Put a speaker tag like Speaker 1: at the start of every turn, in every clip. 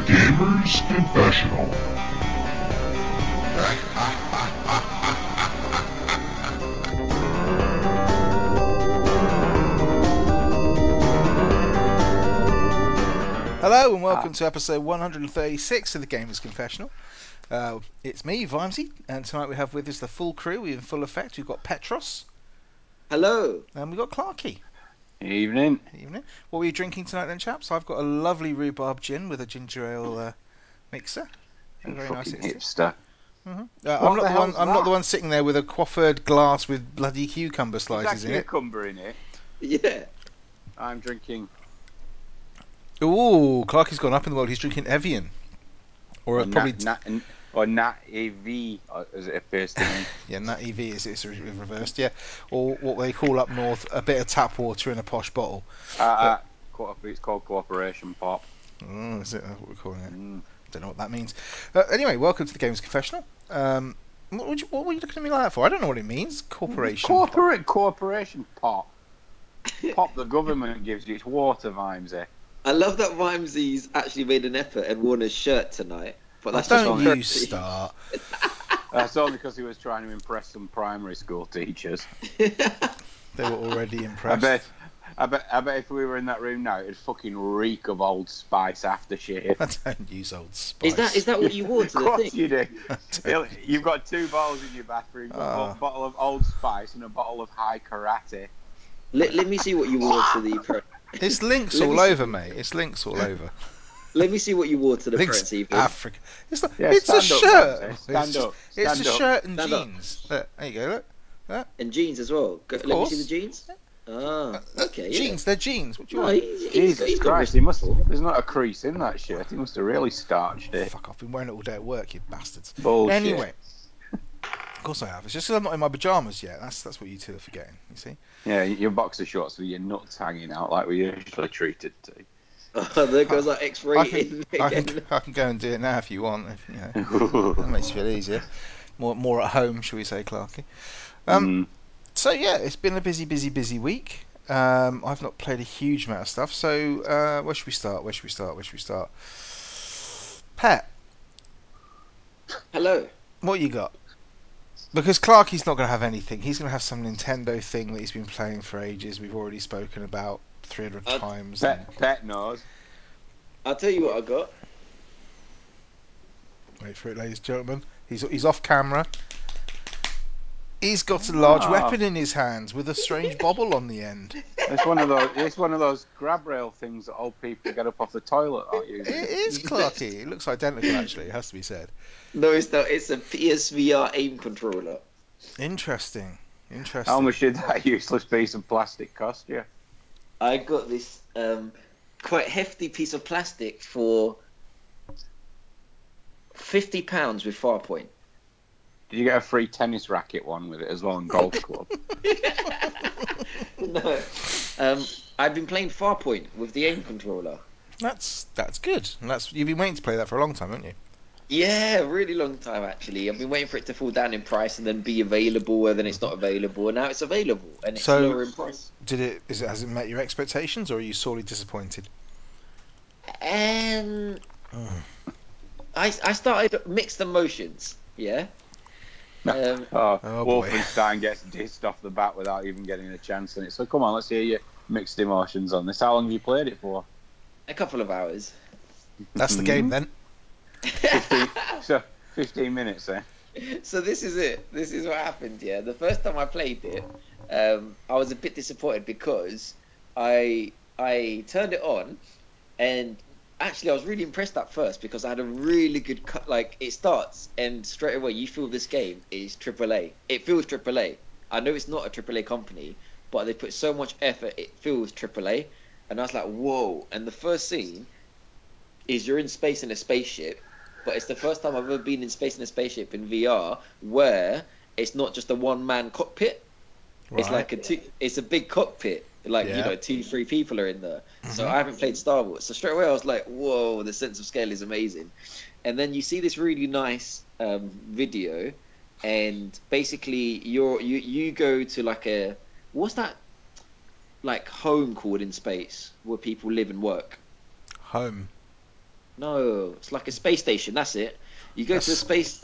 Speaker 1: Cooper's Confessional.
Speaker 2: Hello and welcome to episode 136 of the Gamers Confessional. Uh, it's me, Vimesy, and tonight we have with us the full crew. We're in full effect. We've got Petros
Speaker 3: Hello.
Speaker 2: and we've got Clarky.
Speaker 4: Evening.
Speaker 2: Evening. What were you drinking tonight, then, chaps? I've got a lovely rhubarb gin with a ginger ale uh, mixer.
Speaker 4: You
Speaker 2: Very nice
Speaker 4: fucking
Speaker 2: it is.
Speaker 4: hipster.
Speaker 2: Uh, I'm
Speaker 3: What the
Speaker 2: not the one.
Speaker 3: hell's
Speaker 2: I'm not the
Speaker 3: that?
Speaker 2: one sitting there with a quaffered glass with bloody cucumber slices
Speaker 4: Is
Speaker 2: in
Speaker 4: that
Speaker 2: it.
Speaker 4: cucumber in it?
Speaker 3: Yeah.
Speaker 4: I'm drinking.
Speaker 2: Ooh, Clarky's gone up in the world. He's drinking Evian, or
Speaker 4: Or
Speaker 2: uh, probably
Speaker 4: probably nat, nat, or nat AV. Or is it a first name?
Speaker 2: Yeah, and that EV is it's re- reversed, yeah. Or what they call up north, a bit of tap water in a posh bottle.
Speaker 4: uh, uh, co- it's called Cooperation Pop.
Speaker 2: Oh, is it? That's what we're calling it.
Speaker 4: Mm.
Speaker 2: Don't know what that means. Uh, anyway, welcome to the Games Confessional. Um, what, would you, what were you looking at me like that for? I don't know what it means. Corporation.
Speaker 4: Corporate Corporation Pop. Pop the government gives you. It's water vibes, eh?
Speaker 3: I love that Rhymesy's actually made an effort and worn a shirt tonight. But that's
Speaker 2: don't
Speaker 3: just
Speaker 2: you start.
Speaker 4: That's only because he was trying to impress some primary school teachers.
Speaker 2: They were already
Speaker 4: I
Speaker 2: impressed.
Speaker 4: bet. I bet, I bet if we were in that room now, it'd fucking reek of Old Spice aftershave.
Speaker 2: I don't use old spice.
Speaker 3: Is that is that what you wore to
Speaker 4: of
Speaker 3: the
Speaker 4: course
Speaker 3: thing?
Speaker 4: you do. You've got two bottles in your bathroom. You've got
Speaker 2: Ah.
Speaker 4: a bottle of Old Spice and a bottle of High Karate.
Speaker 3: Let, let me see what you wore to the pro-
Speaker 2: It's links
Speaker 3: Let me
Speaker 2: all
Speaker 3: see.
Speaker 2: over, mate. It's links all over.
Speaker 3: Let me see what you wore to the
Speaker 2: links
Speaker 3: press evening.
Speaker 2: Africa. It's, like,
Speaker 4: Yeah,
Speaker 2: it's a
Speaker 4: stand up,
Speaker 2: shirt.
Speaker 4: Ramsey.
Speaker 2: It's
Speaker 4: Stand
Speaker 2: just-
Speaker 4: up.
Speaker 2: It's
Speaker 4: Stand
Speaker 2: a
Speaker 4: up.
Speaker 2: shirt and
Speaker 3: Stand up.
Speaker 2: jeans. Look, there you go. Look.
Speaker 3: and jeans as well. Go,
Speaker 2: Of
Speaker 3: let me
Speaker 2: course.
Speaker 3: see
Speaker 2: Uh,
Speaker 3: the jeans. Ah, okay. yeah.
Speaker 2: Jeans. They're jeans. What do you
Speaker 3: No,
Speaker 2: want?
Speaker 3: he's- he's-
Speaker 4: Jesus
Speaker 3: he's got
Speaker 4: Christ,
Speaker 3: wrist-
Speaker 4: he must. There's not a crease in that shirt. He must have really starched it.
Speaker 2: Fuck, I've been wearing it all day at work, you bastards.
Speaker 4: Bullshit.
Speaker 2: Anyway, of course I have. It's just 'cause I'm not in my pajamas yet. That's that's what you two are forgetting. You see?
Speaker 4: Yeah, your boxer shorts with your nuts hanging out like we usually treated to.
Speaker 3: Oh, there goes our X
Speaker 2: I
Speaker 3: rating
Speaker 2: can,
Speaker 3: again.
Speaker 2: I, can, I can go and do it now if you want. If, you know, that makes it feel easier. More more at home, shall we say, Clarky? Um,
Speaker 4: Mm.
Speaker 2: So yeah, it's been a busy, busy, busy week. Um, I've not played a huge amount of stuff. So uh, where should we start? Where should we start? Where should we start? Pet,
Speaker 3: Hello.
Speaker 2: what you got? Because Clarky's not going to have anything. He's going to have some Nintendo thing that he's been playing for ages. We've already spoken about 300
Speaker 3: Uh,
Speaker 2: times. and-
Speaker 4: Pet, pet nose.
Speaker 3: I'll tell you what I got.
Speaker 2: Wait for it, ladies and gentlemen. He's he's off camera. He's got a large
Speaker 4: Ah.
Speaker 2: weapon in his hands with a strange bobble on the end.
Speaker 4: It's one of those. It's one of those grab rail things that old people get up off the toilet. Aren't you?
Speaker 2: It is Clarky. It looks identical, actually. It has to be said.
Speaker 3: No, it's not. It's a PSVR aim controller.
Speaker 2: Interesting. Interesting.
Speaker 4: How much did that useless piece of plastic cost you?
Speaker 3: I got this um, quite hefty piece of plastic for fifty pounds with Farpoint.
Speaker 4: Did you get a free tennis racket one with it as well and golf club?
Speaker 3: no, um, I've been playing Farpoint with the aim controller.
Speaker 2: That's that's good. And that's you've been waiting to play that for a long time, haven't you?
Speaker 3: Yeah, a really long time actually. I've been waiting for it to fall down in price and then be available, and then it's not available, and now it's available and it's
Speaker 2: So-
Speaker 3: lower in price.
Speaker 2: Did it? Is it? Has it met your expectations, or are you sorely disappointed?
Speaker 3: And I, I started mixed emotions. Yeah. Um,
Speaker 4: Oh,
Speaker 2: Oh, boy.
Speaker 4: Wolfenstein gets dissed off the bat without even getting a chance in it. So come on, let's hear your mixed emotions on this. How long have you played it for?
Speaker 3: a couple of hours.
Speaker 2: That's
Speaker 4: Mm-hmm.
Speaker 2: the game then.
Speaker 4: Fifteen. so fifteen minutes, eh?
Speaker 3: so this is it. This is what happened. Yeah, the first time I played it, um, I was a bit disappointed because I I turned it on, and actually I was really impressed at first because I had a really good cut. Like it starts and straight away you feel this game is AAA. It feels AAA. I know it's not a AAA company, but they put so much effort. It feels AAA, and I was like, whoa! And the first scene is you're in space in a spaceship but it's the first time I've ever been in space in a spaceship in VR where it's not just a one man cockpit. It's
Speaker 2: Right.
Speaker 3: like a two, it's a big cockpit. Like you
Speaker 2: Yeah. Mm-hmm.
Speaker 3: know, two three people are in there. So I haven't played Star Wars. So straight away I was like, whoa, the sense of scale is amazing. And then you see this really nice um, video, and basically you're you you go to like a what's that like home called in space where people live and work.
Speaker 2: home.
Speaker 3: No, it's like a space station. That's it. You go to a
Speaker 2: That's-
Speaker 3: space.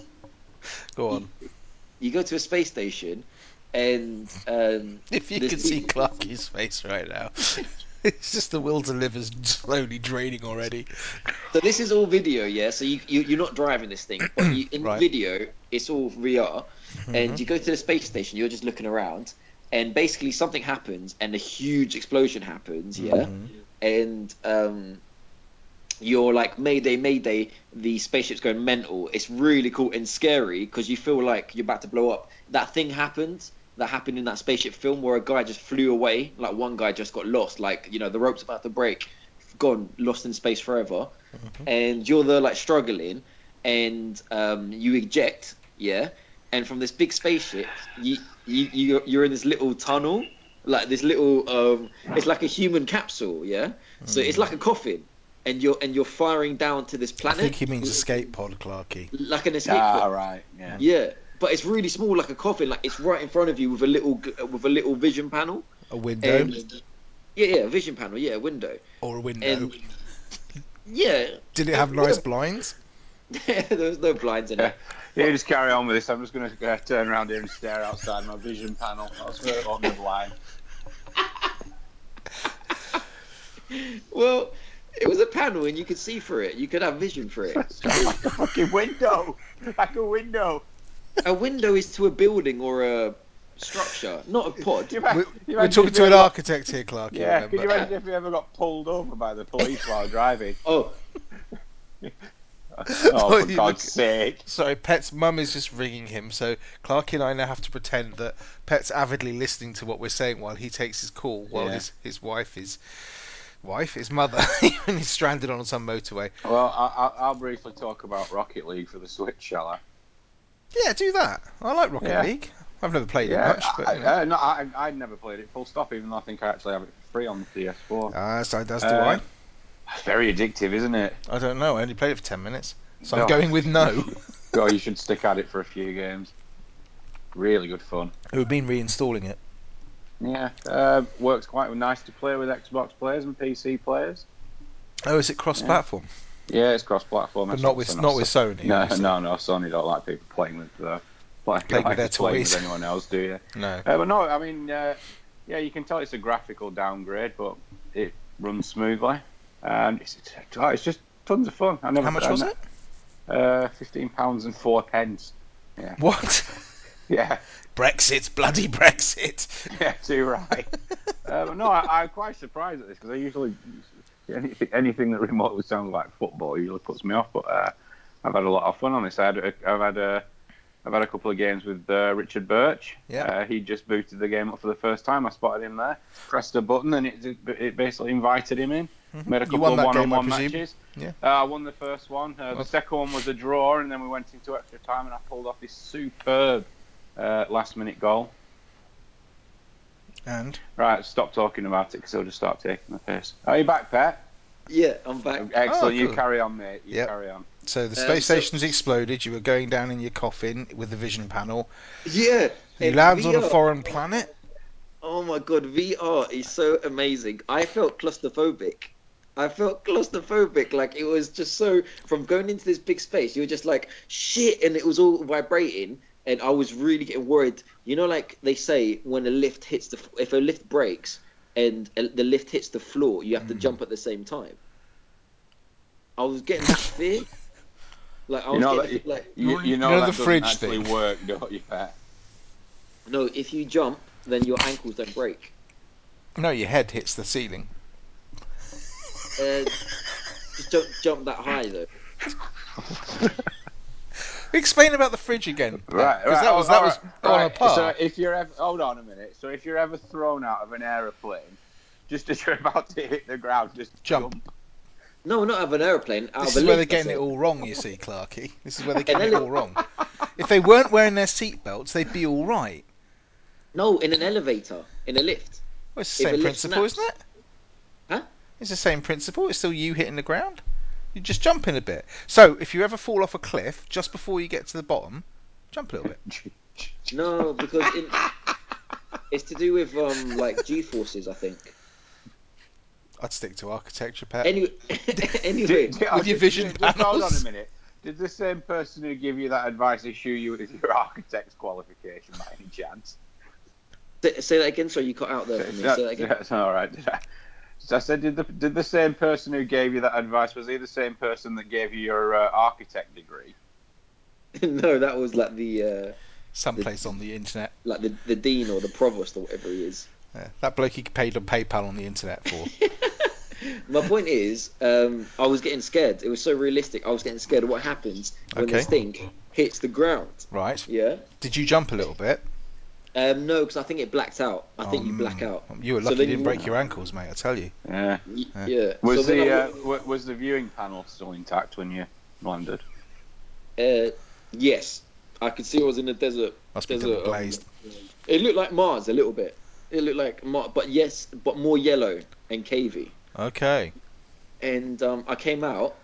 Speaker 2: Go on.
Speaker 3: You go to a space station, and um,
Speaker 2: If you
Speaker 3: This-
Speaker 2: could see Clarky's face right now, it's just the will to live is slowly draining already.
Speaker 3: so this is all video, yeah. So you, you you're not driving this thing, but you, in
Speaker 2: Right.
Speaker 3: video it's all VR, and you go to the space station. You're just looking around, and basically something happens, and a huge explosion happens, yeah.
Speaker 2: Mm-hmm.
Speaker 3: and um, you're like Mayday, Mayday. The spaceship's going mental. It's really cool and scary because you feel like you're about to blow up. That thing happened. That happened in that spaceship film where a guy just flew away. Like one guy just got lost. Like you know the rope's about to break, gone lost in space forever,
Speaker 2: Mm-hmm.
Speaker 3: and you're there like struggling, and um, you eject. Yeah, and from this big spaceship, you you you you're in this little tunnel like this little um it's like a human capsule yeah so it's like a coffin and you're and you're firing down to this
Speaker 2: Mm. I
Speaker 3: planet
Speaker 2: think he means escape pod, Clarky.
Speaker 3: like an escape
Speaker 4: Ah,
Speaker 3: pod.
Speaker 4: right. Yeah.
Speaker 3: yeah but it's really small like a coffin like it's right in front of you with a little g- with a little vision panel
Speaker 2: A window
Speaker 3: and yeah yeah vision panel yeah window
Speaker 2: or a window.
Speaker 3: and yeah
Speaker 2: Did it have nice blinds?
Speaker 3: there was no blinds in it
Speaker 4: Yeah, just carry on with this. I'm just going to uh, turn around here and stare outside my vision panel. That's where I'm the line.
Speaker 3: well it was a panel and you could see through it you could have vision for it
Speaker 4: like a fucking window. Like a window.
Speaker 3: a window is to a building or a structure not a pod
Speaker 4: You
Speaker 2: We're,
Speaker 4: imagine- you
Speaker 2: we're
Speaker 4: imagine
Speaker 2: talking
Speaker 4: if
Speaker 2: to
Speaker 4: you
Speaker 2: an
Speaker 4: ever-
Speaker 2: architect here, Clarky.
Speaker 4: Yeah,
Speaker 2: remember?
Speaker 4: could you imagine if you ever got pulled over by the police while driving?
Speaker 3: oh
Speaker 4: Oh, for
Speaker 2: You
Speaker 4: God's
Speaker 2: look-
Speaker 4: sake.
Speaker 2: Sorry, Pet's mum is just ringing him, so Clarky and I now have to pretend that Pet's avidly listening to what we're saying while he takes his call, while
Speaker 4: Yeah.
Speaker 2: his, his wife is wife, his mother, and he's stranded on some motorway.
Speaker 4: Well, I, I, I'll briefly talk about Rocket League for the Switch, shall I?
Speaker 2: Yeah, do that. I like Rocket
Speaker 4: Yeah.
Speaker 2: League. I've never played it much, but
Speaker 4: I,
Speaker 2: you know.
Speaker 4: uh, no, I, I'd never played it full stop, even though I think I actually have it for free on the PS4.
Speaker 2: Ah, so does do
Speaker 4: Uh, Very addictive, isn't it?
Speaker 2: I. I don't know. I only played it for ten minutes, so
Speaker 4: No.
Speaker 2: I'm going with no.
Speaker 4: God, you should stick at it for a few games. Really good fun.
Speaker 2: Who've been reinstalling it?
Speaker 4: Yeah, uh, works quite nice to play with Xbox players and PC players.
Speaker 2: Oh, is it cross-platform?
Speaker 4: Yeah, it's cross-platform.
Speaker 2: But
Speaker 4: it's
Speaker 2: not with
Speaker 4: also
Speaker 2: not with Sony.
Speaker 4: No,
Speaker 2: obviously.
Speaker 4: no, no. Sony don't like people playing with uh, like,
Speaker 2: Playing with
Speaker 4: like
Speaker 2: their
Speaker 4: just playing
Speaker 2: toys.
Speaker 4: with anyone else, do you?
Speaker 2: no.
Speaker 4: Uh, but no, I mean, uh, yeah, you can tell it's a graphical downgrade, but it runs smoothly, and it's, it's, oh, it's just tons of fun. I never,
Speaker 2: How much was it?
Speaker 4: Uh, Fifteen pounds and four pence.
Speaker 2: What?
Speaker 4: Yeah,
Speaker 2: Brexit, bloody Brexit.
Speaker 4: yeah, too right. uh, but no, I, I'm quite surprised at this because I usually anything, anything that remotely sounds like football usually puts me off. But uh, I've had a lot of fun on this. I had a, I've had a I've had a couple of games with uh, Richard Birch.
Speaker 2: Yeah.
Speaker 4: Uh, he just booted the game up for the first time. I spotted him there. Pressed a button and it it basically invited him in. Made a
Speaker 2: You
Speaker 4: couple
Speaker 2: won
Speaker 4: of
Speaker 2: that game, I
Speaker 4: one-on-one
Speaker 2: presume?
Speaker 4: matches.
Speaker 2: Yeah.
Speaker 4: Uh, I won the first one. Uh, the second one was a draw, and then we went into extra time, and I pulled off this superb uh, last-minute goal.
Speaker 2: And
Speaker 4: Right, stop talking about it because I'll just start taking the piss. Are you back, Pat? Um,
Speaker 3: yeah i'm back
Speaker 4: Excellent.
Speaker 2: Oh,
Speaker 4: You
Speaker 2: cool.
Speaker 4: carry on, mate. You
Speaker 2: Yep.
Speaker 4: carry on.
Speaker 2: so the
Speaker 3: Um,
Speaker 2: space
Speaker 3: so-
Speaker 2: station's exploded. You were going down in your coffin with the vision panel.
Speaker 3: Yeah.
Speaker 2: You
Speaker 3: and
Speaker 2: lands on a
Speaker 3: VR
Speaker 2: foreign planet.
Speaker 3: Oh my god, VR is so amazing. I felt claustrophobic. I felt claustrophobic. Like it was just so from going into this big space, you were just like shit, and it was all vibrating, and I was really getting worried. You know, like they say when a lift hits the if a lift breaks and a- the lift hits the floor, you have
Speaker 4: Hmm.
Speaker 3: to jump at the same time. I was getting that fear. Like I was
Speaker 4: You know,
Speaker 3: getting
Speaker 4: that,
Speaker 3: like
Speaker 4: you, you
Speaker 2: You
Speaker 4: know,
Speaker 2: know
Speaker 4: that
Speaker 2: the
Speaker 4: doesn't
Speaker 2: fridge
Speaker 4: actually
Speaker 2: thing?
Speaker 4: work, don't you, Pat?
Speaker 3: no, if you jump, then your ankles don't break.
Speaker 2: No, your head hits the ceiling.
Speaker 3: Uh, just don't jump that high though.
Speaker 2: Explain about the fridge again.
Speaker 4: Right,
Speaker 2: Because
Speaker 4: right. Oh,
Speaker 2: that was
Speaker 4: all
Speaker 2: that was
Speaker 4: right,
Speaker 2: on a
Speaker 4: right.
Speaker 2: par.
Speaker 4: So if you're ever, hold on a minute. So if you're ever thrown out of an aeroplane, just as you're about to hit the ground, just
Speaker 2: Jump.
Speaker 4: jump.
Speaker 3: No, not of an airplane. Out
Speaker 2: This
Speaker 3: of
Speaker 2: is
Speaker 3: a
Speaker 2: where they're
Speaker 3: lift,
Speaker 2: getting
Speaker 3: I
Speaker 2: it
Speaker 3: said.
Speaker 2: all wrong, you see, Clarky. This is where they're getting it all wrong. If they weren't wearing their seatbelts, they'd be all right.
Speaker 3: No, in an elevator, in a lift.
Speaker 2: Well, it's the
Speaker 3: If
Speaker 2: same
Speaker 3: it
Speaker 2: principle,
Speaker 3: snaps-
Speaker 2: isn't it?
Speaker 3: Huh?
Speaker 2: It's the same principle. It's still you hitting the ground. You just jump in a bit. So if you ever fall off a cliff just before you get to the bottom, jump a little bit.
Speaker 3: No, because in, it's to do with um like G forces, I think.
Speaker 2: I'd stick to architecture, Pat.
Speaker 3: Any, anyway,
Speaker 4: Did- did-
Speaker 2: With your vision
Speaker 4: did- just hold
Speaker 2: panels.
Speaker 4: on a minute. Did the same person who gave you that advice issue you with your architect's qualification by any chance?
Speaker 3: say, say that again. Sorry, you cut out there for me.
Speaker 4: That-
Speaker 3: Say that again.
Speaker 4: that's all right. Did I, so I said, did the did the same person who gave you that advice was he the same person that gave you your uh, architect degree?
Speaker 3: no, that was like the uh,
Speaker 2: Someplace on the internet.
Speaker 3: like the, the dean or the provost or whatever he is.
Speaker 2: Yeah, that bloke he paid on PayPal on the internet for.
Speaker 3: My point is, um, I was getting scared. It was so realistic. I was getting scared of what happens when
Speaker 2: Okay.
Speaker 3: this thing hits the ground.
Speaker 2: right.
Speaker 3: Yeah.
Speaker 2: Did you jump a little bit?
Speaker 3: Um, no, because I think it blacked out. I think you
Speaker 2: Um,
Speaker 3: black out.
Speaker 2: You were
Speaker 3: So
Speaker 2: lucky
Speaker 3: then
Speaker 2: you didn't
Speaker 3: you-
Speaker 2: break your ankles, mate, I tell you.
Speaker 4: Yeah.
Speaker 3: Y-
Speaker 2: Yeah.
Speaker 3: Yeah.
Speaker 4: Was
Speaker 3: So then
Speaker 4: the
Speaker 3: I
Speaker 4: uh,
Speaker 3: wa-
Speaker 4: w- was the viewing panel still intact when you landed?
Speaker 3: uh, yes, I could see I was in the desert.
Speaker 2: Must be
Speaker 3: There's a- um,
Speaker 2: double glazed.
Speaker 3: It looked like Mars a little bit. It looked like Mars, but yes, but more yellow and cavey.
Speaker 2: Okay.
Speaker 3: And um, I came out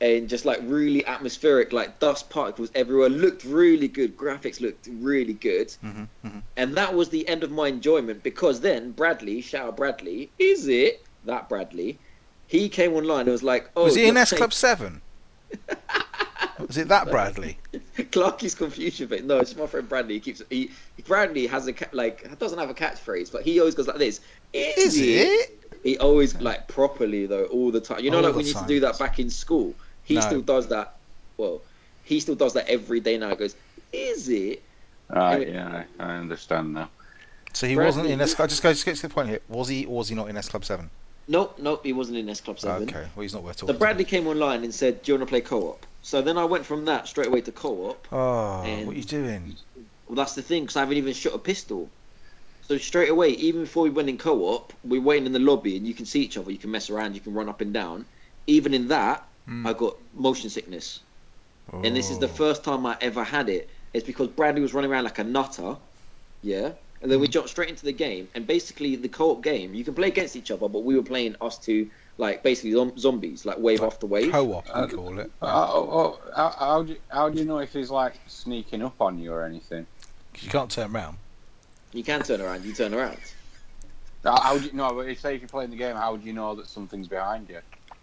Speaker 3: and just like really atmospheric, like dust particles everywhere. Looked really good. Graphics looked really good.
Speaker 2: hmm hmm
Speaker 3: And that was the end of my enjoyment because then Bradley, shout out Bradley, is it that Bradley? He came online and was like, "Oh,
Speaker 2: was he in
Speaker 3: you're
Speaker 2: S Club 7? was it that Bradley?
Speaker 3: Clarky's confusion bit. No, it's my friend Bradley. He keeps he Bradley has a ca- like doesn't have a catchphrase, but he always goes like this.
Speaker 2: Is
Speaker 3: Is,
Speaker 2: it?
Speaker 3: He always like properly though all the time. You know,
Speaker 2: All
Speaker 3: like
Speaker 2: the
Speaker 3: we used
Speaker 2: time.
Speaker 3: to do that back in school. He
Speaker 2: No.
Speaker 3: still does that. Well, he still does that every day now. He goes, is it?
Speaker 4: Right.
Speaker 3: Anyway.
Speaker 4: Yeah, I, I understand now.
Speaker 2: So he
Speaker 3: Bradley-
Speaker 2: wasn't in S Club. Just go, just get to the point here. Was he or was he not in S Club 7?
Speaker 3: Nope, nope. He wasn't in S Club Seven.
Speaker 2: Okay. Well, he's not worth
Speaker 3: So
Speaker 2: talking
Speaker 3: Bradley came online and said, "Do you want to play co-op?" So then I went from that straight away to co-op.
Speaker 2: to. Oh,
Speaker 3: And-
Speaker 2: what are you doing?
Speaker 3: Well, that's the thing, because I haven't even shot a pistol. So straight away, even before we went in co-op, we're waiting in the lobby, and you can see each other. You can mess around. You can run up and down. Even in that,
Speaker 2: Mm.
Speaker 3: I got motion sickness, and this is the
Speaker 2: Oh.
Speaker 3: first time I ever had it. It's because Bradley was running around like a nutter, yeah. And then we jumped straight into the game, and basically the co-op game, you can play against each other, but we were playing us two, like basically zom- zombies, like wave
Speaker 2: Like
Speaker 3: after wave.
Speaker 2: Co-op, we
Speaker 4: Uh,
Speaker 2: call it.
Speaker 4: Oh, oh, how, how, do, how do you know if he's like sneaking up on you or anything?
Speaker 2: 'Cause you can't turn around.
Speaker 3: You can turn around. You turn around.
Speaker 4: How, Uh, how do you know? But if, say if you're playing the game, how do you know that something's behind you?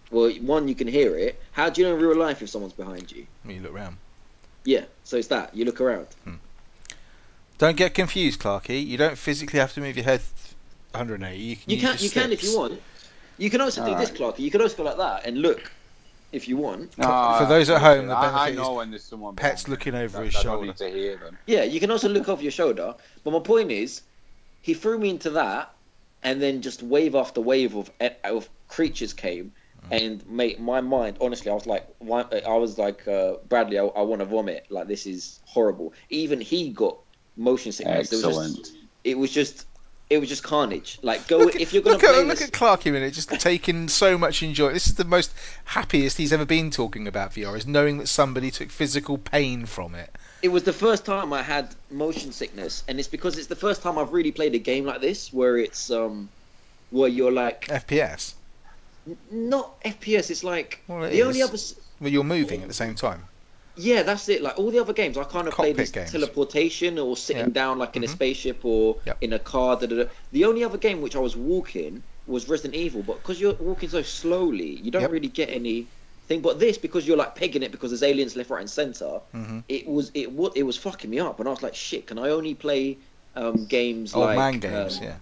Speaker 3: Well, one, you can hear it. How do you know in real life if someone's behind you?
Speaker 2: I mean, you look round.
Speaker 3: Yeah, so it's that. You look around.
Speaker 2: Don't get confused, Clarky. You don't physically have to move your head 180. You can.
Speaker 3: You
Speaker 2: use
Speaker 3: can
Speaker 2: your
Speaker 3: you can if
Speaker 2: steps.
Speaker 3: you want. You can also do
Speaker 4: All
Speaker 3: this, Clarky. You can also go like that and look if you want.
Speaker 2: For- for those at
Speaker 4: Uh, I-
Speaker 2: home, the
Speaker 4: I, I
Speaker 2: benefit is
Speaker 4: know when there's someone.
Speaker 2: Pat's
Speaker 4: behind me.
Speaker 2: looking over
Speaker 4: I-
Speaker 2: his
Speaker 4: I don't need
Speaker 2: shoulder.
Speaker 4: to hear them.
Speaker 3: Yeah, you can also look over your shoulder. But my point is, he threw me into that, and then just wave after wave of eh, of creatures came,
Speaker 2: Mm.
Speaker 3: and mate, my mind honestly, I was like, why- I was like, uh, Bradley, I, I want to vomit. Like this is horrible. Even he got motion sickness. There was just-
Speaker 4: Excellent.
Speaker 3: It was just. It was just carnage. Like, go
Speaker 2: Look at,
Speaker 3: if you're gonna
Speaker 2: look at-
Speaker 3: play
Speaker 2: look
Speaker 3: this.
Speaker 2: at Clark a minute, just taking so much enjoy. This is the most happiest he's ever been talking about VR, is knowing that somebody took physical pain from it.
Speaker 3: It was the first time I had motion sickness, and it's because it's the first time I've really played a game like this where it's um, where you're like
Speaker 2: FPS.
Speaker 3: n- not FPS. It's like
Speaker 2: Well, it
Speaker 3: the only
Speaker 2: is.
Speaker 3: other. s-
Speaker 2: Well, you're moving at the same time.
Speaker 3: Yeah, that's it. Like all the other games, I kind of
Speaker 2: Cockpit
Speaker 3: played this
Speaker 2: games.
Speaker 3: teleportation or sitting
Speaker 2: Yeah.
Speaker 3: down like in a
Speaker 2: Mhm.
Speaker 3: spaceship or
Speaker 2: Yep.
Speaker 3: in a car. Da, da, da. The only other game which I was walking was Resident Evil, but because you're walking so slowly, you don't
Speaker 2: Yep.
Speaker 3: really get any thing. But this, because you're like pegging it, because there's aliens left, right, and center.
Speaker 2: Mhm.
Speaker 3: It was it was it was fucking me up, and I was like, shit. Can I only play um, games
Speaker 2: Old
Speaker 3: like
Speaker 2: man games,
Speaker 3: um,
Speaker 2: yeah.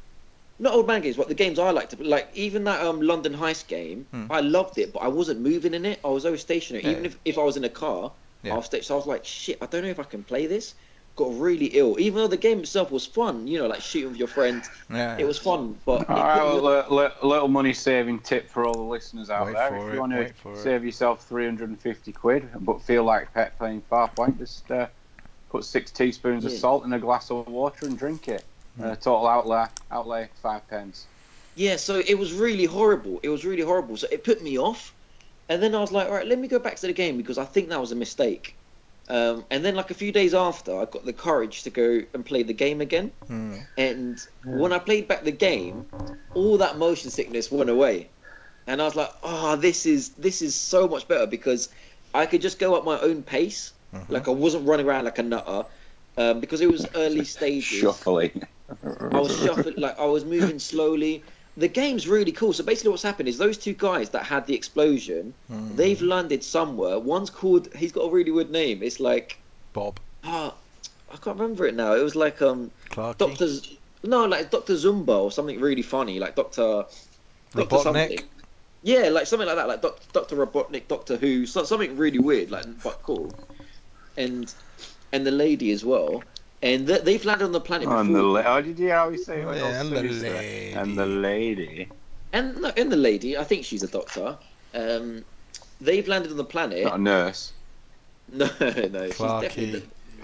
Speaker 3: not old man games, but the games I like to play. Like even that um, London Heist game,
Speaker 2: Hmm.
Speaker 3: I loved it, but I wasn't moving in it. I was always stationary.
Speaker 2: Yeah.
Speaker 3: Even if, if I was in a car,
Speaker 2: Yeah.
Speaker 3: I was sta- so I was like, shit, I don't know if I can play this. Got really ill, even though the game itself was fun. You know, like shooting with your friends,
Speaker 2: Yeah.
Speaker 3: it was fun. But
Speaker 4: All right, well, li- li- little money saving tip for all the listeners out
Speaker 2: Wait
Speaker 4: there.
Speaker 2: for
Speaker 4: If
Speaker 2: it,
Speaker 4: you want
Speaker 2: wait for it.
Speaker 4: to save yourself 350 quid, but feel like Pet playing Farpoint, just uh, put six teaspoons of
Speaker 3: Yeah.
Speaker 4: salt in a glass of water and drink it.
Speaker 2: Hmm.
Speaker 4: Uh, total outlay, outlay five pence.
Speaker 3: yeah, so it was really horrible. It was really horrible. So it put me off, and then I was like, all right, let me go back to the game because I think that was a mistake. Um, and then like a few days after, I got the courage to go and play the game again.
Speaker 2: Mm.
Speaker 3: And when I played back the game, all that motion sickness went away, and I was like, "Oh, this is this is so much better because I could just go at my own pace.
Speaker 2: Mhm.
Speaker 3: Like I wasn't running around like a nutter, um, because it was early stages.
Speaker 4: Shuffling.
Speaker 3: I was shuffling, like I was moving slowly. the game's really cool. So basically, what's happened is those two guys that had the explosion,
Speaker 2: Hmm.
Speaker 3: they've landed somewhere. One's called. He's got a really weird name. It's like
Speaker 2: Bob
Speaker 3: ah, I can't remember it now. It was like um
Speaker 2: Clark.
Speaker 3: Doctor. Z- No, like Doctor Zumba or something really funny, like Doctor. Doctor
Speaker 2: Robotnik?
Speaker 3: something. Yeah, like something like that, like Doc- Doctor Robotnik, Doctor Who, so, something really weird, like but cool. And and the lady as well, and th- they've landed on the planet before.
Speaker 4: And the la- oh, did you always say it was
Speaker 2: Yeah,
Speaker 4: all
Speaker 2: and the
Speaker 4: sinister?
Speaker 2: lady.
Speaker 4: And the lady.
Speaker 3: and no, and the lady, I think she's a doctor. Um, they've landed on the planet.
Speaker 4: Not a nurse.
Speaker 3: No, no, she's definitely.
Speaker 2: Clarky.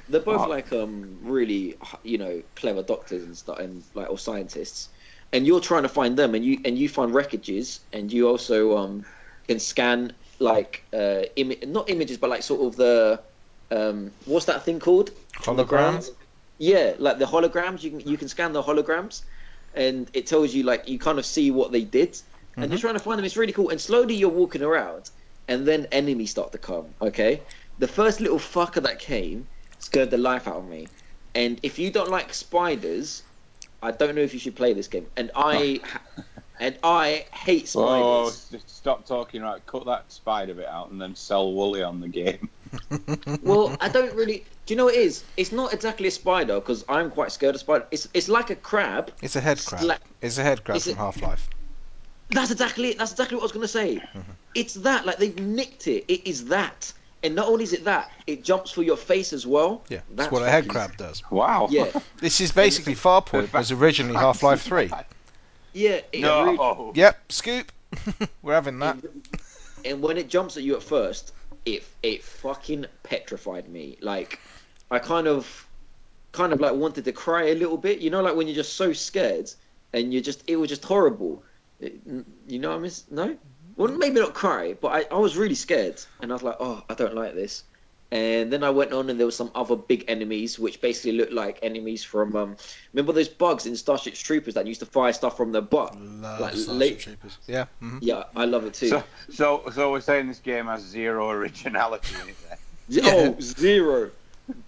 Speaker 3: They're both
Speaker 4: Oh.
Speaker 3: like um really you know clever doctors and stuff and like or scientists, and you're trying to find them and you and you find wreckages and you also um can scan like uh Im- not images but like sort of the um what's that thing called From the ground?
Speaker 2: Holograms?
Speaker 3: Yeah, like the holograms you can you can scan the holograms, and it tells you like you kind of see what they did, and
Speaker 2: Mm-hmm.
Speaker 3: you're trying to find them. It's really cool. And slowly you're walking around, and then enemies start to come. Okay, the first little fucker that came scared the life out of me. And if you don't like spiders, I don't know if you should play this game. And I, and I hate spiders.
Speaker 4: Oh, stop talking. Right, cut that spider bit out and then sell Wooly on the game.
Speaker 3: well, I don't really. Do you know what it is? It's not exactly a spider because I'm quite scared of spiders. It's it's like a crab.
Speaker 2: It's a head crab.
Speaker 3: Sla-
Speaker 2: it's a head crab
Speaker 3: Is
Speaker 2: from
Speaker 3: it-
Speaker 2: Half Life.
Speaker 3: That's exactly it. That's exactly what I was going to say. It's that. Like they've nicked it. It is that. And not only is it that, it jumps for your face as well.
Speaker 2: Yeah, that's,
Speaker 3: That's
Speaker 2: what a head
Speaker 3: fucking-
Speaker 2: crab does.
Speaker 4: Wow.
Speaker 3: Yeah,
Speaker 2: This is basically Farpoint
Speaker 4: fa-
Speaker 2: was originally Half Life Three.
Speaker 3: yeah. It really-
Speaker 4: No.
Speaker 2: Yep, scoop. We're having that.
Speaker 3: and when it jumps at you at first, it it fucking petrified me. Like I kind of kind of like wanted to cry a little bit. You know, like when you're just so scared and you're just it was just horrible. It- n- you know what I mean? No. Well, maybe not cry, but I, I was really scared, and I was like, oh, I don't like this. And then I went on, and there were some other big enemies, which basically looked like enemies from. Um, remember those bugs in Starship Troopers that used to fire stuff from their butt?
Speaker 2: Love
Speaker 3: Like,
Speaker 2: Starship
Speaker 3: late-
Speaker 2: Troopers. Yeah. mhm.
Speaker 3: Yeah, I love it too.
Speaker 4: So, so, so we're saying this game has zero originality in it. Then.
Speaker 2: Yeah.
Speaker 3: Oh, zero.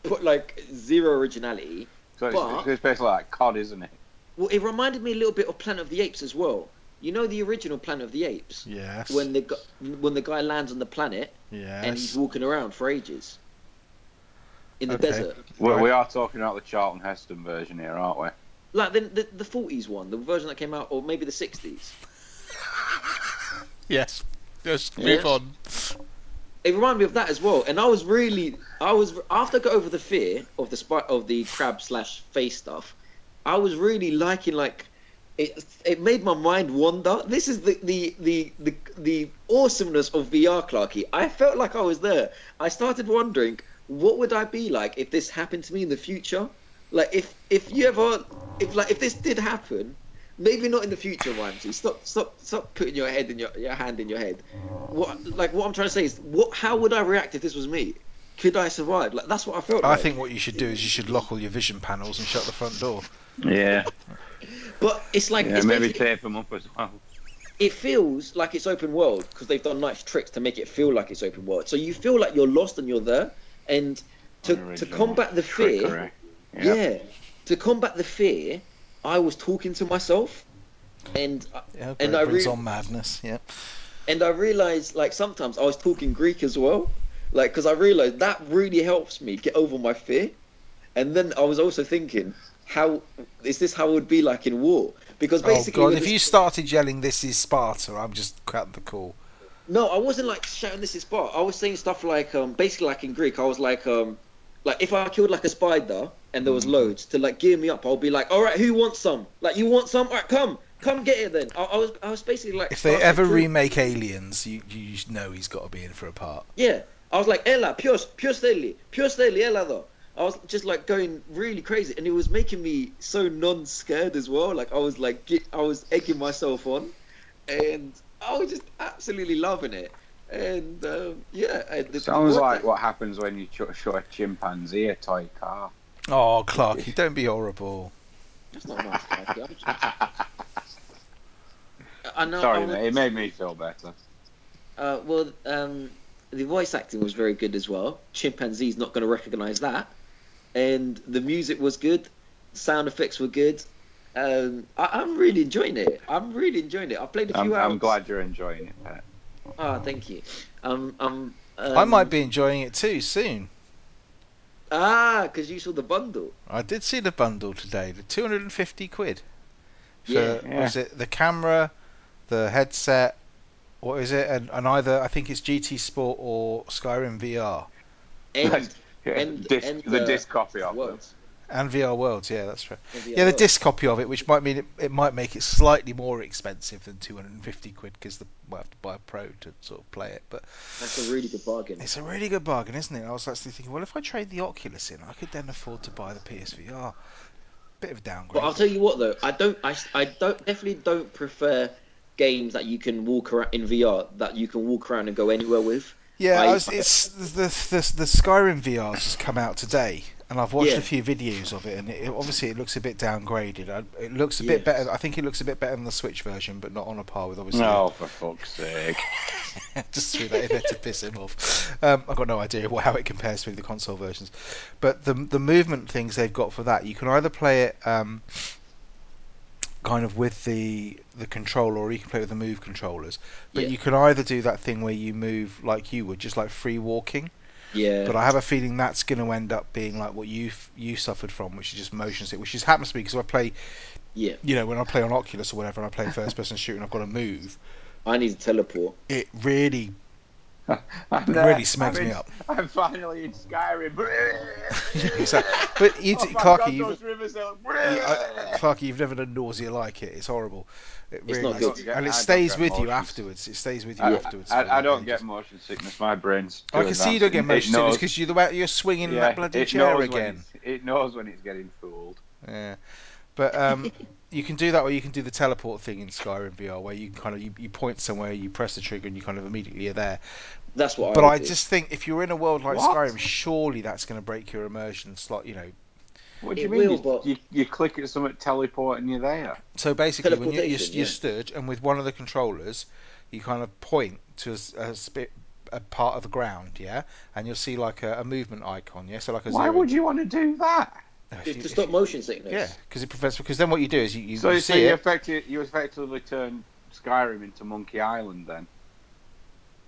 Speaker 3: Put like zero originality.
Speaker 4: So it's,
Speaker 3: But-
Speaker 4: it's basically like COD, isn't it?
Speaker 3: Well, it reminded me a little bit of Planet of the Apes as well. You know the original Planet of the Apes
Speaker 2: Yes.
Speaker 3: when the gu- when the guy lands on the planet and he's
Speaker 2: mm-hmm. yes.
Speaker 3: walking around for ages in the
Speaker 2: Okay.
Speaker 3: desert.
Speaker 4: We,
Speaker 2: Right.
Speaker 4: we are talking about the Charlton Heston version here, aren't we?
Speaker 3: Like the, the the 40s one, the version that came out, or maybe the 60s.
Speaker 2: Yes. Just
Speaker 3: Yeah.
Speaker 2: move on.
Speaker 3: It reminded me of that as well, and I was really, I was after I got over the fear of the spy, of the crab slash face stuff, I was really liking like it. It made my mind wander. This is the the the the, the awesomeness of VR, Clarky. I felt like I was there. I started wondering what would I be like if this happened to me in the future. Like if if you ever if like if this did happen, maybe not in the future, Ramsey. Stop stop stop putting your head in your your hand in your head. What like what I'm trying to say is what how would I react if this was me? Could I survive? Like that's what I felt.
Speaker 2: I
Speaker 3: like.
Speaker 2: think what you should do is you should lock all your vision panels and shut the front door.
Speaker 4: Yeah.
Speaker 3: but it's like
Speaker 4: yeah
Speaker 3: it's
Speaker 4: maybe
Speaker 3: basically-
Speaker 4: tape them up as well.
Speaker 3: it feels like it's open world because they've done nice tricks to make it feel like it's open world. So you feel like you're lost and you're there. And to, to
Speaker 4: Original
Speaker 3: combat the
Speaker 4: trickery.
Speaker 3: fear, yeah. to combat the fear, I was talking to myself, and
Speaker 2: Yeah,
Speaker 3: And
Speaker 2: great,
Speaker 3: I
Speaker 2: brings
Speaker 3: re-
Speaker 2: on madness. Yeah.
Speaker 3: and I realized like sometimes I was talking Greek as well, like because I realized that really helps me get over my fear. And then I was also thinking, how is this how it would be like in war? Because
Speaker 2: Oh
Speaker 3: basically,
Speaker 2: god,
Speaker 3: with
Speaker 2: if
Speaker 3: this-
Speaker 2: you started yelling "This is Sparta," I'm just cutting the call.
Speaker 3: No, I wasn't like shouting this is Sparta. I was saying stuff like um basically like in Greek, I was like um like if I killed like a spider and there was
Speaker 2: Mm.
Speaker 3: loads to like gear me up, I'll be like, Alright, who wants some? Like you want some? Alright, come, come get it then. I, I was I was basically like
Speaker 2: If they
Speaker 3: Star Trek
Speaker 2: ever
Speaker 3: Greek.
Speaker 2: remake Aliens, you you know he's got to be in for a part.
Speaker 3: Yeah. I was like, Ella, Pios, Pios Deli, Pios Deli, Ella though. I was just like going really crazy and it was making me so non scared as well. Like I was like ge- I was egging myself on and I was just absolutely loving it. And um, yeah, I- the-
Speaker 4: Sounds
Speaker 3: what-
Speaker 4: like what happens when you ch- show a chimpanzee a toy car.
Speaker 2: Oh, Clarky, don't be horrible.
Speaker 3: That's not nice, Mikey. I'm sorry. I know. I
Speaker 4: Sorry,
Speaker 3: was-
Speaker 4: mate. It made me feel better.
Speaker 3: Uh, well, um, the voice acting was very good as well. Chimpanzee's not going to recognise that. And the music was good. Sound effects were good. Um, I, I'm really enjoying it. I'm really enjoying it. I played a
Speaker 4: I'm,
Speaker 3: few hours.
Speaker 4: I'm glad you're enjoying it. Pat.
Speaker 3: Oh, thank you. Um, um, um,
Speaker 2: I might be enjoying it too soon.
Speaker 3: Ah, because you saw the bundle.
Speaker 2: I did see the bundle today, the 250 quid. For,
Speaker 3: Yeah.
Speaker 2: what is it the camera, the headset, what is it, and, and either, I think it's GT Sport or Skyrim VR.
Speaker 3: And,
Speaker 4: Yeah,
Speaker 3: And-
Speaker 4: disc,
Speaker 3: and
Speaker 4: the
Speaker 3: the-
Speaker 4: disc copy of
Speaker 3: World.
Speaker 4: it.
Speaker 2: And VR Worlds, yeah, that's right.
Speaker 3: and
Speaker 2: Yeah, the
Speaker 3: World.
Speaker 2: disc copy of it, which might mean it, it might make it slightly more expensive than 250 quid because the might have to buy a pro to sort of play it. But
Speaker 3: That's a really good bargain.
Speaker 2: it's a really good bargain, isn't it? I was actually thinking, well, if I trade the Oculus in, I could then afford to buy the PSVR. Bit of a downgrade.
Speaker 3: But I'll tell you what though, I don't, I, I don't, definitely don't prefer games that you can walk around in VR that you can walk around and go anywhere with.
Speaker 2: Yeah, I,
Speaker 3: I-
Speaker 2: was, it's the, the the Skyrim VR's has come out today, and I've watched
Speaker 3: Yeah.
Speaker 2: a few videos of it, and it, obviously it looks a bit downgraded. I, it looks a
Speaker 3: Yeah.
Speaker 2: bit better. I think it looks a bit better than the Switch version, but not on a par with obviously.
Speaker 4: No, Oh, for fuck's sake.
Speaker 2: just threw that in there to piss him off. Um, I've got no idea wh- how it compares with the console versions, but the the movement things they've got for that, you can either play it um, kind of with the the controller, or you can play with the Move controllers. But
Speaker 3: Yeah.
Speaker 2: you can either do that thing where you move like you would, just like free walking.
Speaker 3: Yeah.
Speaker 2: But I have a feeling that's going to end up being like what you have you suffered from, which is just motion sick, which just happens to me because I play,
Speaker 3: Yeah.
Speaker 2: you know, when I play on Oculus or whatever, and I play first person shooting, I've got to move.
Speaker 3: I need to teleport.
Speaker 2: It really,
Speaker 4: I'm
Speaker 2: it
Speaker 4: there.
Speaker 2: really smags
Speaker 4: I'm in-
Speaker 2: me up.
Speaker 4: I'm finally in Skyrim.
Speaker 2: So- but you,
Speaker 4: oh,
Speaker 2: d
Speaker 4: my
Speaker 2: Clarky,
Speaker 4: God,
Speaker 2: you've,
Speaker 4: those rivers are-
Speaker 2: you- I- Clarky, you've never done nausea like it. It's horrible. It
Speaker 3: It's
Speaker 2: really
Speaker 3: not
Speaker 2: is.
Speaker 3: good.
Speaker 2: and
Speaker 4: I
Speaker 2: it
Speaker 4: don't
Speaker 2: stays
Speaker 4: get
Speaker 2: with you
Speaker 4: motions.
Speaker 2: afterwards. It stays with you
Speaker 4: I,
Speaker 2: afterwards.
Speaker 4: I,
Speaker 2: for
Speaker 4: I don't
Speaker 2: ages.
Speaker 4: get motion sickness. My brain's.
Speaker 2: I can
Speaker 4: doing
Speaker 2: see you
Speaker 4: that.
Speaker 2: don't get
Speaker 4: It
Speaker 2: motion
Speaker 4: knows-
Speaker 2: because you're the way you're swinging that bloody
Speaker 4: it
Speaker 2: chair
Speaker 4: knows when
Speaker 2: again.
Speaker 4: it's- It knows when it's getting fooled.
Speaker 2: Yeah, but um, you can do that, or you can do the teleport thing in Skyrim VR, where you kind of you, you point somewhere, you press the trigger, and you kind of immediately are there.
Speaker 3: That's what
Speaker 2: But
Speaker 3: I.
Speaker 2: I
Speaker 3: would do.
Speaker 2: just think if you're in a world like
Speaker 4: What?
Speaker 2: Skyrim, surely that's going to break your immersion slot. You know.
Speaker 4: What do you
Speaker 3: It
Speaker 4: mean?
Speaker 3: will,
Speaker 4: you,
Speaker 3: but-
Speaker 4: you, you click at something, teleport, and you're there.
Speaker 2: So basically, when you, you,
Speaker 3: Teleportation,
Speaker 2: you
Speaker 3: yeah.
Speaker 2: stood, and with one of the controllers, you kind of point to a, s- a sp- a part of the ground, yeah, and you'll see like a, a movement icon, yeah. So like a
Speaker 4: Why
Speaker 2: zero.
Speaker 4: would you want to do that?
Speaker 2: No, if
Speaker 3: It's
Speaker 2: you-
Speaker 3: to
Speaker 2: if
Speaker 3: stop
Speaker 2: you-
Speaker 3: motion sickness.
Speaker 2: Yeah, because it prevents. Because then what you do is you, you,
Speaker 4: so
Speaker 2: you
Speaker 4: so
Speaker 2: see
Speaker 4: you
Speaker 2: it.
Speaker 4: effectively you effectively turn Skyrim into Monkey Island then,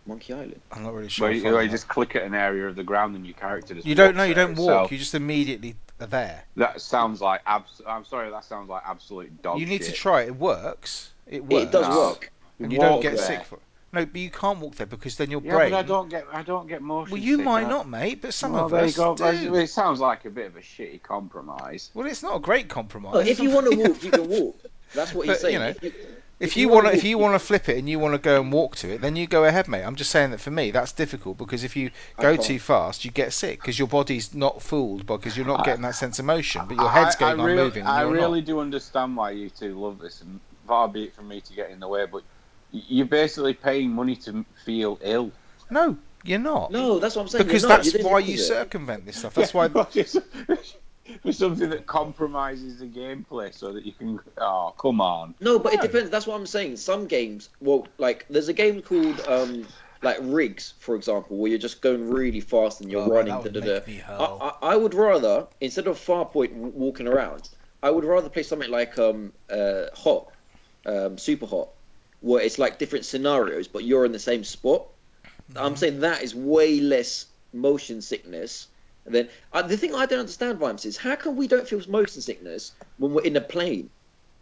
Speaker 3: Monkey Island.
Speaker 2: I'm not really sure.
Speaker 4: where,
Speaker 2: I
Speaker 4: you,
Speaker 2: follow
Speaker 4: where you
Speaker 2: that.
Speaker 4: just click at an area of the ground and your character just.
Speaker 2: You don't
Speaker 4: walks
Speaker 2: know. You
Speaker 4: there
Speaker 2: don't
Speaker 4: itself.
Speaker 2: walk. You just immediately are there.
Speaker 4: That sounds like abs- I'm sorry, that sounds like absolute dog
Speaker 2: you need to
Speaker 4: Oh, shit.
Speaker 2: try. It It works. It works.
Speaker 3: It does
Speaker 4: No.
Speaker 3: work.
Speaker 2: And you don't
Speaker 4: walk
Speaker 2: get
Speaker 4: there.
Speaker 2: sick for. it. No, but you can't walk there because then your
Speaker 4: Yeah,
Speaker 2: brain.
Speaker 4: but I don't get I don't get motion.
Speaker 2: well, you might
Speaker 4: sickness.
Speaker 2: not, mate. But some
Speaker 4: well,
Speaker 2: of
Speaker 4: Oh, there
Speaker 2: us
Speaker 4: you go.
Speaker 2: do.
Speaker 4: It sounds like a bit of a shitty compromise.
Speaker 2: Well, it's not a great compromise.
Speaker 3: Look, if you want to walk, you can walk. That's what he's
Speaker 2: But, you
Speaker 3: saying.
Speaker 2: know,
Speaker 3: If you-
Speaker 2: If
Speaker 3: If
Speaker 2: you
Speaker 3: you
Speaker 2: want,
Speaker 3: wanna
Speaker 2: to, if
Speaker 3: walk-
Speaker 2: you want to flip it and you want to go and walk to it, then you go ahead, mate. I'm just saying that for me, that's difficult because if you
Speaker 3: I
Speaker 2: go
Speaker 3: can't.
Speaker 2: too fast, you get sick because your body's not fooled because you're not
Speaker 4: I-
Speaker 2: getting that sense of motion, but your head's going,
Speaker 4: I
Speaker 2: I'm
Speaker 4: really,
Speaker 2: moving. And
Speaker 4: I
Speaker 2: you're
Speaker 4: really do understand why you two love this, and far be it from me to get in the way, but y- you're basically paying money to m- feel ill.
Speaker 2: not. No, you're not.
Speaker 3: No, that's what I'm saying.
Speaker 2: because
Speaker 3: You're not.
Speaker 2: that's
Speaker 3: You're
Speaker 2: why
Speaker 3: doing
Speaker 2: you
Speaker 3: it.
Speaker 2: circumvent this stuff. That's why.
Speaker 4: for something that compromises the gameplay, so that you can. Oh, come on!
Speaker 3: No, but it
Speaker 2: No.
Speaker 3: depends. That's what I'm saying. Some games, well, like there's a game called um, like Rigs, for example, where you're just going really fast and you're
Speaker 2: Oh, man,
Speaker 3: running.
Speaker 2: that would
Speaker 3: da, da,
Speaker 2: make
Speaker 3: da.
Speaker 2: me
Speaker 3: I,
Speaker 2: hurl.
Speaker 3: I, I would rather instead of Farpoint w- walking around, I would rather play something like um, uh, Hot, um, Super Hot, where it's like different scenarios, but you're in the same spot.
Speaker 2: Mm-hmm.
Speaker 3: I'm saying that is way less motion sickness. than uh, the thing I don't understand, Vimes, is how come we don't feel motion sickness when we're in a plane,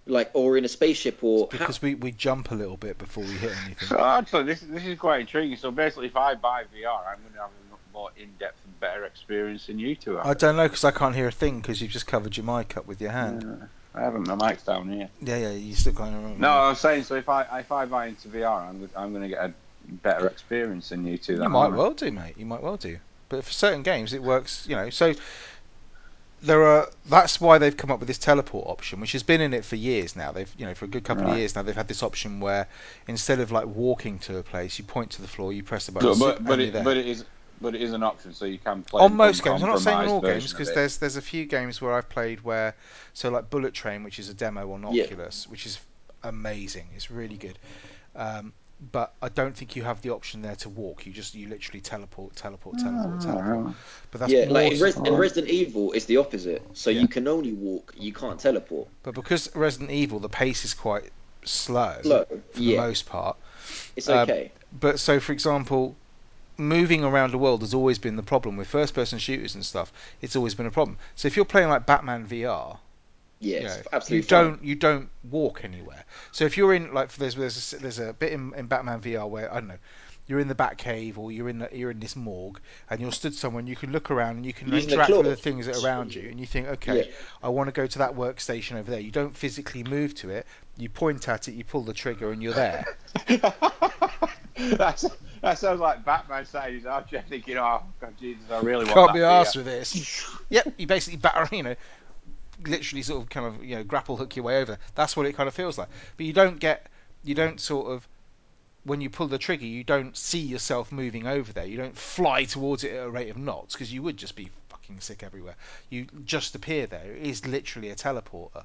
Speaker 3: like or in a spaceship, or how-
Speaker 2: Because we, we jump a little bit before we hit anything.
Speaker 4: So actually, this this is quite intriguing. So basically, if I buy VR, I'm going to have a more in-depth and better experience than you two
Speaker 2: I
Speaker 4: have.
Speaker 2: don't know because I can't hear a thing because you've just covered your mic up with your hand.
Speaker 4: I haven't. My mic's down here.
Speaker 2: Yeah, yeah, you still can't hear.
Speaker 4: No, I was saying. So if I if I buy into VR, I'm I'm going to get a better experience than you two.
Speaker 2: You
Speaker 4: then,
Speaker 2: might
Speaker 4: aren't I?
Speaker 2: well do, mate. You might well do. But for certain games, it works. You know, so there are. That's why they've come up with this teleport option, which has been in it for years now. They've, you know, for a good couple of
Speaker 4: Right.
Speaker 2: years now, they've had this option where instead of like walking to a place, you point to the floor, you press the button,
Speaker 4: So,
Speaker 2: zoop,
Speaker 4: but but
Speaker 2: and
Speaker 4: it,
Speaker 2: you're there.
Speaker 4: but it is but it is an option, so you can play
Speaker 2: on
Speaker 4: an
Speaker 2: most games, I'm not saying on all
Speaker 4: uncompromised
Speaker 2: games
Speaker 4: version
Speaker 2: because
Speaker 4: of it.
Speaker 2: there's there's a few games where I've played where so like Bullet Train, which is a demo on
Speaker 3: Yeah.
Speaker 2: Oculus, which is amazing. It's really good. Um, but I don't think you have the option there to walk. You just you literally teleport, teleport,
Speaker 4: Ah,
Speaker 2: teleport, teleport. But that's
Speaker 3: yeah,
Speaker 2: more
Speaker 3: like in,
Speaker 2: so-
Speaker 3: Res- in Resident Evil, it's the opposite. So
Speaker 2: Yeah.
Speaker 3: you can only walk, you can't teleport.
Speaker 2: But because Resident Evil, the pace is quite slow
Speaker 3: Slow,
Speaker 2: for the
Speaker 3: yeah,
Speaker 2: most part.
Speaker 3: it's
Speaker 2: um,
Speaker 3: okay.
Speaker 2: But so, for example, moving around the world has always been the problem with first-person shooters and stuff. It's always been a problem. So if you're playing like Batman VR,
Speaker 3: yeah,
Speaker 2: you,
Speaker 3: it's
Speaker 2: know,
Speaker 3: absolutely
Speaker 2: you don't you don't walk anywhere. So if you're in like there's there's a, there's a bit in, in Batman VR where I don't know. You're in the Batcave, or you're in the, you're in this morgue, and you're stood somewhere. and You can look around, and you can
Speaker 3: Using the
Speaker 2: interact with the
Speaker 3: claws.
Speaker 2: things that are around you, and you think, okay, I want to go to that workstation over there. You don't physically move to it. You point at it, you pull the trigger, and you're there.
Speaker 4: That's, that sounds like Batman saying his armchair thinking, oh, God, Jesus, I really want
Speaker 2: Can't
Speaker 4: that
Speaker 2: be
Speaker 4: beer."
Speaker 2: arsed with this. yep, you basically batter, you know, literally sort of kind of you know grapple hook your way over. That's what it kind of feels like. But you don't get, you don't sort of, when you pull the trigger, you don't see yourself moving over there. You don't fly towards it at a rate of knots because you would just be fucking sick everywhere. You just appear there. It is literally a teleporter.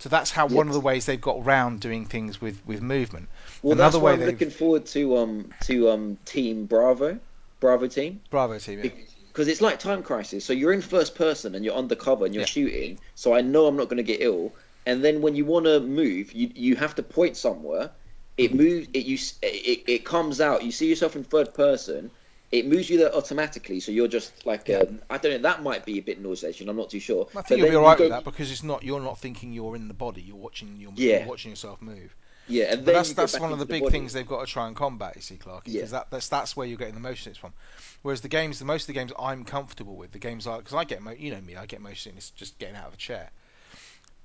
Speaker 2: So that's how one of the ways they've got round doing things with with movement.
Speaker 3: Well,
Speaker 2: Another
Speaker 3: that's why
Speaker 2: way
Speaker 3: I'm
Speaker 2: they've-
Speaker 3: looking forward to um to um Team Bravo, Bravo Team,
Speaker 2: Bravo team. yeah.
Speaker 3: because it's like Time Crisis. So you're in first person and you're undercover and you're
Speaker 2: Yeah.
Speaker 3: shooting. So I know I'm not going to get ill. And then when you want to move, you you have to point somewhere.
Speaker 2: Mm-hmm.
Speaker 3: It moves. It you s- it, it comes out. You see yourself in third person. It moves you there automatically. So you're just like
Speaker 2: Yeah.
Speaker 3: um, I don't know. That might be a bit nauseating. I'm not too sure.
Speaker 2: I
Speaker 3: But
Speaker 2: think you'll
Speaker 3: then
Speaker 2: be
Speaker 3: you
Speaker 2: alright
Speaker 3: go-
Speaker 2: with that because it's not you're not thinking you're in the body. You're watching you're,
Speaker 3: Yeah.
Speaker 2: you're watching yourself move.
Speaker 3: Yeah, and
Speaker 2: But
Speaker 3: then
Speaker 2: that's
Speaker 3: you go
Speaker 2: that's
Speaker 3: back
Speaker 2: one of
Speaker 3: into
Speaker 2: the big
Speaker 3: body.
Speaker 2: things they've got to try and combat, you see, Clark, because
Speaker 3: Yeah.
Speaker 2: that, that's that's where you're getting the motion sickness from. Whereas the games, the most of the games I'm comfortable with, the games are because I get mo- you know me, I get motion sickness just getting out of a chair.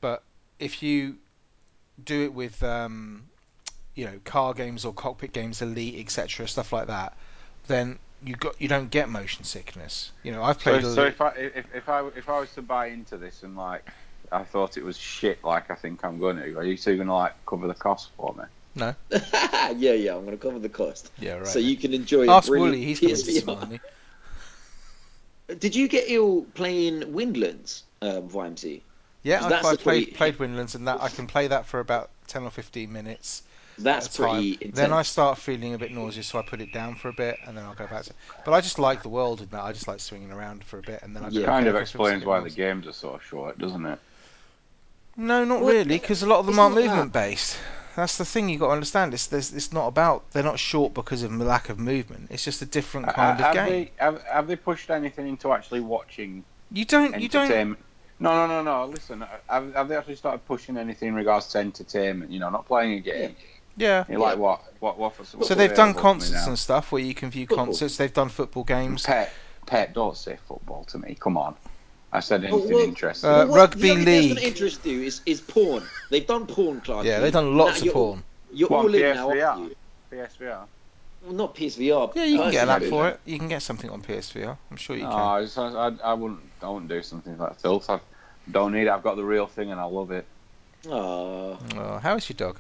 Speaker 2: But if you do it with um, you know car games or cockpit games, Elite, etc., stuff like that, then you got you don't get motion sickness. You know, I've
Speaker 4: So,
Speaker 2: played.
Speaker 4: so
Speaker 2: Elite-
Speaker 4: if I if, if I if I was to buy into this and like I thought it was shit, like I think I'm going to, are you two going to like cover the cost for me?
Speaker 3: yeah, yeah. I'm going to cover the cost,
Speaker 2: yeah, right.
Speaker 3: so you can enjoy. a
Speaker 2: Ask
Speaker 3: brilliant
Speaker 2: Wooly, he's coming to
Speaker 3: PSVR.
Speaker 2: smile at me.
Speaker 3: Did you get ill playing Windlands, um, Vimesy?
Speaker 2: Yeah,
Speaker 3: 'Cause
Speaker 2: I've
Speaker 3: that's
Speaker 2: played,
Speaker 3: the point-
Speaker 2: played played Windlands, and that I can play that for about ten or fifteen minutes.
Speaker 3: That's
Speaker 2: at a time.
Speaker 3: pretty
Speaker 2: Then I
Speaker 3: intense.
Speaker 2: start feeling a bit nauseous, so I put it down for a bit, and then I'll go back to. it. But I just like the world in that. I just like swinging around for a bit, and then I go,
Speaker 3: Yeah.
Speaker 4: kind
Speaker 2: "Okay,
Speaker 4: of
Speaker 2: I'll swing
Speaker 4: explains
Speaker 2: something
Speaker 4: why
Speaker 2: else."
Speaker 4: the games are so short, doesn't it?
Speaker 2: No, not
Speaker 3: Well,
Speaker 2: really, because a lot of them
Speaker 3: it's
Speaker 2: aren't
Speaker 3: not that.
Speaker 2: movement based. That's the thing you got to understand. It's there's, it's not about they're not short because of lack of movement. It's just a different kind
Speaker 4: Ha-
Speaker 2: of
Speaker 4: have
Speaker 2: game.
Speaker 4: they have, have they pushed anything into actually watching
Speaker 2: You don't you don't.
Speaker 4: entertainment? No, no, no, no. Listen, uh, have, have they actually started pushing anything in regards to entertainment? You know, not playing a game.
Speaker 2: Yeah.
Speaker 4: You're like what? What? What? what's
Speaker 2: So
Speaker 4: available
Speaker 2: they've done
Speaker 4: to me
Speaker 2: concerts
Speaker 4: now?
Speaker 2: and stuff where you can view
Speaker 3: Football.
Speaker 2: concerts. They've done football games.
Speaker 4: Pet, pet, don't say football to me. Come on. I said anything
Speaker 3: well-
Speaker 4: interesting.
Speaker 2: Uh,
Speaker 3: What-
Speaker 2: rugby
Speaker 3: the only thing that's
Speaker 2: league.
Speaker 3: going to interest you is, is porn. They've done porn, Clark.
Speaker 2: Yeah, they've done lots
Speaker 3: Now
Speaker 2: of
Speaker 3: you're-
Speaker 2: porn.
Speaker 3: You're
Speaker 4: What,
Speaker 3: all in now,
Speaker 4: PSVR?
Speaker 3: aren't you?
Speaker 4: PSVR.
Speaker 3: Well, not PSVR.
Speaker 2: Yeah, you can get an app
Speaker 3: personally.
Speaker 2: for it. You can get something on PSVR. I'm sure you
Speaker 4: No,
Speaker 2: can.
Speaker 4: I, just, I, I wouldn't. I wouldn't do something like filth. I don't need. it. I've got the real thing, and I love it.
Speaker 3: Aw.
Speaker 2: Oh, how is your dog?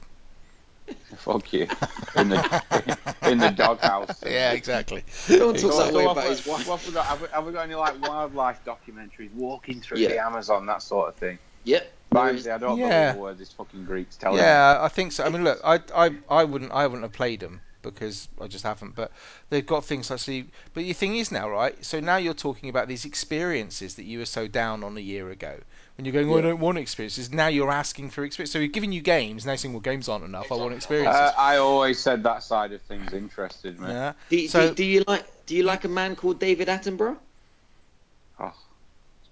Speaker 4: Fuck you. In the in the doghouse.
Speaker 2: exactly.
Speaker 3: Don't talk
Speaker 4: So-
Speaker 3: that
Speaker 4: so
Speaker 3: way
Speaker 4: what
Speaker 3: about
Speaker 4: we-
Speaker 3: his wife.
Speaker 4: what we got- have, we, have we got any like wildlife documentaries, walking through
Speaker 3: Yeah.
Speaker 4: the Amazon, that sort of thing?
Speaker 3: Yep. there is-
Speaker 4: Vimesy, I don't
Speaker 2: Yeah.
Speaker 4: believe a word this fucking Greek's telling me.
Speaker 2: Yeah, I think so. I mean, look, I, I, I wouldn't, I wouldn't have played them because I just haven't. But they've got things like so. You, but your thing is now, right? So now you're talking about these experiences that you were so down on a year ago. When you're going, oh, I
Speaker 3: Yeah.
Speaker 2: don't want experiences. Now you're asking for experience. So we've given you games. Now you're saying, well, games aren't enough. Uh, I want experiences.
Speaker 4: Uh, I always said that side of things interested me.
Speaker 2: yeah.
Speaker 3: Do,
Speaker 2: So-
Speaker 3: do, do you like Do you like a man called David Attenborough?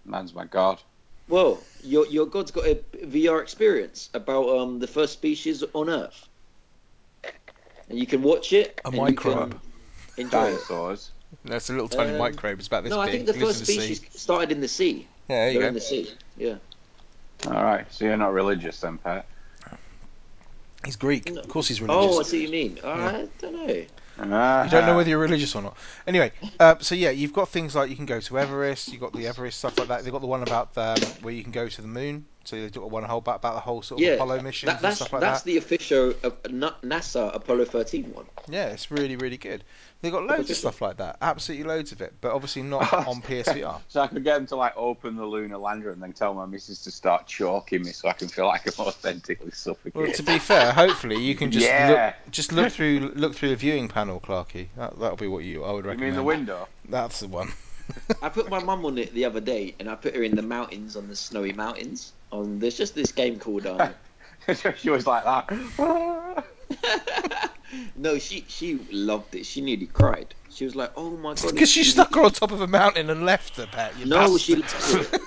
Speaker 4: Man's my god.
Speaker 3: Well, your your god's got a VR experience about um the first species on Earth, and you can watch it.
Speaker 2: A
Speaker 3: and you
Speaker 2: microbe.
Speaker 3: can Enjoy it.
Speaker 4: Dinosaurs.
Speaker 2: That's a little tiny
Speaker 3: Um,
Speaker 2: microbe. It's about this
Speaker 3: No,
Speaker 2: big.
Speaker 3: I think the
Speaker 2: lives in
Speaker 3: first
Speaker 2: the sea.
Speaker 3: species started in the sea.
Speaker 2: Yeah, there you
Speaker 3: They're
Speaker 2: go.
Speaker 3: in the sea. Yeah.
Speaker 4: All right, so you're not religious then, Pat?
Speaker 2: He's Greek.
Speaker 3: No.
Speaker 2: Of course, he's religious.
Speaker 3: Oh, I see what you mean. Uh, I don't know.
Speaker 2: You
Speaker 4: Uh-huh.
Speaker 2: don't know
Speaker 3: Uh-huh.
Speaker 2: whether you're religious or not. Anyway, uh, so yeah, you've got things like you can go to Everest. You've got the Everest stuff like that. They've got the one about um, where you can go to the moon So you want to whole about, about the whole sort of
Speaker 3: yeah,
Speaker 2: Apollo missions
Speaker 3: that,
Speaker 2: and
Speaker 3: that's,
Speaker 2: stuff like
Speaker 3: that's
Speaker 2: that.
Speaker 3: the official uh, Na- NASA Apollo 13 one.
Speaker 2: Yeah, it's really really good. They've got loads of
Speaker 3: Official.
Speaker 2: stuff like that, absolutely loads of it, but obviously not on PSVR.
Speaker 4: so I could get them to like open the lunar lander and then tell my missus to start choking me so I can feel like I'm authentically
Speaker 2: Well,
Speaker 4: suffocating.
Speaker 2: to be fair, hopefully you can just
Speaker 4: Yeah.
Speaker 2: look, just look through look through the viewing panel, Clarky. That that'll be what you I would
Speaker 4: you
Speaker 2: recommend.
Speaker 4: mean the window?
Speaker 2: That's the one.
Speaker 3: I put my mum on it the other day, and I put her in the mountains on the snowy mountains. On there's just this game called um,
Speaker 4: she was like that.
Speaker 3: no, she she loved it. She nearly cried. She was like, "Oh my god!"
Speaker 2: Because you
Speaker 3: it's-
Speaker 2: stuck her on top of a mountain and left the pet. You
Speaker 3: No,
Speaker 2: bastard.
Speaker 3: she loves it.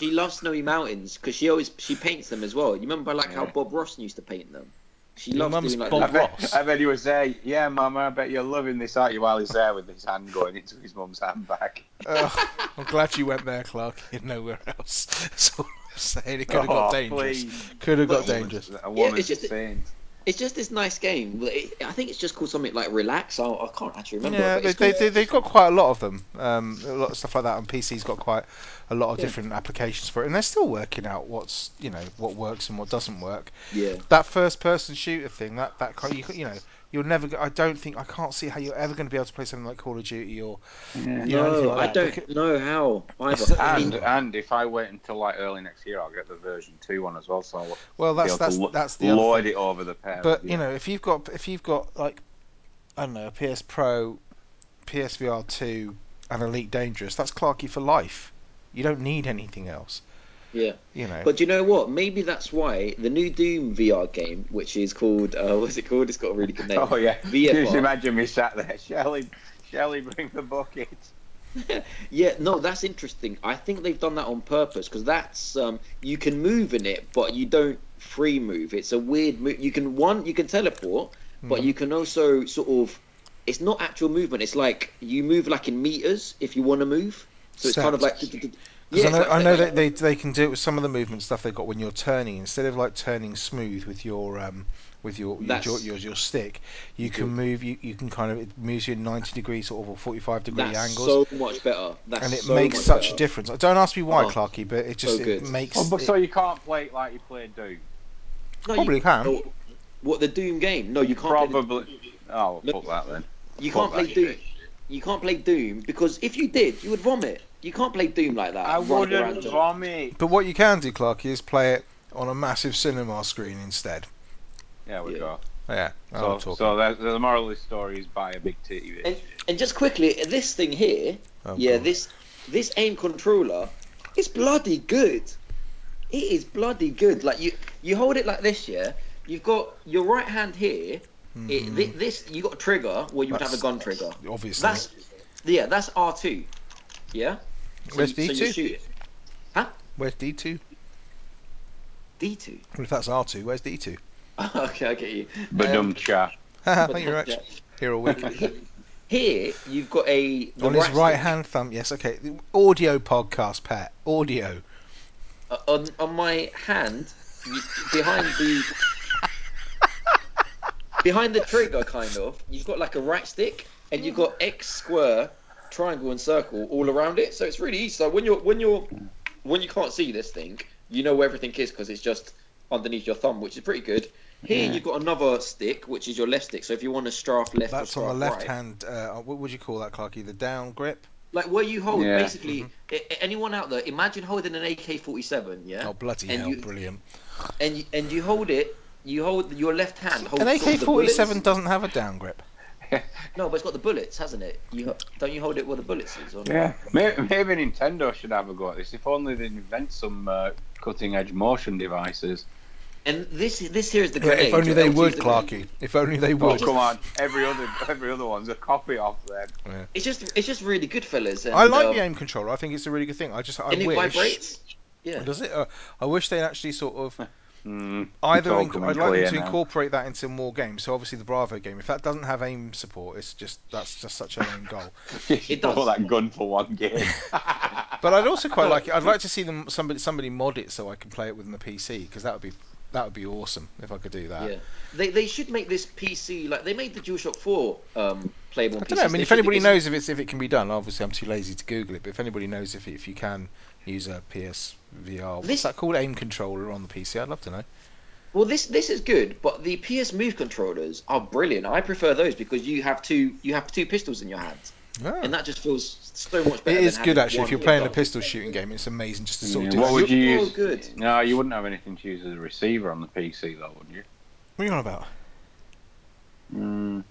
Speaker 3: she loves snowy mountains because she always she paints them as well. You remember like how
Speaker 4: Yeah.
Speaker 3: Bob Ross used to paint them. She
Speaker 2: Your
Speaker 3: loves
Speaker 2: mum's
Speaker 3: doing like
Speaker 2: Bob
Speaker 4: I
Speaker 3: that.
Speaker 2: Ross.
Speaker 4: bet, I bet he was there. Yeah, Mama, I bet you're loving this, aren't you? While he's there with his hand going into his mum's handbag.
Speaker 2: Ugh, I'm glad you went there, Clarky, and nowhere else. That's all I'm saying. It could have got
Speaker 4: Oh,
Speaker 2: dangerous.
Speaker 4: please.
Speaker 2: Could have got
Speaker 3: Well,
Speaker 2: dangerous.
Speaker 4: A woman's
Speaker 3: it's just-
Speaker 4: insane.
Speaker 3: It's just this nice game. Well, It, I think it's just called something like Relax. I, I can't actually remember.
Speaker 2: Yeah,
Speaker 3: but
Speaker 2: they,
Speaker 3: it's
Speaker 2: they,
Speaker 3: called-
Speaker 2: they, they've got quite a lot of them. Um, a lot of stuff like that on PC's got quite a lot of
Speaker 3: Yeah.
Speaker 2: different applications for it, and they're still working out what's you know what works and what doesn't work.
Speaker 3: yeah.
Speaker 2: That first person shooter thing, that that kind you, you know you'll never. go- I don't think I can't see how you're ever going to be able to play something like Call of Duty or you know, anything
Speaker 3: No,
Speaker 2: like
Speaker 3: I
Speaker 2: that.
Speaker 3: don't
Speaker 2: Because-
Speaker 3: know how
Speaker 2: It's
Speaker 3: either.
Speaker 2: the-
Speaker 3: I mean,
Speaker 4: And and if I wait until like early next year, I'll get the version two one as well. So I'll
Speaker 2: well,
Speaker 4: be
Speaker 2: that's
Speaker 4: able
Speaker 2: that's
Speaker 4: to lo-
Speaker 2: that's the other
Speaker 4: lord
Speaker 2: thing.
Speaker 4: it over the pair.
Speaker 2: But you know, if you've got if you've got like I don't know, a PS Pro, PSVR two, and Elite Dangerous, that's Clarky for life. You don't need anything else.
Speaker 3: Yeah.
Speaker 2: You know.
Speaker 3: But do you know what? Maybe that's why the new Doom VR game, which is called, uh, what's it called? It's got a really good name.
Speaker 4: oh yeah, just
Speaker 3: VFR.
Speaker 4: imagine me sat there, Shelley, Shelley, bring the bucket.
Speaker 3: Yeah, no, that's interesting. I think they've done that on purpose because that's um, you can move in it, but you don't free move. It's a weird move. You can one, you can teleport, but
Speaker 2: Mhm.
Speaker 3: you can also sort of. It's not actual movement. It's like you move like in meters if you want to move. So it's kind of like.
Speaker 2: Steps. Because I know, I know that they, they can do it with some of the movement stuff they've got when you're turning. Instead of like turning smooth with your um with your your,
Speaker 3: That's-
Speaker 2: your, your, your stick, you can
Speaker 3: Yeah.
Speaker 2: move you, you can kind of it moves you in ninety degree sort of or forty five degree
Speaker 3: That's
Speaker 2: angles.
Speaker 3: so much better. That's
Speaker 2: and it
Speaker 3: so
Speaker 2: makes
Speaker 3: much
Speaker 2: such
Speaker 3: better.
Speaker 2: a difference. I Don't ask me why,
Speaker 3: Oh,
Speaker 2: Clarky, but it just it
Speaker 3: good.
Speaker 2: makes
Speaker 4: Oh, but
Speaker 2: it
Speaker 4: so you can't play it like you played Doom.
Speaker 3: No,
Speaker 2: probably can.
Speaker 3: no, what the Doom game? No, you can't. play the-
Speaker 4: Probably. Oh, well,
Speaker 3: No.
Speaker 4: fuck that then.
Speaker 3: You
Speaker 4: Fuck
Speaker 3: can't play
Speaker 4: that
Speaker 3: Doom.
Speaker 4: shit.
Speaker 3: You can't play Doom because if you did, you would vomit. You can't play Doom like that.
Speaker 4: I
Speaker 3: Run
Speaker 4: wouldn't
Speaker 3: around.
Speaker 4: vomit.
Speaker 2: But what you can do, Clarky, is play it on a massive cinema screen instead.
Speaker 4: There we
Speaker 3: Yeah.
Speaker 4: go.
Speaker 2: Yeah, I know what I'm
Speaker 4: So,
Speaker 2: Oh, talking.
Speaker 4: so the, the moral of the story is buy a big titty bitch.
Speaker 3: And just quickly, this thing here,
Speaker 2: Oh,
Speaker 3: yeah,
Speaker 2: God.
Speaker 3: this this aim controller, it's bloody good. It is bloody good. Like you, you hold it like this, yeah. You've got your right hand here.
Speaker 2: Hmm.
Speaker 3: It,
Speaker 2: Mm-hmm.
Speaker 3: thi- this you got a trigger, well you would have a
Speaker 2: That's-
Speaker 3: gun trigger.
Speaker 2: obviously.
Speaker 3: That's yeah, that's R two. Yeah. So
Speaker 2: Where's
Speaker 3: you- so you
Speaker 2: D2?
Speaker 3: shoot it.
Speaker 2: Where's D2?
Speaker 3: D two.
Speaker 2: If that's R2, where's D2?
Speaker 3: okay, I get you.
Speaker 4: But
Speaker 3: Um,
Speaker 4: dumb chap.
Speaker 2: Haha, Thank you very much.
Speaker 3: Yeah.
Speaker 2: Here all week.
Speaker 3: Here you've got a the
Speaker 2: on his right
Speaker 3: stick-
Speaker 2: hand thumb, yes, okay. The Audio podcast, Pat. Audio.
Speaker 3: uh, on on my hand you, behind the behind the trigger, kind of. You've got like a right stick, and you've got X square, triangle, and circle all around it. So it's really easy. So when you're when you're when you can't see this thing, you know where everything is because it's just underneath your thumb, which is pretty good. Here you've got another stick, which is your left stick. So if you want to strafe left
Speaker 2: That's on
Speaker 3: or strafe
Speaker 2: the left
Speaker 3: right,
Speaker 2: hand. Uh, what would you call that, Clarky? The down grip?
Speaker 3: like where you hold,
Speaker 4: Yeah.
Speaker 3: basically,
Speaker 2: Mm-hmm.
Speaker 3: a- a- anyone out there, imagine holding an AK-47, yeah,
Speaker 2: Oh, bloody
Speaker 3: And
Speaker 2: hell,
Speaker 3: you-
Speaker 2: brilliant.
Speaker 3: and you, and you hold it, you hold your left hand. Holds
Speaker 2: An
Speaker 3: sort of Oh, the
Speaker 2: AK 47
Speaker 3: bullets.
Speaker 2: doesn't have a down grip.
Speaker 3: No, but it's got the bullets, hasn't it? You don't you hold it where the bullets is? Or not?
Speaker 4: Yeah. Maybe, maybe Nintendo should have a go at this. If only they'd invent some uh, cutting edge motion devices.
Speaker 3: And this this here is the
Speaker 2: Yeah,
Speaker 3: grenade.
Speaker 2: if only they
Speaker 3: LT's
Speaker 2: would,
Speaker 3: the grenade.
Speaker 2: Clarky. If only they
Speaker 4: Oh,
Speaker 2: would.
Speaker 4: come on. Every other every other one's a copy of them.
Speaker 3: It's just it's just really good, fellas. And,
Speaker 2: I like
Speaker 3: um,
Speaker 2: the aim controller. I think it's a really good thing. I just I
Speaker 3: And it
Speaker 2: wish
Speaker 3: vibrates. Yeah.
Speaker 2: does it. Uh, I wish they actually sort of
Speaker 4: Mm,
Speaker 2: either.
Speaker 4: it's all
Speaker 2: inc-
Speaker 4: coming
Speaker 2: I'd like
Speaker 4: clear
Speaker 2: them to
Speaker 4: now.
Speaker 2: incorporate that into more games. So obviously the Bravo game, if that doesn't have aim support, it's just that's just such an aim goal.
Speaker 4: it
Speaker 3: does.
Speaker 4: All that gun for one game.
Speaker 2: But I'd also quite like it. I'd like to see them somebody somebody mod it so I can play it with my PC because that would be that would be awesome if I could do that.
Speaker 3: Yeah. They, they should make this PC like they made the DualShock 4 um, playable. on
Speaker 2: I don't know. I
Speaker 3: PCs.
Speaker 2: mean,
Speaker 3: They
Speaker 2: if
Speaker 3: should-
Speaker 2: anybody
Speaker 3: it's-
Speaker 2: knows if it's if it can be done, obviously I'm too lazy to Google it. But if anybody knows if if you can use a PSVR. What's
Speaker 3: This-
Speaker 2: that called? Aim controller on the PC. I'd love to know.
Speaker 3: Well, this this is good, but the PS Move controllers are brilliant. I prefer those because you have two you have two pistols in your hands,
Speaker 2: Yeah.
Speaker 3: and that just feels so much better.
Speaker 2: It
Speaker 3: than
Speaker 2: is
Speaker 3: having
Speaker 2: good actually.
Speaker 3: one
Speaker 2: If you're
Speaker 3: big
Speaker 2: playing a
Speaker 3: gun.
Speaker 2: pistol shooting game, it's amazing just to sort
Speaker 4: Yeah,
Speaker 2: of do
Speaker 4: what
Speaker 2: that.
Speaker 4: would you
Speaker 3: You're all
Speaker 4: use?
Speaker 3: good.
Speaker 4: No, you wouldn't have anything to use as a receiver on the PC, though, would you?
Speaker 2: What are you on about?
Speaker 4: Mm.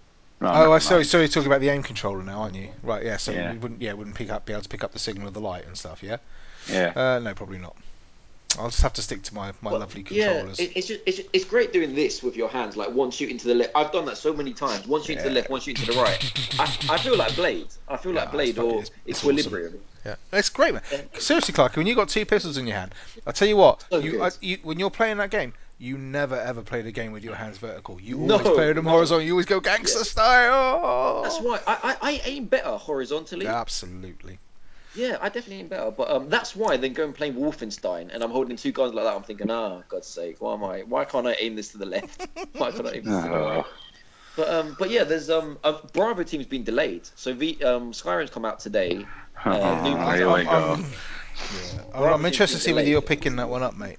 Speaker 2: Oh, I sorry, sorry, you're talking about the aim controller now, aren't you? Right, yeah. So
Speaker 4: Yeah.
Speaker 2: you wouldn't, yeah, wouldn't pick up, be able to pick up the signal of the light and stuff. Yeah.
Speaker 4: Yeah.
Speaker 2: Uh, no, probably not. I'll just have to stick to my, my
Speaker 3: Well,
Speaker 2: lovely
Speaker 3: yeah,
Speaker 2: controllers.
Speaker 3: it, it's just it's, it's great doing this with your hands, like one shooting to the left. I've done that so many times. One shooting to the
Speaker 2: Yeah.
Speaker 3: left, one shooting to the right. I, I feel like Blade. I feel
Speaker 2: Yeah,
Speaker 3: like Blade
Speaker 2: it's fucking-
Speaker 3: or
Speaker 2: it's- it's awesome.
Speaker 3: Equilibrium.
Speaker 2: Yeah, it's great, man. Seriously, Clark, when you got two pistols in your hand, I tell you what,
Speaker 3: So
Speaker 2: you,
Speaker 3: good.
Speaker 2: I, you when you're playing that game, you never ever played a game with your hands vertical. You
Speaker 3: No,
Speaker 2: always play them
Speaker 3: no.
Speaker 2: horizontal. You always go gangster
Speaker 3: Yeah.
Speaker 2: style.
Speaker 3: That's why I, I, I aim better horizontally. Yeah.
Speaker 2: Absolutely.
Speaker 3: I definitely aim better. But um, that's why then go and play Wolfenstein, and I'm holding two guns like that. I'm thinking, ah, God's sake, why am I? Why can't I aim this to the left? Why can't I aim this to the right?
Speaker 4: Oh,
Speaker 3: But um, but yeah, there's um, uh, Bravo team's been delayed, so the um, Skyrim's come out today. Uh, new-
Speaker 4: Oh, here we go.
Speaker 2: Yeah.
Speaker 3: Rather
Speaker 2: I'm
Speaker 3: than
Speaker 2: interested to see whether
Speaker 3: delay
Speaker 2: you're
Speaker 3: it.
Speaker 2: picking that one up, mate.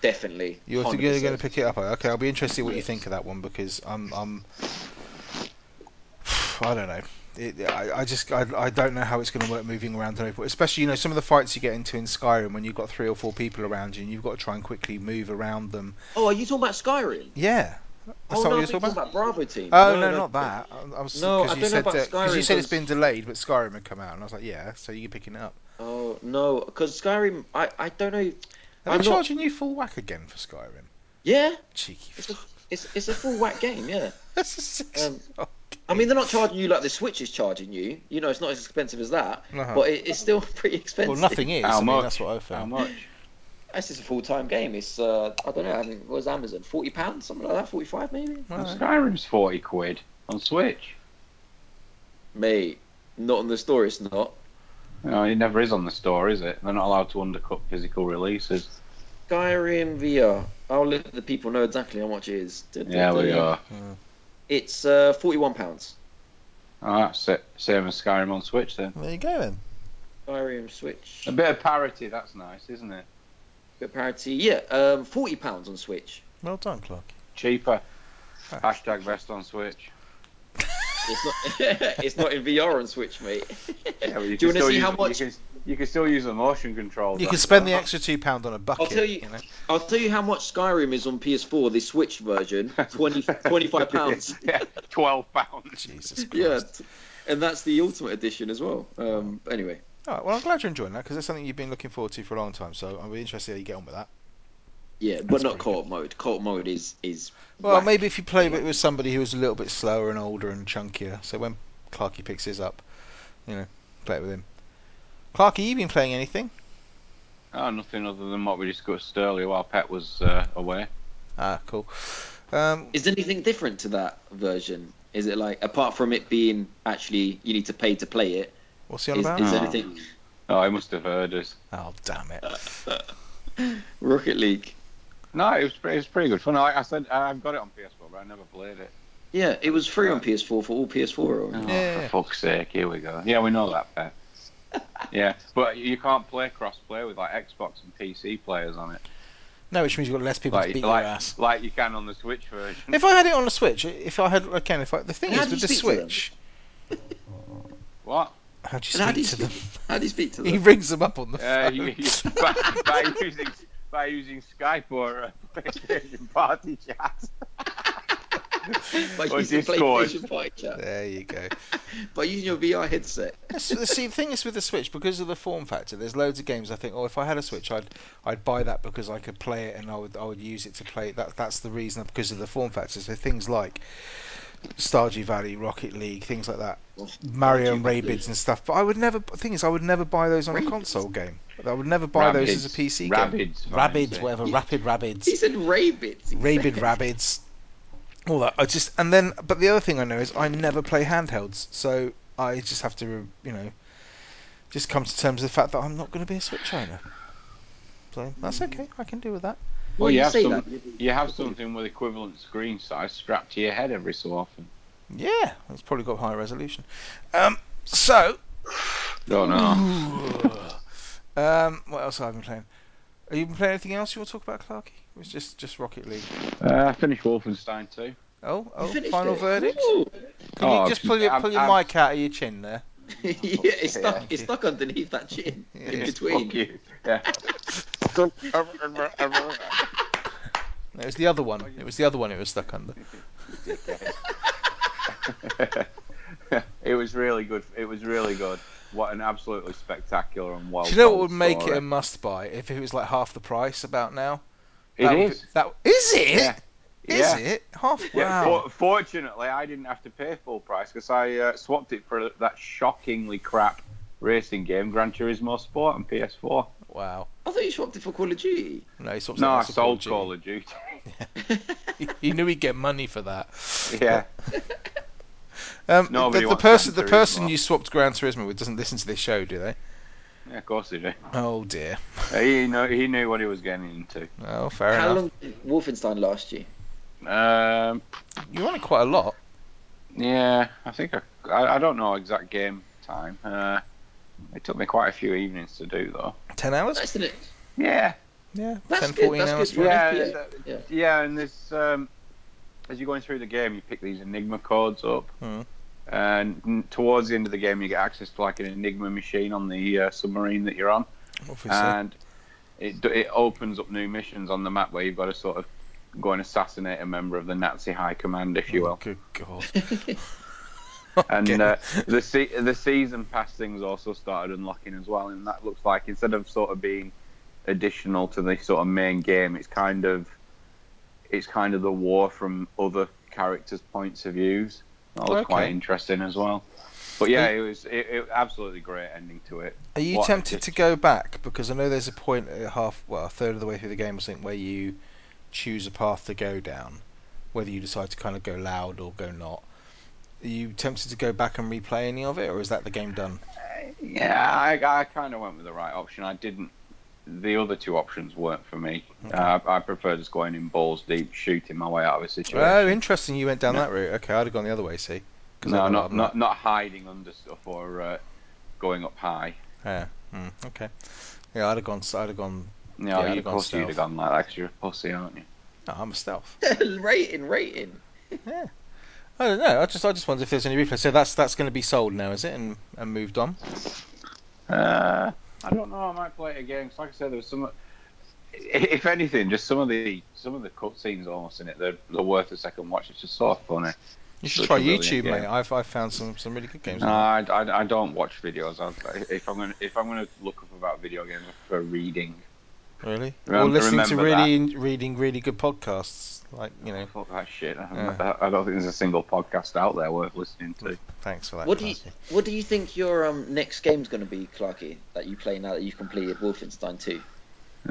Speaker 3: Definitely.
Speaker 2: You're going
Speaker 3: 100%.
Speaker 2: to pick it up. eh? Okay, I'll be interested to see what you
Speaker 3: Yes.
Speaker 2: think of that one because I'm, I'm I don't know. It, I, I just I, I don't know how it's going to work moving around the airport, especially you know some of the fights you get into in Skyrim when you've got three or four people around you and you've got to try and quickly move around them.
Speaker 3: Oh, are you talking about Skyrim?
Speaker 2: Yeah, that's
Speaker 3: oh
Speaker 2: not
Speaker 3: no,
Speaker 2: what
Speaker 3: I'm
Speaker 2: you're
Speaker 3: talking
Speaker 2: talking
Speaker 3: about?
Speaker 2: about.
Speaker 3: Bravo team.
Speaker 2: Oh no, not that. I, I was
Speaker 3: No, I
Speaker 2: because you
Speaker 3: don't know
Speaker 2: said
Speaker 3: about
Speaker 2: that- 'cause you
Speaker 3: Skyrim,
Speaker 2: said it's
Speaker 3: 'cause-
Speaker 2: been delayed, but Skyrim had come out, and I was like, yeah, so you're picking it up.
Speaker 3: Oh no, because Skyrim, I, I don't know.
Speaker 2: Are
Speaker 3: I'm
Speaker 2: they
Speaker 3: not-
Speaker 2: charging you full whack again for Skyrim?
Speaker 3: Yeah,
Speaker 2: Cheeky.
Speaker 3: it's a it's, it's a full whack game. Yeah.
Speaker 2: That's a six.
Speaker 3: Um, I mean, they're not charging you like the Switch is charging you. You know, it's not as expensive as that,
Speaker 2: Uh-huh.
Speaker 3: but it, it's still pretty expensive.
Speaker 2: well, nothing is.
Speaker 4: How
Speaker 2: I mean,
Speaker 4: much?
Speaker 2: that's what I
Speaker 4: How
Speaker 2: found.
Speaker 4: much?
Speaker 3: That's just a full time game. It's uh, I don't know. I think it was Amazon forty pounds, something like that, forty five maybe.
Speaker 2: Alright.
Speaker 4: Skyrim's 40 quid on Switch.
Speaker 3: Mate, not on the store. It's not.
Speaker 4: No, it never is on the store, is it? They're not allowed to undercut physical releases.
Speaker 3: Skyrim VR. I'll let the people know exactly how much it is.
Speaker 4: Yeah, we are.
Speaker 3: It's uh, forty-one pounds.
Speaker 4: Oh, that's it. Same as Skyrim on Switch, then.
Speaker 2: There you go then.
Speaker 3: Skyrim Switch.
Speaker 4: A bit of parity, that's nice, isn't it?
Speaker 3: Good parity. Yeah, um, forty pounds on Switch.
Speaker 2: Well done, Clark.
Speaker 4: Cheaper.
Speaker 2: Ah.
Speaker 4: Hashtag best on Switch.
Speaker 3: It's not. it's not in VR on Switch, mate.
Speaker 4: Yeah, but
Speaker 3: Do you
Speaker 4: can
Speaker 3: want to
Speaker 4: still
Speaker 3: see
Speaker 4: use-
Speaker 3: how much?
Speaker 4: You can, you can still use the motion controls.
Speaker 2: You
Speaker 4: after
Speaker 2: can spend
Speaker 4: that.
Speaker 2: the extra two pound on a bucket.
Speaker 3: tell you-
Speaker 2: know?
Speaker 3: I'll tell you how much Skyrim is on PS4, the Switch version. 20, 25 pounds.
Speaker 4: yeah, twelve pounds.
Speaker 2: Jesus Christ.
Speaker 3: Yeah, t- and that's the Ultimate Edition as well. Um, anyway,
Speaker 2: All right, well, I'm glad you're enjoying that because it's something you've been looking forward to for a long time. So I'll be interested how you get on with that.
Speaker 3: yeah, but
Speaker 2: That's
Speaker 3: not
Speaker 2: pretty
Speaker 3: co-op mode. Co-op mode is is.
Speaker 2: Well,
Speaker 3: whack.
Speaker 2: maybe if you play it with somebody who was a little bit slower and older and chunkier. So when Clarky picks his up, you know, play it with him. Clarky, you been playing anything?
Speaker 4: Oh, nothing other than what we discussed earlier while Pet was uh, away.
Speaker 2: Ah, cool. Um,
Speaker 3: Is anything different to that version? Is it like apart from it being actually you need to pay to play it?
Speaker 2: what's he on
Speaker 3: Is,
Speaker 2: about?
Speaker 3: is
Speaker 4: Ah.
Speaker 3: anything
Speaker 4: Oh, he must have heard us.
Speaker 2: Oh, damn it.
Speaker 3: Rocket League?
Speaker 4: No, it was pretty, it was pretty good fun. Like I said, I've got it on PS4, but I never played it.
Speaker 3: Yeah, it was free on PS4 for all PS4.
Speaker 4: Oh,
Speaker 3: owners.
Speaker 2: Yeah.
Speaker 4: for fuck's sake! Here we go. Yeah, we know that, Pet. yeah, but you can't play cross-play with like Xbox and PC players on it,
Speaker 2: No, which means you've got less people to
Speaker 4: like
Speaker 2: beat
Speaker 4: like,
Speaker 2: your ass.
Speaker 4: like you can on the Switch version.
Speaker 2: If I had it on a Switch, if I had, again, if I, the thing
Speaker 3: How
Speaker 2: is
Speaker 3: do
Speaker 2: with
Speaker 3: you
Speaker 2: the
Speaker 3: speak to them?
Speaker 2: Switch,
Speaker 4: what?
Speaker 2: how do you
Speaker 3: And how
Speaker 2: speak
Speaker 3: do
Speaker 2: to
Speaker 3: you speak-
Speaker 2: them?
Speaker 3: How do you speak to
Speaker 2: He
Speaker 3: them?
Speaker 2: rings them up on the
Speaker 4: Uh,
Speaker 2: phone.
Speaker 4: you, you, by, by using by using Skype or uh, PlayStation Party Chat.
Speaker 3: by
Speaker 4: or
Speaker 3: using
Speaker 4: Discord.
Speaker 3: PlayStation Party Chat,
Speaker 2: There you go.
Speaker 3: by using your VR headset.
Speaker 2: That's- See, the thing is with the Switch, because of the form factor, there's loads of games I think, oh, if I had a Switch, I'd I'd buy that because I could play it and I would I would use it to play. it. That that's the reason because of the form factor. So things like Stardew Valley, Rocket League, things like that, Mario and Rabbids and stuff. But I would never. The thing is, I would never buy those on a
Speaker 3: Rabbids?
Speaker 2: console game. I would never buy those as a
Speaker 4: Rabbids.
Speaker 2: PC game.
Speaker 4: Rabbids, for
Speaker 2: Rabbids,
Speaker 4: instance.
Speaker 2: whatever. Rapid Rabbids.
Speaker 3: He said rabbits.
Speaker 2: Rabid Rabbids, all that. I just and then, but the other thing I know is I never play handhelds, so I just have to, you know, just come to terms with the fact that I'm not going to be a Switch owner. So that's okay. I can do with that.
Speaker 4: Well, you
Speaker 3: you
Speaker 4: have
Speaker 3: say
Speaker 4: some-
Speaker 3: that.
Speaker 4: You have something with equivalent screen size strapped to your head every so often.
Speaker 2: Yeah, it's probably got
Speaker 4: Oh,
Speaker 2: high resolution. Um, so
Speaker 4: Don't know.
Speaker 2: Um, what else have I been playing? Have you been playing anything else you want to talk about, Clarky? It was just just Rocket League.
Speaker 4: Uh, I finished Wolfenstein 2.
Speaker 2: Oh,
Speaker 3: You
Speaker 2: oh,
Speaker 3: finished
Speaker 2: final
Speaker 3: it?
Speaker 2: verdict.
Speaker 3: Ooh.
Speaker 2: Can
Speaker 4: Oh,
Speaker 2: you just pull your
Speaker 4: I'm-
Speaker 2: pull your
Speaker 4: I'm-
Speaker 2: mic out of your chin there?
Speaker 3: yeah, it's
Speaker 4: Yeah.
Speaker 3: stuck. It's stuck underneath that chin. In
Speaker 2: Yeah.
Speaker 3: between.
Speaker 4: Fuck you. Yeah.
Speaker 2: No, It was the other one. It was the other one. It was stuck under.
Speaker 4: it was really good. It was really good. What an absolutely spectacular and well.
Speaker 2: Do you know what would
Speaker 4: told
Speaker 2: make it
Speaker 4: story.
Speaker 2: a must buy if it was like half the price about now?
Speaker 4: It
Speaker 2: That would
Speaker 4: is.
Speaker 2: be- that is it? Is
Speaker 4: Yeah. yeah.
Speaker 2: it half?
Speaker 4: Yeah,
Speaker 2: Wow.
Speaker 4: for- fortunately, I didn't have to pay full price because I uh, swapped it for that shockingly crap racing game, Gran Turismo Sport, on PS4.
Speaker 2: Wow.
Speaker 3: I thought you swapped it for Call of Duty.
Speaker 2: No, he swaps
Speaker 4: No,
Speaker 2: it
Speaker 4: I
Speaker 2: out for Call of
Speaker 4: sold
Speaker 2: Duty.
Speaker 4: Call of Duty.
Speaker 2: He- He knew he'd get money for that.
Speaker 4: Yeah,
Speaker 2: Um, the,
Speaker 4: Nobody
Speaker 2: the
Speaker 4: wants
Speaker 2: person, the
Speaker 4: Gran
Speaker 2: person
Speaker 4: Turismo.
Speaker 2: you swapped Gran Turismo with doesn't listen to this show, do they?
Speaker 4: yeah, of course he did.
Speaker 2: Oh dear.
Speaker 4: He know he knew what he was getting into.
Speaker 2: Oh, fair
Speaker 3: How
Speaker 2: enough.
Speaker 3: long did Wolfenstein last you?
Speaker 4: Um,
Speaker 2: You on it quite a lot.
Speaker 4: yeah, I think I, I, I don't know exact game time. Uh, it took me quite a few evenings to do though.
Speaker 2: Ten hours?
Speaker 3: That's an,
Speaker 4: Yeah,
Speaker 2: Yeah.
Speaker 3: That's
Speaker 2: 10,
Speaker 3: good,
Speaker 2: 14
Speaker 3: that's
Speaker 2: hours.
Speaker 3: good.
Speaker 2: probably.
Speaker 4: yeah,
Speaker 3: FPS,
Speaker 4: that-
Speaker 3: yeah.
Speaker 4: yeah, and this um, as you're going through the game, you pick these Enigma codes up,
Speaker 2: Hmm.
Speaker 4: and n- towards the end of the game, you get access to like an Enigma machine on the uh, submarine that you're on,
Speaker 2: Obviously.
Speaker 4: and it d- it opens up new missions on the map where you've got to sort of go and assassinate a member of the Nazi High Command, if you will.
Speaker 2: Good God.
Speaker 4: And
Speaker 2: Okay.
Speaker 4: uh, the se- the season pass things also started unlocking as well, and that looks like instead of sort of being additional to the sort of main game, it's kind of it's kind of the war from other characters' points of views. That looked
Speaker 2: Okay.
Speaker 4: quite interesting as well. But yeah,
Speaker 2: Are
Speaker 4: it was it, it absolutely great ending to it.
Speaker 2: Are you
Speaker 4: What a
Speaker 2: tempted to
Speaker 4: ditch.
Speaker 2: go back? Because I know there's a point at half, well, a third of the way through the game or something where you choose a path to go down, whether you decide to kind of go loud or go not. Are you tempted to go back and replay any of it, or is that the game done?
Speaker 4: Yeah, I, I kind of went with the right option. I didn't. The other two options weren't for me. Uh, I prefer just going in balls deep, shooting my way out of a situation.
Speaker 2: Oh, interesting. You went down
Speaker 4: No.
Speaker 2: that route. Okay, I'd have gone the other way. See, 'Cause
Speaker 4: No,
Speaker 2: I'm
Speaker 4: not
Speaker 2: I'm
Speaker 4: not not hiding under stuff or uh, going up high.
Speaker 2: Mm, okay. Yeah, I'd have gone. I'd have gone.
Speaker 4: No,
Speaker 2: Yeah, I'd
Speaker 4: you
Speaker 2: have gone
Speaker 4: pussy, you'd
Speaker 2: stealth.
Speaker 4: have gone like that 'cause you're a pussy, aren't you?
Speaker 2: No, I'm a stealth.
Speaker 3: rating, rating.
Speaker 2: I don't know. I just, I just wondered if there's any replay. So that's that's going to be sold now, is it? And and moved on.
Speaker 4: Uh, I don't know. I might play it again. 'cause like I said, there was some. If anything, just some of the some of the cutscenes almost in it, they're, they're worth a second watch. It's just so funny.
Speaker 2: You should
Speaker 4: Such
Speaker 2: try
Speaker 4: a brilliant
Speaker 2: YouTube,
Speaker 4: game.
Speaker 2: mate. I've I've found some some really good games.
Speaker 4: No, I, I, I don't watch videos. I, if I'm gonna if I'm gonna look up about video games, I prefer reading.
Speaker 2: Really?
Speaker 4: Remem-
Speaker 2: or listening to
Speaker 4: remember
Speaker 2: really reading really good podcasts, like you know.
Speaker 4: Fuck that shit.
Speaker 2: Yeah.
Speaker 4: I don't think there's a single podcast out there worth listening to.
Speaker 2: Thanks for that.
Speaker 3: What do you
Speaker 2: Clarky.
Speaker 3: What do you think your um, next game's going to be, Clarky? That you play now that you've completed Wolfenstein 2?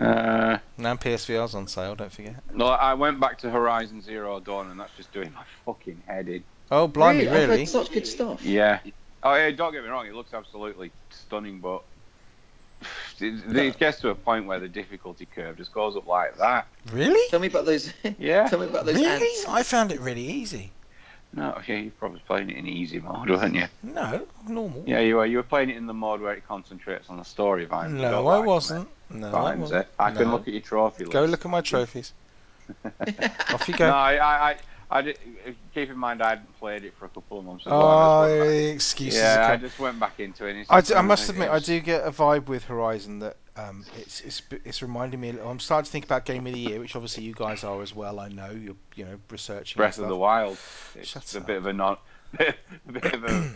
Speaker 4: Uh,
Speaker 2: Now PSVR's on sale. Don't forget.
Speaker 4: No, I went back to Horizon Zero Dawn, and that's just doing my fucking head in.
Speaker 2: Oh, blimey!
Speaker 3: I've
Speaker 2: Really?
Speaker 3: heard such good stuff.
Speaker 4: Yeah. Oh, yeah. Don't get me wrong; it looks absolutely stunning, but it, it gets to a point where the difficulty curve just goes up like that.
Speaker 2: Really?
Speaker 3: Tell me about those.
Speaker 4: Yeah.
Speaker 3: Tell me about those
Speaker 2: Really?
Speaker 3: ants.
Speaker 2: I found it really easy.
Speaker 4: No, yeah, you're probably playing it in easy mode, weren't you?
Speaker 2: No, normal.
Speaker 4: Yeah, you were. You were playing it in the mode where it concentrates on the story vibes. You don't
Speaker 2: No, I
Speaker 4: like
Speaker 2: wasn't. No, I
Speaker 4: it. Vibes, eh?
Speaker 2: wasn't.
Speaker 4: I can
Speaker 2: No.
Speaker 4: look at your trophy. List.
Speaker 2: Go look at my trophies. Off you
Speaker 4: No,
Speaker 2: go.
Speaker 4: I, I, I, I did, keep in mind I hadn't played it for a couple of months. as well,
Speaker 2: oh,
Speaker 4: I just went back-
Speaker 2: the excuses. are
Speaker 4: yeah, I
Speaker 2: coming.
Speaker 4: just went back into it. and it's
Speaker 2: I,
Speaker 4: just
Speaker 2: do, I
Speaker 4: kind of
Speaker 2: must
Speaker 4: like,
Speaker 2: admit, I
Speaker 4: it's-
Speaker 2: do get a vibe with Horizon that um, it's, it's it's reminding me. I'm starting to think about Game of the Year, which obviously you guys are as well. I know you're you know researching. and
Speaker 4: Breath of
Speaker 2: stuff.
Speaker 4: the Wild. It's
Speaker 2: Shut
Speaker 4: a
Speaker 2: up.
Speaker 4: bit of a non. a bit of a.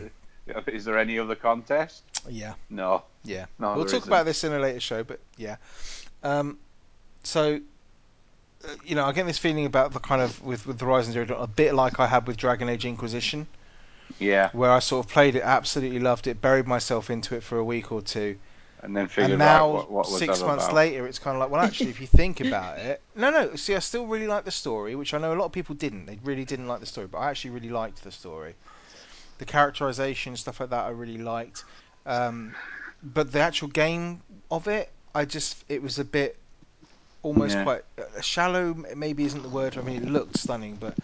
Speaker 4: Is there any other contest?
Speaker 2: Yeah,
Speaker 4: No.
Speaker 2: yeah.
Speaker 4: No.
Speaker 2: we'll
Speaker 4: there
Speaker 2: talk about this in a later show, but yeah. Um, so. uh, You know, I get this feeling about the kind of with with Horizon Zero Dawn, a bit like I had with Dragon Age Inquisition,
Speaker 4: isn't. Yeah,
Speaker 2: where I sort of played it, absolutely loved it, buried myself into it for a week or two,
Speaker 4: and then figured
Speaker 2: and now
Speaker 4: out what, what was
Speaker 2: six
Speaker 4: that
Speaker 2: months
Speaker 4: about.
Speaker 2: later it's kind of like well actually if you think about it no no see i still really like the story which i know a lot of people didn't they really didn't like the story but i actually really liked the story the characterization stuff like that i really liked um, but the actual game of it i just it was a bit almost
Speaker 4: Yeah.
Speaker 2: quite uh, shallow m- maybe isn't the word i mean it looked stunning but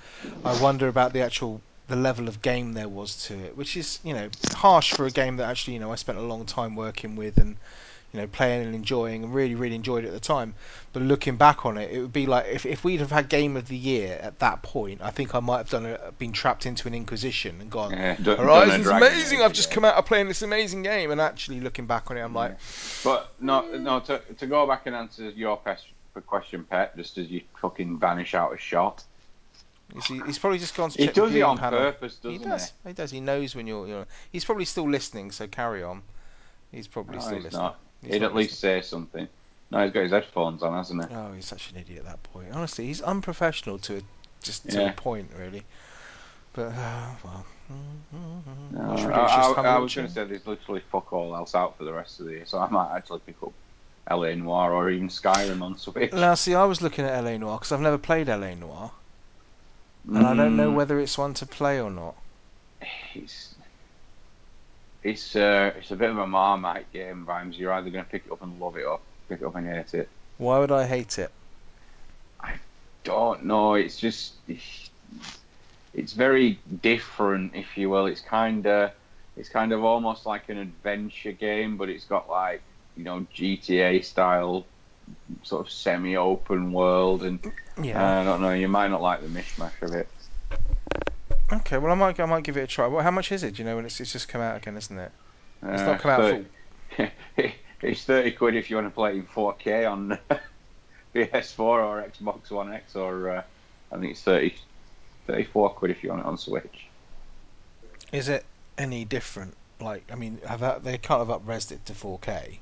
Speaker 2: i wonder about the actual the level of game there was to it which is you know harsh for a game that actually you know i spent a long time working with and you know, playing and enjoying, and really, really enjoyed it at the time. But looking back on it, it would be like if, if we'd have had Game of the Year at that point, I think I might have done a, been trapped into an inquisition and gone,
Speaker 4: Yeah, done- done a
Speaker 2: Horizon's
Speaker 4: Dragon
Speaker 2: amazing.
Speaker 4: Age,
Speaker 2: I've just
Speaker 4: yeah.
Speaker 2: come out of playing this amazing game, and actually looking back on it, I'm like,
Speaker 4: But no, no. To, to go back and answer your pes- question, Pet, just as you fucking vanish out of shot,
Speaker 2: is he, he's probably just gone to
Speaker 4: he
Speaker 2: check the
Speaker 4: does it
Speaker 2: viewing
Speaker 4: on
Speaker 2: panel.
Speaker 4: purpose, doesn't
Speaker 2: He
Speaker 4: he?
Speaker 2: does. He does. He knows when you're. you're he's probably still listening. So carry on. He's probably
Speaker 4: No,
Speaker 2: still
Speaker 4: he's
Speaker 2: listening.
Speaker 4: not.
Speaker 2: He's
Speaker 4: He'd
Speaker 2: not
Speaker 4: at least say something. No, he's got his headphones on, hasn't he?
Speaker 2: listening. Oh, he's such an idiot at that point. Honestly, he's unprofessional to a, just to
Speaker 4: Yeah.
Speaker 2: a point, really. But uh, well. mm,
Speaker 4: No,
Speaker 2: what should we do?
Speaker 4: Uh, I,
Speaker 2: Just
Speaker 4: I-
Speaker 2: have a
Speaker 4: I
Speaker 2: little
Speaker 4: was going to
Speaker 2: chin?
Speaker 4: say there's literally fuck all else out for the rest of the year, so I might actually pick up LA Noir or even Skyrim on Switch.
Speaker 2: Now, see, I was looking at LA Noir because I've never played LA Noir, and I don't know
Speaker 4: Mm,
Speaker 2: whether it's one to play or not.
Speaker 4: it's it's, uh, it's a bit of a marmite game, Rhymes. You're either going to pick it up and love it or pick it up and hate it.
Speaker 2: Why would I hate it?
Speaker 4: Don't know. It's just it's very different, if you will. It's kind of it's kind of almost like an adventure game, but it's got like you know GTA style sort of semi-open world, and uh,
Speaker 2: Yeah.
Speaker 4: I don't know. You might not like the mishmash of it.
Speaker 2: Uh, okay. Well, I might. I might give it a try. Well, how much is it? Do you know when it's, it's just come out again, isn't it? It's
Speaker 4: Uh,
Speaker 2: not come out.
Speaker 4: but-
Speaker 2: For,
Speaker 4: it's thirty quid if you want to play it in 4K on uh, PS4 or Xbox One X, or uh, I think it's 30, 34 quid if you want it on Switch.
Speaker 2: Is it any different? Like, I mean, have that, they can't have upresed it to 4K.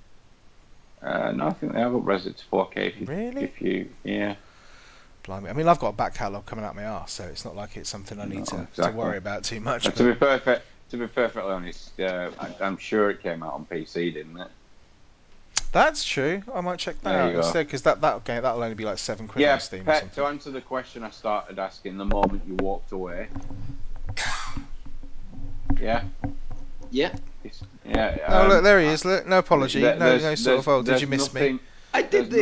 Speaker 4: Uh, no, I think they have upres it to 4K if you,
Speaker 2: Really?
Speaker 4: if you yeah.
Speaker 2: Blimey. I mean, I've got a back catalogue coming out my arse, so it's not like it's something I need
Speaker 4: No,
Speaker 2: to, to
Speaker 4: exactly.
Speaker 2: worry about too much.
Speaker 4: But to be perfect, to be perfectly honest, uh, I, I'm sure it came out on PC, didn't it?
Speaker 2: That's true. I might check that
Speaker 4: There
Speaker 2: out
Speaker 4: you go.
Speaker 2: instead because that that game that'll only be like seven quid
Speaker 4: yeah.
Speaker 2: on Steam or
Speaker 4: Pet,
Speaker 2: something.
Speaker 4: to answer the question I started asking, the moment you walked away. Yeah.
Speaker 3: Yeah.
Speaker 4: It's- Yeah.
Speaker 2: oh
Speaker 4: um,
Speaker 2: look, there he is. Look, no apology.
Speaker 4: There-
Speaker 2: no,
Speaker 4: there's-
Speaker 2: no sort
Speaker 4: there's-
Speaker 2: of. Oh, did
Speaker 4: there's
Speaker 2: you miss me?
Speaker 4: nothing-
Speaker 3: I
Speaker 4: There's
Speaker 3: did
Speaker 4: no-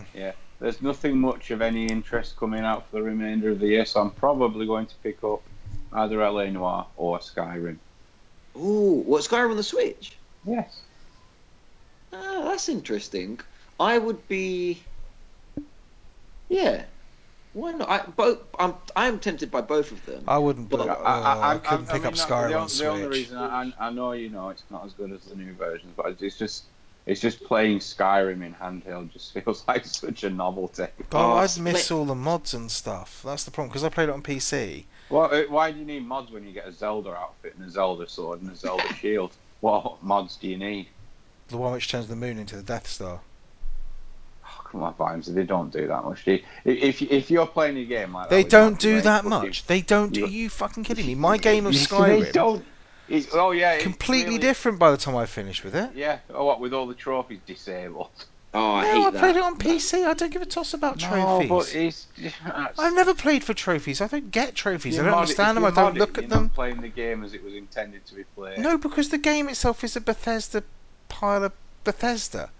Speaker 3: this.
Speaker 4: There's nothing much of any interest coming out for the remainder of the year, so I'm probably going to pick up either LA Noir or Skyrim.
Speaker 3: Ooh, what Skyrim on the Switch?
Speaker 4: Yes.
Speaker 3: Ah, that's interesting. I would be. Yeah. Why not? I both. I'm. I'm tempted by both of them.
Speaker 2: I wouldn't.
Speaker 3: Well,
Speaker 2: uh,
Speaker 4: oh,
Speaker 2: I, couldn't pick up Skyrim
Speaker 4: the,
Speaker 2: on
Speaker 4: The only
Speaker 2: Switch.
Speaker 4: reason I, I know you know it's not as good as the new versions, but it's just it's just playing Skyrim in handheld just feels like such a novelty.
Speaker 2: But
Speaker 3: Oh,
Speaker 2: I'd miss
Speaker 3: mate.
Speaker 2: all the mods and stuff. That's the problem because I played it on PC.
Speaker 4: Why, uh, why do you need mods when you get a Zelda outfit and a Zelda sword and a Zelda shield? What mods do you need?
Speaker 2: The one which turns the moon into the Death Star.
Speaker 4: Oh, come on, Vimes, they don't do that much. Do you? If if you're playing a game like
Speaker 2: They
Speaker 4: that, with mods,
Speaker 2: don't
Speaker 4: Oh, you
Speaker 2: do
Speaker 4: ain't
Speaker 2: that
Speaker 4: fucking-
Speaker 2: much. They don't. do-
Speaker 4: you-
Speaker 2: Are you fucking kidding me? My game of
Speaker 4: Yes, they
Speaker 2: Skyrim
Speaker 4: don't. It's- oh yeah, it's
Speaker 2: completely
Speaker 4: really-
Speaker 2: different by the time I finished with it.
Speaker 4: Yeah. Oh, what with all the trophies disabled.
Speaker 3: oh, I
Speaker 2: no,
Speaker 3: hate
Speaker 2: I
Speaker 3: that.
Speaker 2: played it on PC. I don't give a toss about
Speaker 4: No, but
Speaker 2: trophies.
Speaker 4: it's.
Speaker 2: I've never played for trophies. I don't get trophies.
Speaker 4: You
Speaker 2: I don't
Speaker 4: mod it-
Speaker 2: understand
Speaker 4: if
Speaker 2: them.
Speaker 4: you
Speaker 2: I don't
Speaker 4: mod it,
Speaker 2: look at
Speaker 4: you're
Speaker 2: them.
Speaker 4: Not playing the game as it was intended to be played.
Speaker 2: No, because the game itself is a Bethesda pile of Bethesda.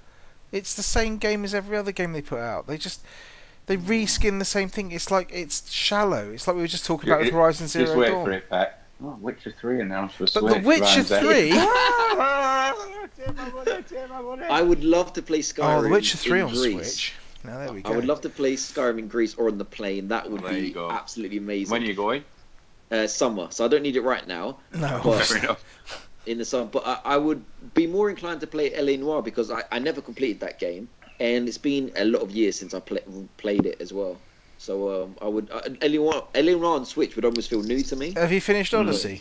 Speaker 2: It's the same game as every other game they put out. They just they reskin the same thing. It's like it's shallow. It's like we were just talking about with
Speaker 4: It-
Speaker 2: Horizon Zero
Speaker 4: Just wait
Speaker 2: Dawn.
Speaker 4: for it, Pat. Oh, Witcher Three announced for
Speaker 2: But
Speaker 4: Switch.
Speaker 2: The Witcher
Speaker 4: Ryan's there.
Speaker 2: Three.
Speaker 4: Take my money, take my money.
Speaker 3: I would love to play Skyrim.
Speaker 2: oh, The Witcher Three
Speaker 3: in
Speaker 2: on
Speaker 3: Greece.
Speaker 2: Switch. Now there we go.
Speaker 3: I would love to play Skyrim in Greece or on the plane. That would
Speaker 4: There
Speaker 3: be
Speaker 4: you go.
Speaker 3: absolutely amazing.
Speaker 4: When are you going?
Speaker 3: uh, summer, so I don't need it right now
Speaker 2: no.
Speaker 3: Well,
Speaker 4: Fair enough.
Speaker 3: in the summer. But I, I would be more inclined to play LA Noir because I, I never completed that game, and it's been a lot of years since I play, played it as well. So um, I would uh, LA Noir, LA Noir on Switch would almost feel new to me.
Speaker 2: Have you finished
Speaker 4: No.
Speaker 2: Odyssey?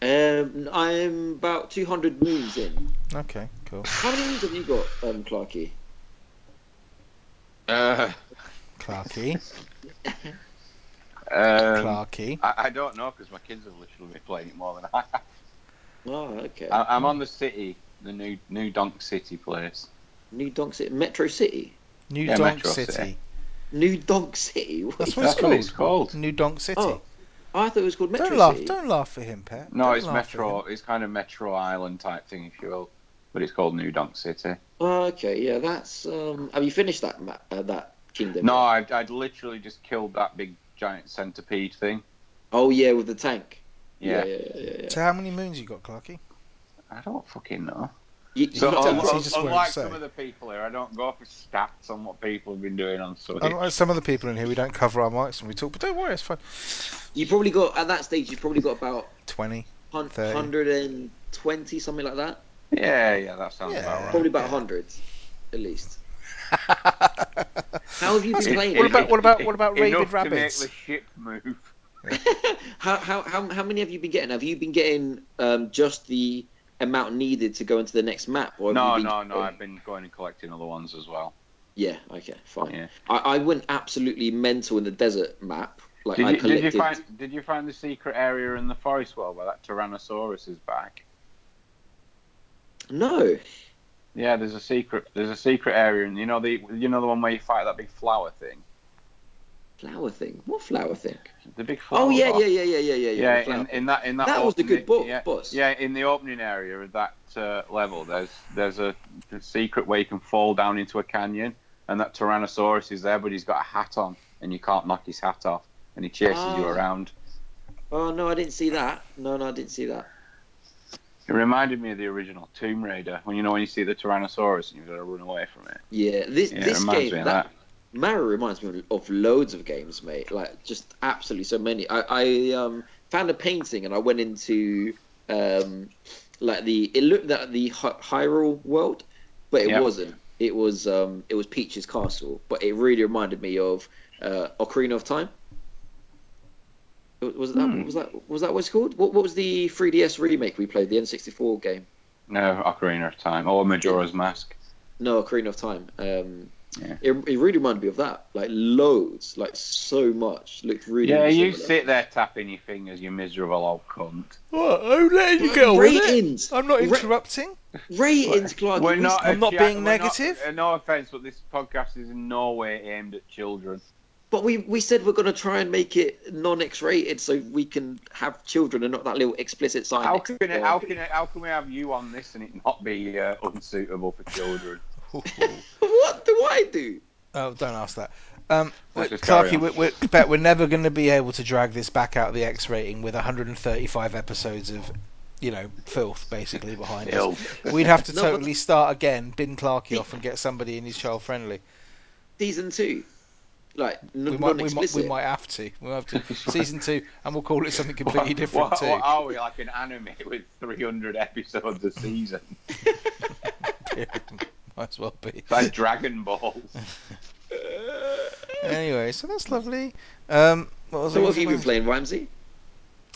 Speaker 3: Um, I'm about 200 moons in.
Speaker 2: Okay, cool.
Speaker 3: How many moons have you got, um, Clarky?
Speaker 4: Uh,
Speaker 2: Clarky,
Speaker 4: um,
Speaker 2: Clarky.
Speaker 4: I, I don't know because my kids have literally been playing it more than I. have.
Speaker 3: Oh, okay.
Speaker 2: Uh,
Speaker 4: I I'm on the city, the new new Donk City place.
Speaker 3: New Donk City, Metro City.
Speaker 2: New
Speaker 4: Yeah,
Speaker 2: Donk
Speaker 4: Metro
Speaker 2: City.
Speaker 4: City.
Speaker 3: New Donk City. What
Speaker 2: That's
Speaker 3: are
Speaker 2: what
Speaker 3: you-
Speaker 2: it's
Speaker 4: That's what
Speaker 2: called.
Speaker 4: it's called.
Speaker 2: New Donk City.
Speaker 3: Oh, I thought it was called Metro
Speaker 2: don't laugh.
Speaker 3: City.
Speaker 2: Don't laugh for him, Pet.
Speaker 4: No,
Speaker 2: Don't
Speaker 4: it's
Speaker 2: laugh at
Speaker 4: Metro.
Speaker 2: him.
Speaker 4: It's kind of Metro Island type thing, if you will. But it's called New Donk City.
Speaker 3: Oh, okay, yeah, that's. Um, have you finished that ma- uh, that kingdom?
Speaker 4: No,
Speaker 3: yet?
Speaker 4: I'd, I'd literally just killed that big giant centipede thing.
Speaker 3: Oh yeah, with the tank.
Speaker 4: Yeah.
Speaker 3: yeah, yeah, yeah. yeah, yeah.
Speaker 2: So how many moons you got, Clarky?
Speaker 4: I don't fucking know.
Speaker 3: You,
Speaker 4: So, um,
Speaker 2: does,
Speaker 3: you don't.
Speaker 4: un-
Speaker 2: he
Speaker 4: un-
Speaker 2: just won't
Speaker 4: unlike
Speaker 2: say.
Speaker 4: some of the people here, I don't go for stats on what people have been doing on Switch.
Speaker 2: Unlike some of the people in here, we don't cover our mics when we talk, but don't worry, it's fine.
Speaker 3: you probably got at that stage. You probably got about
Speaker 2: 20.
Speaker 3: hun-
Speaker 2: Thirty.
Speaker 3: 120, something like that.
Speaker 4: Yeah, yeah, that sounds about
Speaker 2: Yeah.
Speaker 4: right.
Speaker 3: Probably about
Speaker 2: Yeah.
Speaker 3: 100, at least. How have you been
Speaker 4: It-
Speaker 3: playing?
Speaker 4: it-
Speaker 2: What about- what about-
Speaker 4: it-
Speaker 2: what about
Speaker 4: enough
Speaker 2: rabid
Speaker 4: to make
Speaker 2: rabbits?
Speaker 4: the ship move.
Speaker 3: how, how, how, how many have you been getting? Have you been getting um, just the amount needed to go into the next map? Or have
Speaker 4: No,
Speaker 3: you been uh,
Speaker 4: no, no. I've been going and collecting other ones as well.
Speaker 3: Yeah, okay, fine.
Speaker 4: Yeah.
Speaker 3: I, I went absolutely mental in the desert map. Like
Speaker 4: Did
Speaker 3: I
Speaker 4: you, did
Speaker 3: collected.
Speaker 4: you find Did you find the secret area in the forest well where that Tyrannosaurus is back?
Speaker 3: No.
Speaker 4: Yeah, there's a secret. There's a secret area, and you know the you know the one where you fight that big flower thing.
Speaker 3: Flower thing. What flower thing?
Speaker 4: The big flower.
Speaker 3: Oh yeah,
Speaker 4: box.
Speaker 3: yeah, yeah, yeah, yeah, yeah, yeah.
Speaker 4: Yeah,
Speaker 3: the flower
Speaker 4: in,
Speaker 3: thing.
Speaker 4: in that in that
Speaker 3: That was the
Speaker 4: opening-
Speaker 3: good book,
Speaker 4: yeah,
Speaker 3: boss.
Speaker 4: Yeah, in the opening area of that uh, level, there's there's a, a secret where you can fall down into a canyon, and that Tyrannosaurus is there, but he's got a hat on, and you can't knock his hat off, and he chases you
Speaker 3: Ah.
Speaker 4: around.
Speaker 3: Oh no, I didn't see that. No, no, I didn't see that.
Speaker 4: It reminded me of the original Tomb Raider, when you know when you see the Tyrannosaurus and you've got to run away from it.
Speaker 3: Yeah, this
Speaker 4: Yeah, it
Speaker 3: this
Speaker 4: reminds
Speaker 3: game
Speaker 4: me of
Speaker 3: that,
Speaker 4: that.
Speaker 3: Mario reminds me of loads of games, mate. Like just absolutely so many. I, I um, found a painting and I went into um, like the it looked like the Hy- Hyrule world, but it
Speaker 4: Yeah.
Speaker 3: wasn't. It was um, it was Peach's castle, but it really reminded me of uh, Ocarina of Time. Was was that
Speaker 4: Hmm.
Speaker 3: was that was that what it's called? What, what was the 3DS remake we played? The N64 game?
Speaker 4: No, Ocarina of Time or Majora's Mask.
Speaker 3: No, Ocarina of Time. Um,
Speaker 4: Yeah.
Speaker 3: it, it really reminded me of that. Like loads, like so much. Looked really.
Speaker 4: yeah, you
Speaker 3: similar.
Speaker 4: sit there tapping your fingers, you miserable old cunt.
Speaker 2: What? Oh, let you
Speaker 3: But
Speaker 2: get on with it.
Speaker 3: ratings.
Speaker 2: I'm not
Speaker 3: Ra-
Speaker 2: interrupting.
Speaker 3: ratings, Clark.
Speaker 4: We're
Speaker 3: you
Speaker 4: not
Speaker 3: missed-
Speaker 2: I'm not
Speaker 4: a
Speaker 2: being
Speaker 4: we're not-
Speaker 2: negative.
Speaker 4: uh, no offense, but this podcast is in no way aimed at children.
Speaker 3: But we we said we're gonna try and make it non-X rated so we can have children and not that little explicit sign.
Speaker 4: How
Speaker 3: next
Speaker 4: can
Speaker 3: to
Speaker 4: it,
Speaker 3: the-
Speaker 4: how can it, how can we have you on this and it not be uh, unsuitable for children?
Speaker 3: What do I do?
Speaker 2: Oh, don't ask that. Um,
Speaker 4: Let's just carry
Speaker 2: Clarky,
Speaker 4: on.
Speaker 2: we're, we're, bet we're never going to be able to drag this back out of the X rating with 135 episodes of, you know, filth basically behind us. We'd have to
Speaker 3: No, but-
Speaker 2: totally start again, bin Clarky off, and get somebody in his child friendly.
Speaker 3: Season two, like n-
Speaker 2: We might, we might,
Speaker 3: non-explicit.
Speaker 2: we might have to. We'll have to season two, and we'll call it something completely
Speaker 4: What-
Speaker 2: different
Speaker 4: what,
Speaker 2: too.
Speaker 4: what are we like an anime with 300 episodes a season?
Speaker 2: Might as well be.
Speaker 4: It's like Dragon Ball.
Speaker 2: Anyway, so that's lovely. Um, what was I
Speaker 3: So
Speaker 2: gonna
Speaker 3: what have you been
Speaker 2: say?
Speaker 3: playing, Ramsey?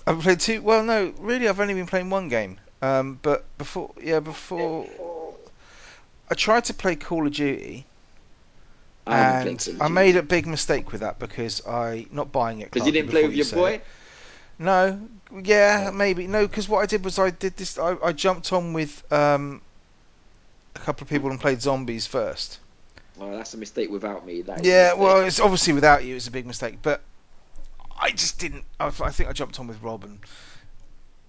Speaker 2: I've played two. Well, no, really, I've only been playing one game. Um, but before, yeah, before I tried to play Call of Duty, and I made a big mistake with that because I not buying it
Speaker 3: because you
Speaker 2: Clarky,
Speaker 3: didn't play
Speaker 2: before
Speaker 3: with your
Speaker 2: said
Speaker 3: boy.
Speaker 2: it. No, yeah, maybe no, because what I did was I did this. I, I jumped on with um, a couple of people and played zombies first.
Speaker 3: Oh, that's a mistake without me. That is a
Speaker 2: Yeah,
Speaker 3: mistake.
Speaker 2: well, it's obviously without you, it's a big mistake. But I just didn't. I, I think I jumped on with Rob, and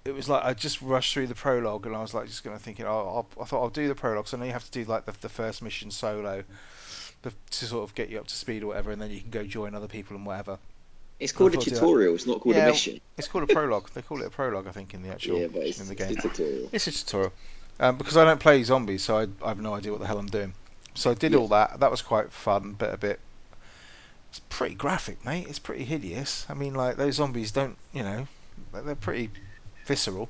Speaker 2: it was like I just rushed through the prologue, and I was like just going to thinking, oh, I'll, I thought I'll do the prologue. So I know you have to do like the, the first mission solo, the, to sort of get you up to speed or whatever, and then you can go join other people and whatever.
Speaker 3: It's called a
Speaker 2: I'll do that.
Speaker 3: tutorial. It's not called
Speaker 2: Yeah,
Speaker 3: a mission.
Speaker 2: It's called a prologue. They call it a prologue, I think, in the actual
Speaker 3: yeah, but it's,
Speaker 2: in the
Speaker 3: it's
Speaker 2: game.
Speaker 3: a tutorial.
Speaker 2: It's a tutorial. Um, because I don't play zombies, so I, I have no idea what the hell I'm doing. So I did
Speaker 3: Yeah.
Speaker 2: all that. That was quite fun, but a bit. It's pretty graphic, mate. It's pretty hideous. I mean, like, those zombies don't, you know, they're they're pretty visceral.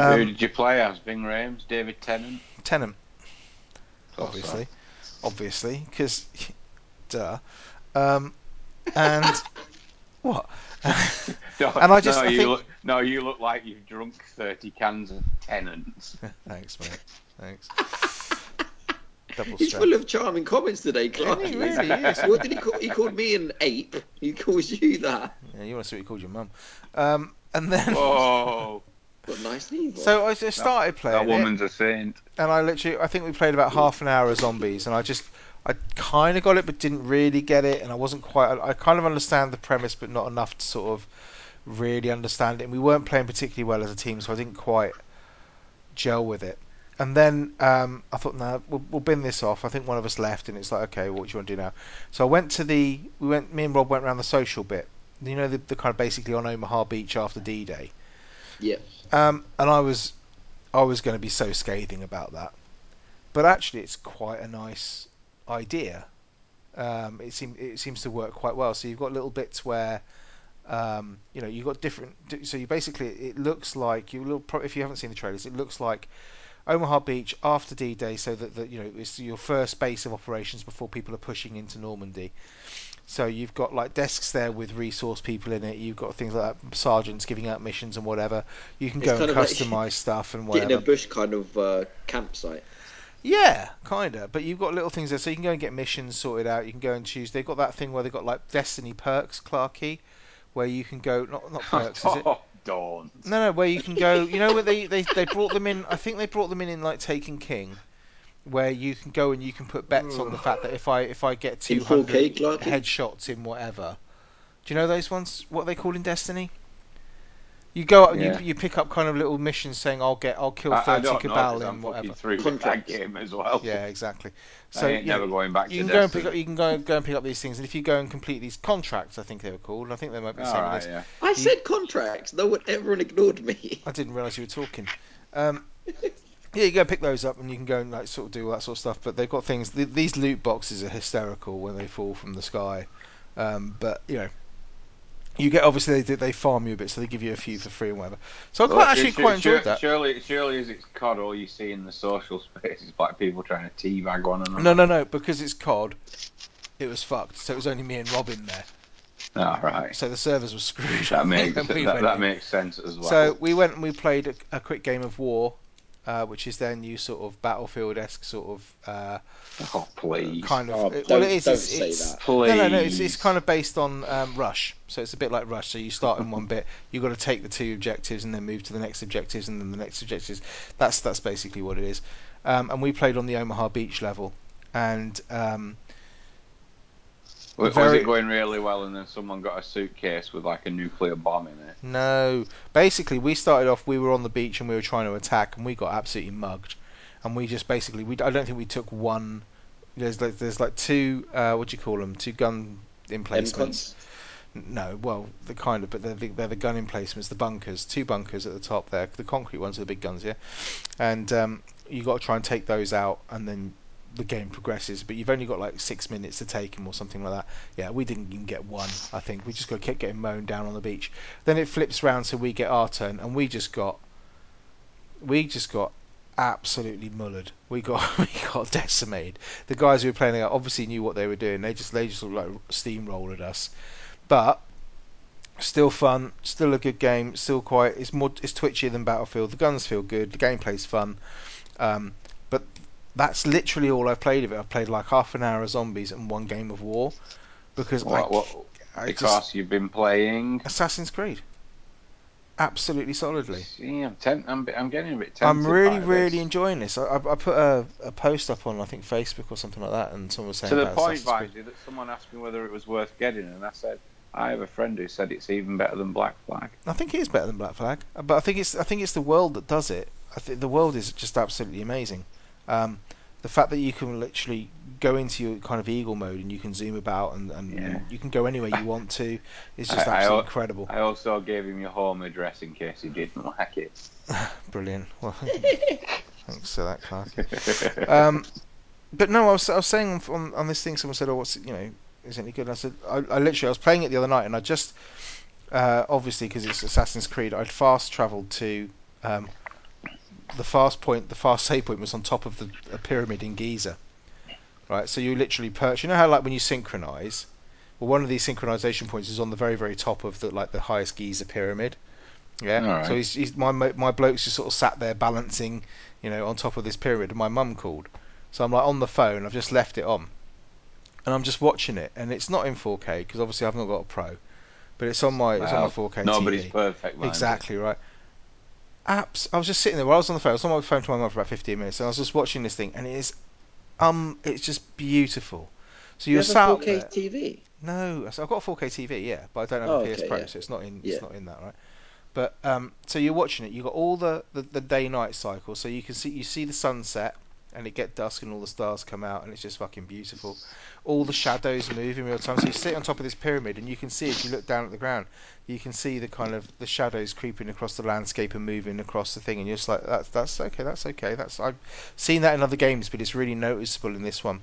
Speaker 2: Um,
Speaker 4: did you play as? Ving Rhames, David Tennant.
Speaker 2: Tenant,
Speaker 3: Oh,
Speaker 4: Close
Speaker 2: obviously. Obviously, because. duh. Um, and. what?
Speaker 4: No,
Speaker 2: And I just-
Speaker 4: no,
Speaker 2: I
Speaker 4: you
Speaker 2: think-
Speaker 4: look, no, you look like you've drunk 30 cans of Tennant.
Speaker 2: Thanks, mate. Thanks. Double
Speaker 3: He's
Speaker 2: strap.
Speaker 3: full of charming comments today, Clark.
Speaker 2: Yeah, he really is.
Speaker 3: What did he call? He called me an ape. He calls you that.
Speaker 2: Yeah, you want to see what you called your mum. Um, and then.
Speaker 4: Whoa,
Speaker 3: But nicely.
Speaker 2: So I just started
Speaker 4: that
Speaker 2: playing it.
Speaker 4: woman's a saint.
Speaker 2: and I literally, I think we played about half an hour of zombies, and I just, I kind of got it, but didn't really get it, and I wasn't quite. I kind of understand the premise, but not enough to sort of really understand it. And we weren't playing particularly well as a team, so I didn't quite gel with it. And then um, I thought, no, we'll, we'll bin this off. I think one of us left, and it's like, okay, what do you want to do now? So I went to the, we went, me and Rob went around the social bit. You know, the, the kind of basically on Omaha Beach after D-Day.
Speaker 3: Yeah.
Speaker 2: Um, and I was, I was going to be so scathing about that. but actually it's quite a nice idea. Um, it seems it seems to work quite well. So you've got little bits where um, you know you've got different. di- So you basically it looks like you will pro- if you haven't seen the trailers, it looks like Omaha Beach after D-Day, so that, that you know it's your first base of operations before people are pushing into Normandy. So you've got like desks there with resource people in it. You've got things like that, sergeants giving out missions and whatever. You can
Speaker 1: It's
Speaker 2: go and
Speaker 1: kind of like-
Speaker 2: customize stuff and
Speaker 1: Get
Speaker 2: whatever.
Speaker 1: in a bush kind of uh, campsite.
Speaker 2: Yeah, kinda. But you've got little things there, so you can go and get missions sorted out. You can go and choose. They've got that thing where they've got like Destiny perks, Clarky, where you can go not not perks, is it?
Speaker 4: Oh, Dawn.
Speaker 2: No, no, where you can go. You know where they, they they brought them in. I think they brought them in in like Taken King, where you can go and you can put bets on the fact that if I if I get
Speaker 1: In
Speaker 2: two
Speaker 1: 4K,
Speaker 2: hundred
Speaker 1: Clarky?
Speaker 2: headshots in whatever. Do you know those ones? What are they called in Destiny? You go up and
Speaker 4: Yeah.
Speaker 2: you, you pick up kind of little missions saying I'll get I'll kill
Speaker 4: I, I
Speaker 2: thirty
Speaker 4: don't know. 'cause
Speaker 2: Cabal
Speaker 4: I'm
Speaker 2: in whatever.
Speaker 4: fucking through with that
Speaker 1: Contracts.
Speaker 4: game as well.
Speaker 2: Yeah, exactly. So
Speaker 4: So, I ain't
Speaker 2: you know,
Speaker 4: never going back to
Speaker 2: you can go and
Speaker 4: Destiny.
Speaker 2: pick up, you can go go and pick up these things, and if you go and complete these contracts, I think they were called. and I think they might be the same.
Speaker 4: All right,
Speaker 2: as-
Speaker 4: Ah, yeah.
Speaker 1: I said contracts. No one, everyone ignored me.
Speaker 2: I didn't realise you were talking. Um, yeah, you go pick those up, and you can go and like sort of do all that sort of stuff. But they've got things. Th- these loot boxes are hysterical when they fall from the sky. Um, but you know, you get obviously they do- they farm you a bit, so they give you a few for free and whatever. So I quite
Speaker 4: Well,
Speaker 2: actually
Speaker 4: su- su-
Speaker 2: quite enjoyed
Speaker 4: su-
Speaker 2: that.
Speaker 4: Surely, surely, as it's COD, all you see in the social space is black people trying to teabag one another.
Speaker 2: No, no, no, because it's COD. It was fucked, so it was only me and Robin there.
Speaker 4: All Ah, right.
Speaker 2: So the servers were screwed.
Speaker 4: That makes
Speaker 2: when we
Speaker 4: that,
Speaker 2: went
Speaker 4: that
Speaker 2: in.
Speaker 4: makes sense as well.
Speaker 2: So we went and we played a, a quick game of war, uh, which is their new sort of battlefield-esque sort of uh,
Speaker 4: oh, please,
Speaker 2: kind of.
Speaker 1: Oh,
Speaker 2: it-
Speaker 1: don't-
Speaker 2: well, it is.
Speaker 1: don't
Speaker 2: it's,
Speaker 1: say
Speaker 2: it's-
Speaker 1: that.
Speaker 4: please.
Speaker 2: No, no, no. It's, it's kind of based on um, Rush, so it's a bit like Rush. So you start in one bit, you've got to take the two objectives and then move to the next objectives and then the next objectives. That's that's basically what it is. Um, and we played on the Omaha Beach level, and um,
Speaker 4: was, was
Speaker 2: very-
Speaker 4: it going really well, and then someone got a suitcase with like a nuclear bomb in it.
Speaker 2: No. Basically, we started off. We were on the beach and we were trying to attack, and we got absolutely mugged. And we just basically, we I don't think we took one. There's like there's like two. Uh, what do you call them? Two gun emplacements.
Speaker 1: MCons.
Speaker 2: No, well, the kind of, but they're the, they're the gun emplacements, the bunkers. Two bunkers at the top there. The concrete ones are the big guns, yeah. And um, you got to try and take those out, and then the game progresses. But you've only got like six minutes to take them or something like that. Yeah, we didn't even get one. I think we just got kept getting mown down on the beach. Then it flips round, so we get our turn, and we just got, we just got absolutely mullered. We got we got decimated. The guys who were playing out obviously knew what they were doing. They just they just like steamrolled us but still fun, still a good game, still quite. It's more, it's twitchier than Battlefield. The guns feel good, the gameplay's fun, um, but that's literally all I've played of it. I've played like half an hour of zombies and one game of war because I,
Speaker 4: What, what,
Speaker 2: I just-
Speaker 4: because you've been playing.
Speaker 2: Assassin's Creed, absolutely solidly.
Speaker 4: See, I'm, temp- I'm, I'm getting a bit tempted.
Speaker 2: I'm really,
Speaker 4: by
Speaker 2: really
Speaker 4: this.
Speaker 2: enjoying this. I, I, I put a, a post up on I think Facebook or something like that, and someone was saying
Speaker 4: to the
Speaker 2: about
Speaker 4: point,
Speaker 2: Assassin's Creed.
Speaker 4: Vizzy, that someone asked me whether it was worth getting, and I said, I have a friend who said it's even better than Black Flag.
Speaker 2: I think it is better than Black Flag, uh, but I think it's I think it's the world that does it. I think the world is just absolutely amazing. Um, the fact that you can literally go into your kind of eagle mode and you can zoom about and, and
Speaker 4: Yeah.
Speaker 2: you can go anywhere you want to is just
Speaker 4: I- I
Speaker 2: absolutely
Speaker 4: al-
Speaker 2: incredible.
Speaker 4: I also gave him your home address in case he didn't like it.
Speaker 2: Brilliant. Well, thanks for that, Clark. Um, but no, I was, I was saying on, on, on this thing, someone said, "Oh, what's you know, is it any good?" And I said, I, "I literally, I was playing it the other night, and I just, uh, obviously, because it's Assassin's Creed, I'd fast traveled to um, the fast point. The fast save point was on top of the a pyramid in Giza, right? So you literally perch. You know how like when you synchronize, well, one of these synchronization points is on the very, very top of the like the highest Giza pyramid." Yeah.
Speaker 4: All right.
Speaker 2: So he's, he's, my mo- my blokes just sort of sat there balancing, you know, on top of this pyramid, and my mum called. So I'm like on the phone. I've just left it on, and I'm just watching it, and it's not in 4K because obviously I've not got a pro, but it's on my it's on my
Speaker 4: Well,
Speaker 2: 4K
Speaker 4: Nobody's
Speaker 2: TV.
Speaker 4: perfect, mind
Speaker 2: Exactly right. Apps. I was just sitting there while I was on the phone. I was on my phone to my mum for about 15 minutes, and I was just watching this thing, and it is, um, it's just beautiful. So
Speaker 1: You
Speaker 2: you're
Speaker 1: have a
Speaker 2: sat up
Speaker 1: 4K
Speaker 2: there.
Speaker 1: TV.
Speaker 2: No, so I've got a 4K TV, yeah, but I don't have
Speaker 1: Oh,
Speaker 2: a PS
Speaker 1: okay,
Speaker 2: Pro,
Speaker 1: yeah.
Speaker 2: so it's not in.
Speaker 1: Yeah.
Speaker 2: It's not in that, right? But um, so you're watching it. You have got all the, the, the day night cycle, so you can see you see the sunset, and it get dusk and all the stars come out and it's just fucking beautiful. All the shadows move in real time. So you sit on top of this pyramid and you can see if you look down at the ground, you can see the kind of the shadows creeping across the landscape and moving across the thing and you're just like that's that's okay, that's okay. That's I've seen that in other games but it's really noticeable in this one.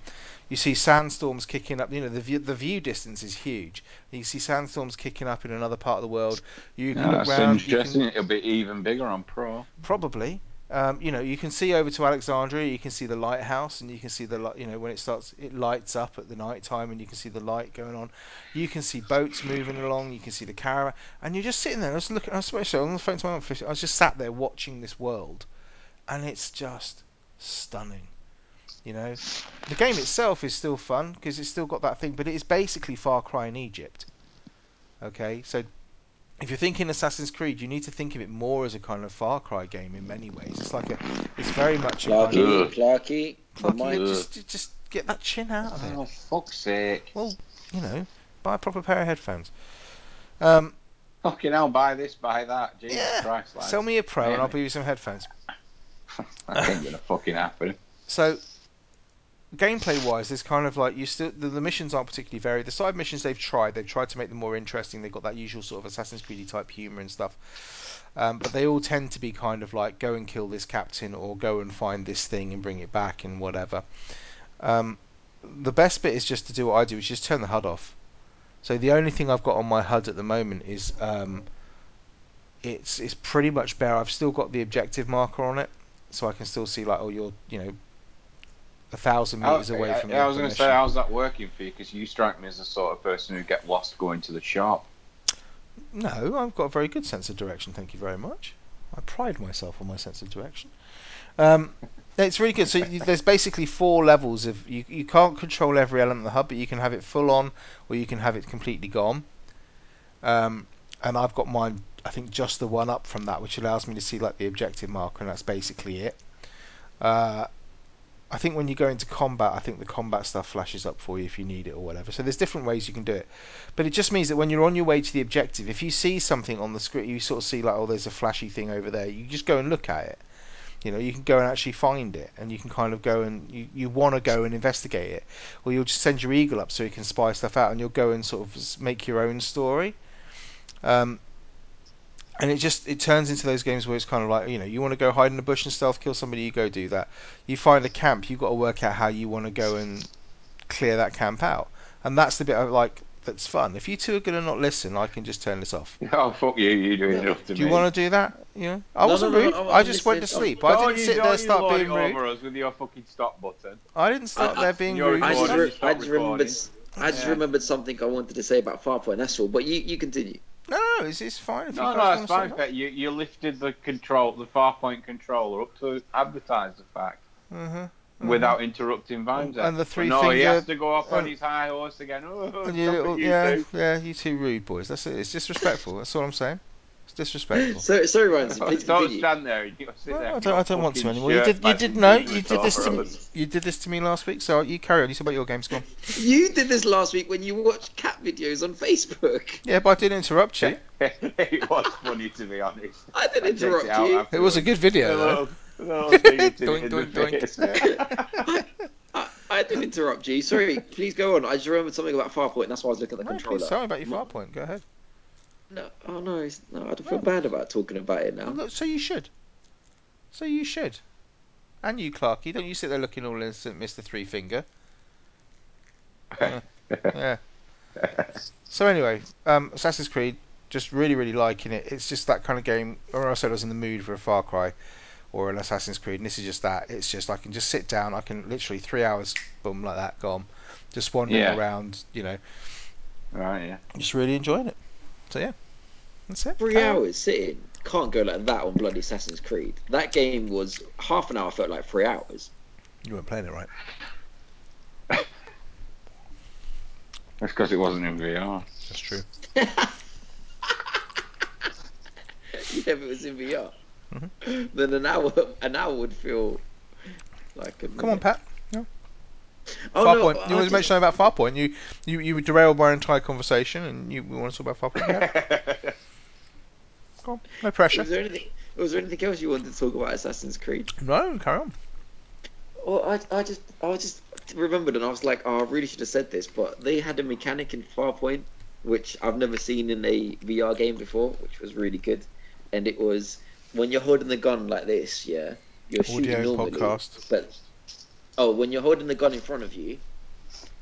Speaker 2: You see sandstorms kicking up, you know, the view, the view distance is huge. You see sandstorms kicking up in another part of the world. You can
Speaker 4: Yeah,
Speaker 2: look
Speaker 4: that's
Speaker 2: round, you can-
Speaker 4: interesting. It'll be even bigger on Pro.
Speaker 2: probably. Um, you know, you can see over to Alexandria, you can see the lighthouse, and you can see the li- you know when it starts, it lights up at the night time, and you can see the light going on. You can see boats moving along, you can see the caravan, and you're just sitting there. I was looking, I swear, to you, on the phone to my mum, I was just sat there watching this world, and it's just stunning. You know, the game itself is still fun because it's still got that thing, but it is basically Far Cry in Egypt. Okay, so if you're thinking Assassin's Creed, you need to think of it more as a kind of Far Cry game in many ways. It's like a, it's very much a kind of,
Speaker 3: Clarky,
Speaker 4: Ugh.
Speaker 3: Clarky, the
Speaker 2: Clarky,
Speaker 3: mic.
Speaker 2: just just get that chin out of there.
Speaker 4: Oh, fuck's sake.
Speaker 2: You know, buy a proper pair of headphones. Um,
Speaker 4: Fucking hell, buy this, buy that. Jesus
Speaker 2: Yeah.
Speaker 4: Christ, lad.
Speaker 2: sell me a pro and I'll
Speaker 4: Really?
Speaker 2: give you some headphones.
Speaker 4: That ain't gonna fucking happen.
Speaker 2: So, gameplay wise, there's kind of like you still the, the missions aren't particularly varied. The side missions they've tried, they've tried to make them more interesting. They've got that usual sort of Assassin's Creed type humor and stuff, um, but they all tend to be kind of like go and kill this captain or go and find this thing and bring it back and whatever. Um, the best bit is just to do what I do, which is turn the HUD off. So the only thing I've got on my HUD at the moment is um, it's it's pretty much bare. I've still got the objective marker on it, so I can still see like oh you're you know a thousand meters away
Speaker 4: Oh, I,
Speaker 2: from.
Speaker 4: I,
Speaker 2: the
Speaker 4: I was going to say,
Speaker 2: information.
Speaker 4: how's that working for you? Because you strike me as the sort of person who get lost going to the shop.
Speaker 2: No, I've got a very good sense of direction. Thank you very much. I pride myself on my sense of direction. Um, it's really good. So you, there's basically four levels of you. You can't control every element of the hub, but you can have it full on, or you can have it completely gone. Um, and I've got mine. I think just the one up from that, which allows me to see like the objective marker, and that's basically it. Uh, I think when you go into combat, I think the combat stuff flashes up for you if you need it or whatever. So there's different ways you can do it. But it just means that when you're on your way to the objective, if you see something on the screen, you sort of see like, oh, there's a flashy thing over there. You just go and look at it. You know, you can go and actually find it, and you can kind of go and you, you want to go and investigate it, or you'll just send your eagle up so you can spy stuff out, and you'll go and sort of s- make your own story. Um, and it just it turns into those games where it's kind of like you know you want to go hide in a bush and stealth kill somebody, you go do that. You find a camp, you've got to work out how you want to go and clear that camp out, and that's the bit I like that's fun. If you two are going to not listen, I can just turn this off.
Speaker 4: Oh, fuck you, you doing it up to
Speaker 2: Do
Speaker 4: me.
Speaker 2: you want to do that? Yeah, I
Speaker 1: No,
Speaker 2: wasn't
Speaker 1: no, no,
Speaker 2: rude.
Speaker 1: no,
Speaker 2: I
Speaker 1: I'm
Speaker 2: just went to
Speaker 1: listening.
Speaker 2: sleep. I
Speaker 4: Don't
Speaker 2: didn't
Speaker 4: you-
Speaker 2: sit
Speaker 4: don't
Speaker 2: there
Speaker 4: you
Speaker 2: start
Speaker 4: lord
Speaker 2: being
Speaker 4: it
Speaker 2: rude.
Speaker 4: over us with your fucking stop button.
Speaker 2: I didn't start
Speaker 1: I-
Speaker 2: there being
Speaker 4: You're
Speaker 2: rude.
Speaker 1: I just,
Speaker 4: Recording,
Speaker 1: re-
Speaker 4: stop
Speaker 1: I just remembered.
Speaker 4: recording.
Speaker 1: s- I just
Speaker 4: Yeah.
Speaker 1: remembered something I wanted to say about Far Cry, and that's all. But you, you continue.
Speaker 2: No, no, it's, it's fine. If
Speaker 4: No,
Speaker 2: you
Speaker 4: no,
Speaker 2: guys
Speaker 4: it's
Speaker 2: want
Speaker 4: fine.
Speaker 2: to
Speaker 4: Pet. You you lifted the control, the far point controller up to advertise the fact
Speaker 2: uh
Speaker 4: without interrupting Vimes.
Speaker 2: And the three
Speaker 4: no, he
Speaker 2: finger-
Speaker 4: has to go off on
Speaker 2: uh,
Speaker 4: his high horse again. Oh, stop
Speaker 2: you
Speaker 4: it,
Speaker 2: little,
Speaker 4: you
Speaker 2: yeah,
Speaker 4: two.
Speaker 2: yeah, you two rude boys. That's it. It's disrespectful. That's all I'm saying. It's disrespectful.
Speaker 1: So, sorry, Ryan.
Speaker 4: Don't
Speaker 1: Please continue.
Speaker 4: stand there. You sit
Speaker 2: No,
Speaker 4: there
Speaker 2: I
Speaker 4: with
Speaker 2: don't, I
Speaker 4: your
Speaker 2: don't want to
Speaker 4: fucking
Speaker 2: anymore. You
Speaker 4: shirt
Speaker 2: did, you
Speaker 4: back
Speaker 2: did
Speaker 4: and
Speaker 2: no,
Speaker 4: doing
Speaker 2: you did
Speaker 4: top
Speaker 2: this to
Speaker 4: of
Speaker 2: me.
Speaker 4: us.
Speaker 2: You did this to me last week. So you carry on. You said about your game's gone.
Speaker 1: You did this last week when you watched cat videos on Facebook.
Speaker 2: Yeah, but I did interrupt you.
Speaker 4: it was funny to be honest.
Speaker 1: I didn't
Speaker 4: I checked
Speaker 1: interrupt
Speaker 4: it out
Speaker 1: you.
Speaker 2: It
Speaker 4: afterwards.
Speaker 2: was a good video.
Speaker 4: The
Speaker 2: Though.
Speaker 4: little- the little thing you did
Speaker 2: Doink,
Speaker 4: in the
Speaker 2: doink, doink.
Speaker 4: face.
Speaker 1: I, I didn't interrupt you. Sorry. Please go on. I just remembered something about Farpoint, and that's why I was looking at the
Speaker 2: No,
Speaker 1: controller.
Speaker 2: please tell me about your far point. Go ahead.
Speaker 1: No, oh no, it's, no, I don't feel bad about talking about it now.
Speaker 2: Look, so you should. So you should. And you, Clarky, don't you sit there looking all innocent, Mister Three Finger. Yeah. So anyway, um, Assassin's Creed, just really, really liking it. It's just that kind of game. Or I said I was in the mood for a Far Cry, or an Assassin's Creed, and this is just that. It's just I can just sit down. I can literally three hours, boom, like that, gone. Just wandering
Speaker 4: Yeah.
Speaker 2: around, you know,
Speaker 4: Right, yeah.
Speaker 2: just really enjoying it. So yeah, that's it.
Speaker 1: Three
Speaker 2: Carry on.
Speaker 1: hours sitting. Can't go like that on bloody Assassin's Creed. That game was half an hour felt like three hours.
Speaker 2: You weren't playing it right.
Speaker 4: That's because it wasn't in VR.
Speaker 2: That's true.
Speaker 1: Yeah, if it was in VR,
Speaker 2: Mhm.
Speaker 1: then an hour an hour would feel like a.
Speaker 2: Come on,
Speaker 1: minute.
Speaker 2: Pat.
Speaker 1: Oh,
Speaker 2: Far
Speaker 1: no,
Speaker 2: point.
Speaker 1: I
Speaker 2: You wanted
Speaker 1: just-
Speaker 2: to mention something about Farpoint. You, you you derailed my entire conversation, and you want to talk about Farpoint. Yeah, go on. No pressure.
Speaker 1: Was there anything? Was there anything else you wanted to talk about Assassin's Creed?
Speaker 2: No, carry on.
Speaker 3: Well, I, I just I was just remembered and I was like, oh, I really should have said this, but they had a mechanic in Farpoint, which I've never seen in a VR game before, which was really good, and it was when you're holding the gun like this, yeah, you're shooting
Speaker 2: Audio
Speaker 3: normally,
Speaker 2: podcast.
Speaker 3: but oh, when you're holding the gun in front of you,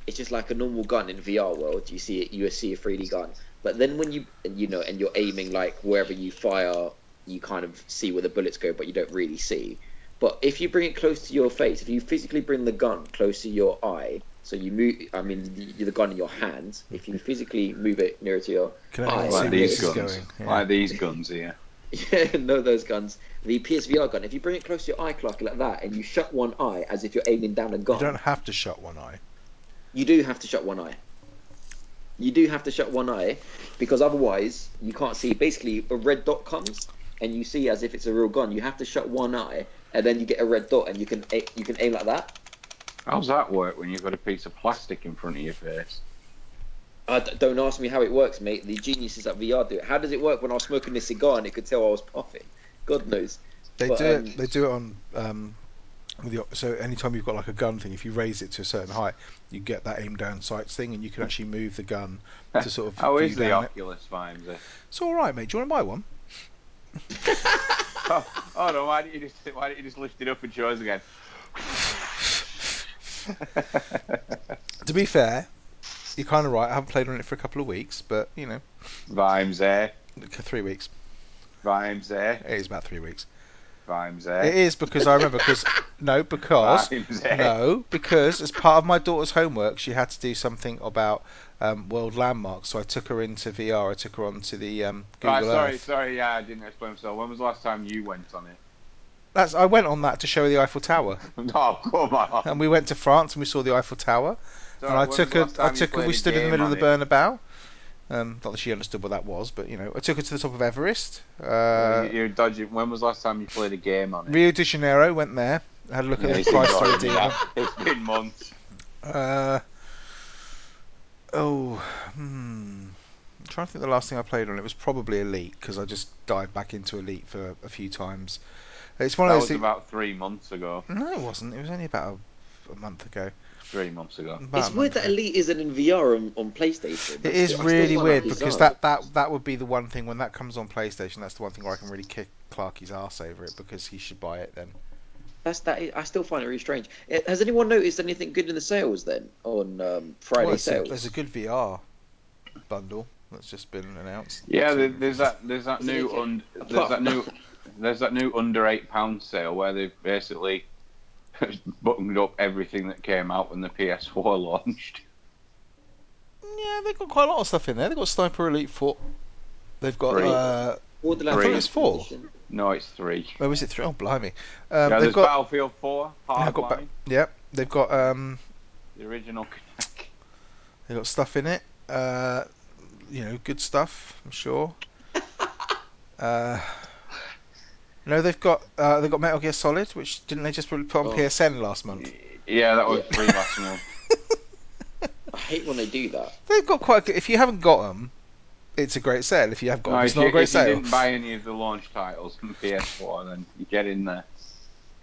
Speaker 3: it's just like a normal gun in VR world. You see it, you see a 3D gun, but then when you and you know and you're aiming like wherever you fire, you kind of see where the bullets go, but you don't really see. But if you bring it close to your face, if you physically bring the gun close to your eye, so you move, I mean, the, the gun in your hands, if you physically move it nearer to your
Speaker 2: Can
Speaker 3: I
Speaker 2: anyone
Speaker 3: Like
Speaker 2: see where
Speaker 3: these
Speaker 2: this is
Speaker 4: guns.
Speaker 2: going? Yeah.
Speaker 4: Like these guns here.
Speaker 3: yeah, know those guns. The PSVR gun. If you bring it close to your eye, Clark, like that, and you shut one eye as if you're aiming down a gun,
Speaker 2: you don't have to shut one eye.
Speaker 3: you do have to shut one eye. You do have to shut one eye because otherwise you can't see. Basically, a red dot comes and you see as if it's a real gun. You have to shut one eye, and then you get a red dot, and you can a- you can aim like that.
Speaker 4: How's that work when you've got a piece of plastic in front of your face?
Speaker 3: Uh, d- don't ask me how it works, mate. The geniuses at VR do it. How does it work when I was smoking this cigar and it could tell I was puffing? God knows.
Speaker 2: They
Speaker 3: But,
Speaker 2: do
Speaker 3: um,
Speaker 2: it. They do it on. Um, with the, so anytime you've got like a gun thing, if you raise it to a certain height, you get that aim down sights thing, and you can actually move the gun to sort of.
Speaker 4: How
Speaker 2: view
Speaker 4: is the
Speaker 2: down it.
Speaker 4: Oculus Vimes?
Speaker 2: It's all right, mate. Do you want to buy one?
Speaker 4: oh, oh no! Why didn't you just why didn't you just lift it up and show us again?
Speaker 2: To be fair, you're kind of right. I haven't played on it for a couple of weeks, but you know,
Speaker 4: Vimes there,
Speaker 2: three weeks.
Speaker 4: Vimes there,
Speaker 2: It is about three weeks.
Speaker 4: Vimes
Speaker 2: It
Speaker 4: there,
Speaker 2: is because I remember because no, because
Speaker 4: Vimes there.
Speaker 2: no, because as part of my daughter's homework, she had to do something about um, world landmarks. So I took her into VR. I took her onto the um, Google
Speaker 4: Right, sorry,
Speaker 2: Earth.
Speaker 4: sorry, yeah, I didn't explain myself. When was the last time you went on it?
Speaker 2: That's I went on that to show her the Eiffel Tower,
Speaker 4: Oh, come on.
Speaker 2: and we went to France and we saw the Eiffel Tower.
Speaker 4: Sorry,
Speaker 2: and I
Speaker 4: when was
Speaker 2: took
Speaker 4: the
Speaker 2: her.
Speaker 4: last
Speaker 2: I
Speaker 4: time you
Speaker 2: took her.
Speaker 4: played
Speaker 2: We
Speaker 4: a
Speaker 2: stood in the
Speaker 4: game
Speaker 2: middle of the
Speaker 4: on
Speaker 2: Bernabeu. Um, not that she understood what that was, but you know, I took her to the top of Everest. Uh,
Speaker 4: it? You- You're dodging. When was the last time you played a game on it?
Speaker 2: Rio de Janeiro went there. Had a look
Speaker 4: Yeah,
Speaker 2: at the
Speaker 4: it's
Speaker 2: Christ the
Speaker 4: been-
Speaker 2: Redeemer.
Speaker 4: It's been months.
Speaker 2: Uh, oh, hmm. I'm trying to think. The last thing I played on it was probably Elite because I just dived back into Elite for a few times. It's one
Speaker 4: That
Speaker 2: of those
Speaker 4: was
Speaker 2: things.
Speaker 4: about three months ago.
Speaker 2: No, it wasn't. It was only about a, a month ago.
Speaker 4: Three months ago.
Speaker 2: About
Speaker 3: it's
Speaker 2: a month
Speaker 3: weird that
Speaker 2: ago.
Speaker 3: Elite isn't in VR on, on PlayStation.
Speaker 2: It
Speaker 3: That's-
Speaker 2: is
Speaker 3: I still
Speaker 2: really
Speaker 3: find
Speaker 2: weird
Speaker 3: bizarre.
Speaker 2: because that, that that would be the one thing when that comes on PlayStation. That's the one thing where I can really kick Clarky's ass over it because he should buy it then.
Speaker 3: That's that. I still find it really strange. Eh, Has anyone noticed anything good in the sales then on um, Friday
Speaker 2: Well, it's a,
Speaker 3: sales?
Speaker 2: there's a good VR bundle that's just been announced.
Speaker 4: Yeah, there- there's that. There's that
Speaker 3: Isn't
Speaker 4: new.
Speaker 3: it-
Speaker 4: Un, there's that new. There's that new under eight pound sale where they've basically buttoned up everything that came out when the PS4 launched.
Speaker 2: Yeah, they've got quite a lot of stuff in there. They've got Sniper Elite 4. They've got.
Speaker 4: Three.
Speaker 2: Uh,
Speaker 3: Borderlands
Speaker 4: I thought it
Speaker 2: was four.
Speaker 3: Edition.
Speaker 4: No, it's three.
Speaker 2: where was it? Three? Oh, blimey. Um,
Speaker 4: yeah,
Speaker 2: they've
Speaker 4: there's
Speaker 2: got.
Speaker 4: Battlefield 4,
Speaker 2: they've got
Speaker 4: Hardline,
Speaker 2: ba- yeah, they've got. Um,
Speaker 4: the original.
Speaker 2: they've got stuff in it. Uh, you know, good stuff. I'm sure. uh, no, they've got. Uh, they've got Metal Gear Solid, which didn't they just put on
Speaker 3: Oh.
Speaker 2: PSN last month?
Speaker 4: Yeah, that was
Speaker 3: Yeah.
Speaker 4: free last month.
Speaker 3: I hate when they do that.
Speaker 2: They've got quite. A good, if you haven't got them, it's a great sale. If you have got,
Speaker 4: No,
Speaker 2: them,
Speaker 4: if
Speaker 2: it's not
Speaker 4: you,
Speaker 2: a great
Speaker 4: if you
Speaker 2: sale.
Speaker 4: didn't buy any of the launch titles from PS4, then you get in there.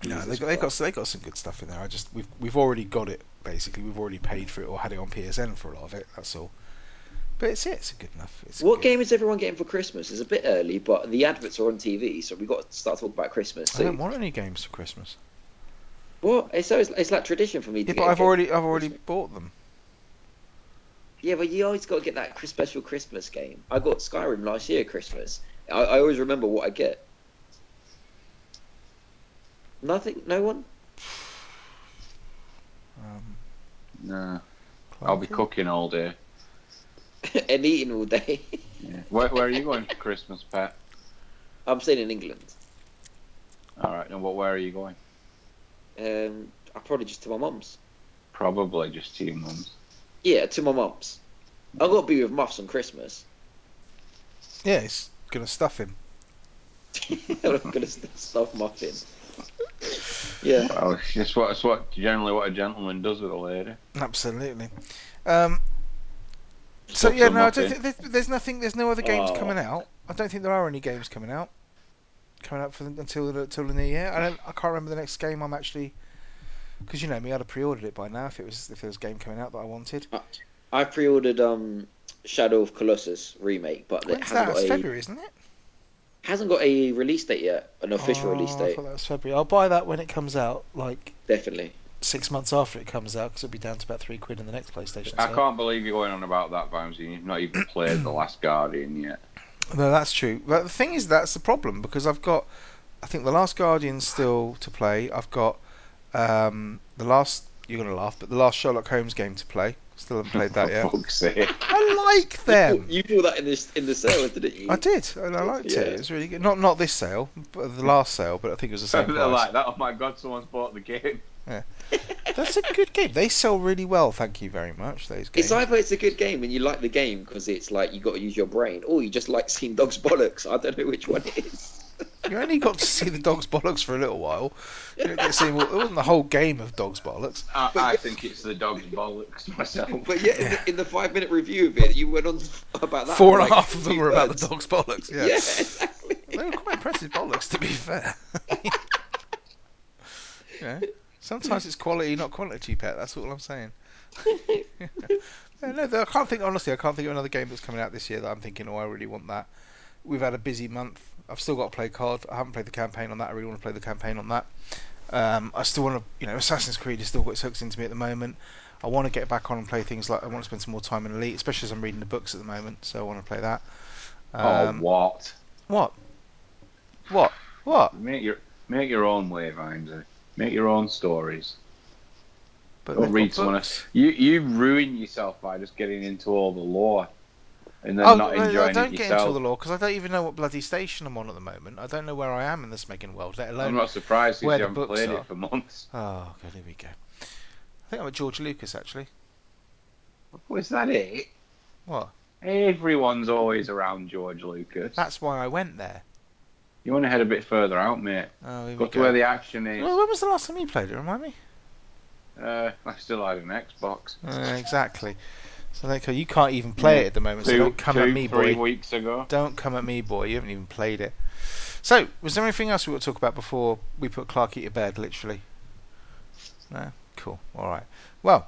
Speaker 2: No, they
Speaker 4: Jesus
Speaker 2: got they got they got some good stuff in there. I just we've we've already got it basically. We've already paid for it or had it on PSN for a lot of it. That's all. But it's it's good enough. It's
Speaker 3: What
Speaker 2: good.
Speaker 3: game is everyone getting for Christmas? It's a bit early, but the adverts are on TV, so we got to start talking about Christmas
Speaker 2: I don't
Speaker 3: soon.
Speaker 2: want any games for Christmas.
Speaker 3: What? It's, so it's, it's like tradition for me. to
Speaker 2: Yeah,
Speaker 3: get
Speaker 2: but
Speaker 3: a
Speaker 2: I've
Speaker 3: game
Speaker 2: already
Speaker 3: for
Speaker 2: I've already
Speaker 3: Christmas.
Speaker 2: bought them.
Speaker 3: Yeah, but you always got to get that Chris- special Christmas game. I got Skyrim last year at Christmas. I, I always remember what I get. Nothing. No one.
Speaker 2: Um,
Speaker 4: No, I'll be cooking all day.
Speaker 3: and eating all day.
Speaker 4: Yeah. Where, where are you going for Christmas, Pat?
Speaker 3: I'm staying in England.
Speaker 4: All right, then what? Where are you going?
Speaker 3: Um, I probably just to my mum's.
Speaker 4: Probably just to your mum's.
Speaker 3: Yeah, to my mum's. I've got to be with Muffs on Christmas.
Speaker 2: Yeah, it's gonna stuff him.
Speaker 3: I'm going to stuff Muff in. Yeah.
Speaker 4: Well, Oh, it's just what, it's what generally what a gentleman does with a lady.
Speaker 2: Absolutely. Um, so
Speaker 4: Stuffs
Speaker 2: yeah,
Speaker 4: them
Speaker 2: no, I
Speaker 4: up
Speaker 2: don't
Speaker 4: in.
Speaker 2: think there's, there's nothing. There's no other games
Speaker 3: Oh.
Speaker 2: coming out. I don't think there are any games coming out. Coming out for the, until the, until the new year. I don't. I can't remember the next game I'm actually Because you know me, I'd have pre-ordered it by now if it was if there was a game coming out that I wanted.
Speaker 1: I pre-ordered um, Shadow of Colossus remake, but it
Speaker 2: When's
Speaker 1: hasn't
Speaker 2: that?
Speaker 1: got,
Speaker 2: It's
Speaker 1: a,
Speaker 2: February, isn't it?
Speaker 1: hasn't got a release date yet, an official release
Speaker 2: Oh, I
Speaker 1: date.
Speaker 2: thought that was February. I'll buy that when it comes out, like
Speaker 1: Definitely.
Speaker 2: six months after it comes out, because it'll be down to about three quid in the next PlayStation.
Speaker 4: I
Speaker 2: sale.
Speaker 4: can't believe you're going on about that, Vimes. You've not even played The Last Guardian yet.
Speaker 2: No, that's true. But the thing is, that's the problem because I've got, I think, The Last Guardian still to play. I've got um, the last. You're gonna laugh, but the last Sherlock Holmes game to play. Still haven't played that
Speaker 4: For
Speaker 2: yet.
Speaker 4: fuck's sake.
Speaker 2: I like them.
Speaker 1: You bought that in the in the sale, didn't you?
Speaker 2: I did, and I liked it. It
Speaker 1: Yeah.
Speaker 2: was really good. Not not this sale, but the last sale. But I think it was the same
Speaker 4: Something
Speaker 2: price.
Speaker 4: like that. Oh my god, someone's bought the game.
Speaker 2: That's a good game. They sell really well. Thank you very much. Those games.
Speaker 1: It's either it's a good game and you like the game because it's like you got to use your brain, or you just like seeing dogs bollocks. I don't know which one it is.
Speaker 2: You only got to see the dog's bollocks for a little while. You don't get to see well, it wasn't the whole game of dog's bollocks.
Speaker 4: I, I think it's the dog's bollocks
Speaker 2: Um,
Speaker 4: myself.
Speaker 1: But yeah, in the, in the five minute review of it, you went on about that.
Speaker 2: Four
Speaker 1: for like
Speaker 2: and a half of
Speaker 1: two
Speaker 2: them were about
Speaker 1: words.
Speaker 2: the dog's bollocks.
Speaker 1: Yeah,
Speaker 2: Yeah.
Speaker 1: exactly.
Speaker 2: They were quite impressive bollocks, to be fair. you know, sometimes it's quality, not quantity, pet. That's all I'm saying. no, no, I can't think. Honestly, I can't think of another game that's coming out this year that I'm thinking, oh, I really want that. We've had a busy month. I've still got to play card. I haven't played the campaign on that. I really want to play the campaign on that. Um, I still want to, you know, Assassin's Creed has still got its hooks into me at the moment. I want to get back on and play things like I want to spend some more time in Elite, especially as I'm reading the books at the moment. So I want to play that. Um,
Speaker 4: oh, what?
Speaker 2: What? What? What?
Speaker 4: Make your make your own way, Vimes. Make your own stories.
Speaker 2: But
Speaker 4: Don't
Speaker 2: they've
Speaker 4: read
Speaker 2: got
Speaker 4: someone
Speaker 2: books.
Speaker 4: else. You you ruin yourself by just getting into all the lore and then
Speaker 2: Oh,
Speaker 4: not
Speaker 2: no,
Speaker 4: enjoying
Speaker 2: I don't
Speaker 4: it
Speaker 2: get
Speaker 4: yourself.
Speaker 2: into all the law because I don't even know what bloody station I'm on at the moment. I don't know where I am in this Megan world, let
Speaker 4: I'm
Speaker 2: alone.
Speaker 4: not surprised
Speaker 2: where
Speaker 4: because
Speaker 2: the
Speaker 4: you haven't
Speaker 2: books
Speaker 4: played
Speaker 2: are.
Speaker 4: it for months.
Speaker 2: Oh, God, here we go. I think I'm at George Lucas actually.
Speaker 4: Was that it?
Speaker 2: What?
Speaker 4: Everyone's always around George Lucas.
Speaker 2: That's why I went there.
Speaker 4: You want to head a bit further out, mate.
Speaker 2: Oh, here
Speaker 4: Go
Speaker 2: we
Speaker 4: to where
Speaker 2: go.
Speaker 4: the action is.
Speaker 2: Well, when was the last time you played it? Remind me.
Speaker 4: Uh, I still had an Xbox.
Speaker 2: Uh, exactly. So there you go. you can't even play it at the moment. so
Speaker 4: Mm. Two,
Speaker 2: don't come
Speaker 4: two,
Speaker 2: at me,
Speaker 4: three
Speaker 2: boy.
Speaker 4: weeks ago.
Speaker 2: Don't come at me, boy. You haven't even played it. So, was there anything else we want to talk about before we put Clarky to bed, literally? No? Cool. All right. Well,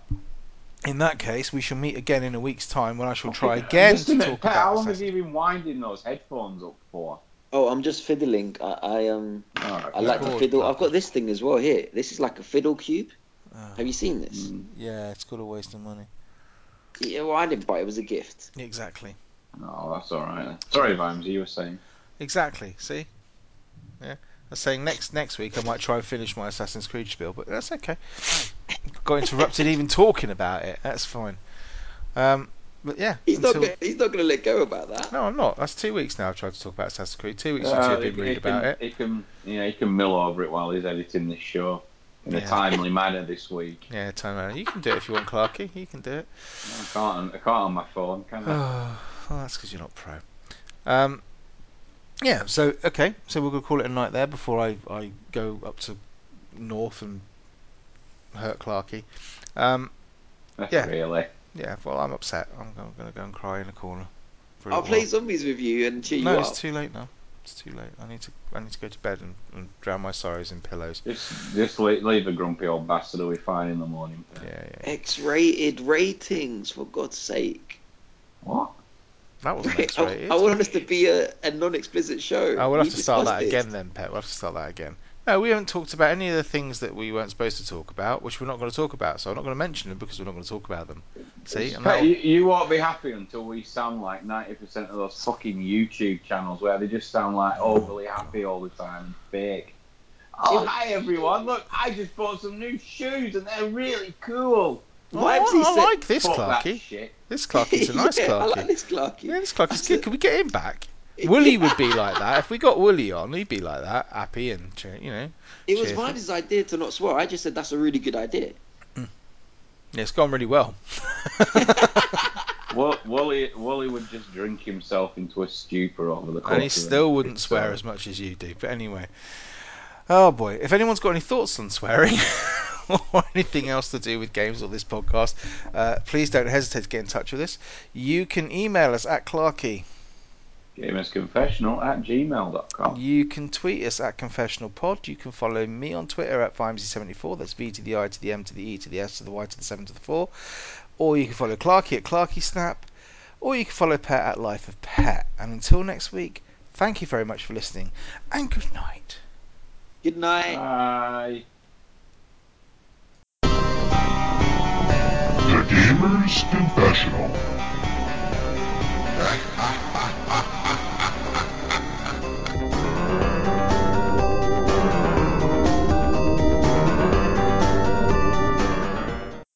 Speaker 2: in that case, we shall meet again in a week's time when I shall try again
Speaker 4: Just a
Speaker 2: to
Speaker 4: minute,
Speaker 2: talk
Speaker 4: Pat,
Speaker 2: about
Speaker 4: how long have
Speaker 2: Assassin's
Speaker 4: you been winding those headphones up for?
Speaker 1: Oh, I'm just fiddling. I, I um,
Speaker 4: Alright,
Speaker 1: I like to
Speaker 2: Bored,
Speaker 1: fiddle. I've
Speaker 2: Clarky.
Speaker 1: got this thing as well here. This is like a fiddle cube.
Speaker 2: Ah.
Speaker 1: Have you seen this?
Speaker 4: Mm.
Speaker 2: Yeah, it's got a waste of money.
Speaker 1: Yeah, well, I didn't buy it. It was a gift.
Speaker 2: Exactly.
Speaker 4: Oh, that's alright. Sorry, Vimes, you were saying.
Speaker 2: Exactly. See? Yeah. I was saying next next week I might try and finish my Assassin's Creed spiel, but that's okay. Got interrupted even talking about it. That's fine. Um, but yeah.
Speaker 1: He's
Speaker 2: until-
Speaker 1: not. Gonna, he's not going to let go about that.
Speaker 2: No, I'm not. That's two weeks now I've tried to talk about Assassin's Creed. Two weeks since
Speaker 4: Uh,
Speaker 2: you've been read
Speaker 4: can,
Speaker 2: about it.
Speaker 4: He can, you know, he can mill over it while he's editing this show in
Speaker 2: Yeah.
Speaker 4: a timely manner this week.
Speaker 2: Yeah, time out. You can do it if you want, Clarky. You can do it.
Speaker 4: I can't, I can't on my phone, can I?
Speaker 2: Oh, well, that's because you're not pro. Um, yeah, so, okay. So we're going to call it a night there before I, I go up to North and hurt Clarky. Um, yeah.
Speaker 4: Really.
Speaker 2: yeah, well, I'm upset. I'm going to go and cry in a corner. for a
Speaker 3: Oh,
Speaker 1: I'll
Speaker 2: little
Speaker 1: play
Speaker 2: while.
Speaker 1: zombies with you and cheer
Speaker 2: No,
Speaker 1: you
Speaker 2: it's
Speaker 1: up.
Speaker 2: too late now. It's too late. I need to I need to go to bed and, and drown my sorrows in pillows.
Speaker 4: Just, just leave, leave the grumpy old bastard away fine in the morning.
Speaker 2: Yeah, yeah.
Speaker 1: X-rated ratings, for God's sake.
Speaker 4: What?
Speaker 2: That
Speaker 3: Oh,
Speaker 2: wasn't
Speaker 1: Wait, I,
Speaker 2: X-rated.
Speaker 1: I want us to be a, a non-explicit show.
Speaker 2: Oh, we'll
Speaker 1: We
Speaker 2: have to start
Speaker 1: discussed
Speaker 2: that
Speaker 1: this.
Speaker 2: again then, Pet. We'll have to start that again. No, we haven't talked about any of the things that we weren't supposed to talk about, which we're not going to talk about. So I'm not going to mention them because we're not going to talk about them. See, and
Speaker 4: Pat,
Speaker 2: that'll-
Speaker 4: you, you won't be happy until we sound like 90% of those fucking YouTube channels where they just sound like overly happy all the time and fake. Oh, hi everyone. Look, I just bought some new shoes and they're really cool.
Speaker 1: Why
Speaker 2: Oh,
Speaker 1: has he
Speaker 2: I
Speaker 1: said-
Speaker 2: like this
Speaker 4: Fuck that
Speaker 2: Clarky.
Speaker 4: shit.
Speaker 2: This Clarky's a nice
Speaker 1: yeah, I
Speaker 2: Clarky.
Speaker 1: like this Clarky.
Speaker 2: Yeah, this Clarky's
Speaker 1: I
Speaker 2: good.
Speaker 1: said-
Speaker 2: Can we get him back? Wooly would be like that. If we got Wooly on, he'd be like that, happy and ch- you know.
Speaker 1: It was
Speaker 2: cheerful.
Speaker 1: Vimes' idea to not swear. I just said that's a really good idea.
Speaker 2: Yeah, it's gone really well.
Speaker 4: Wo- Wally, Wally would just drink himself into a stupor over the course
Speaker 2: and he
Speaker 4: of uh, the
Speaker 2: still wouldn't
Speaker 4: episode.
Speaker 2: swear as much as you do. But anyway, oh boy, if anyone's got any thoughts on swearing or anything else to do with games or this podcast, uh, please don't hesitate to get in touch with us. You can email us at Clarkey
Speaker 4: gamersconfessional at gmail.com.
Speaker 2: You can tweet us at Confessional Pod. You can follow me on Twitter at Vimesy74. That's V to the I to the M to the E to the S to the Y to the 7 to the 4. Or you can follow Clarky at Clarky Snap. Or you can follow Pet at Life of Pet. And until next week, thank you very much for listening and good night.
Speaker 3: Good night.
Speaker 4: Bye.
Speaker 5: The Gamer's Confessional.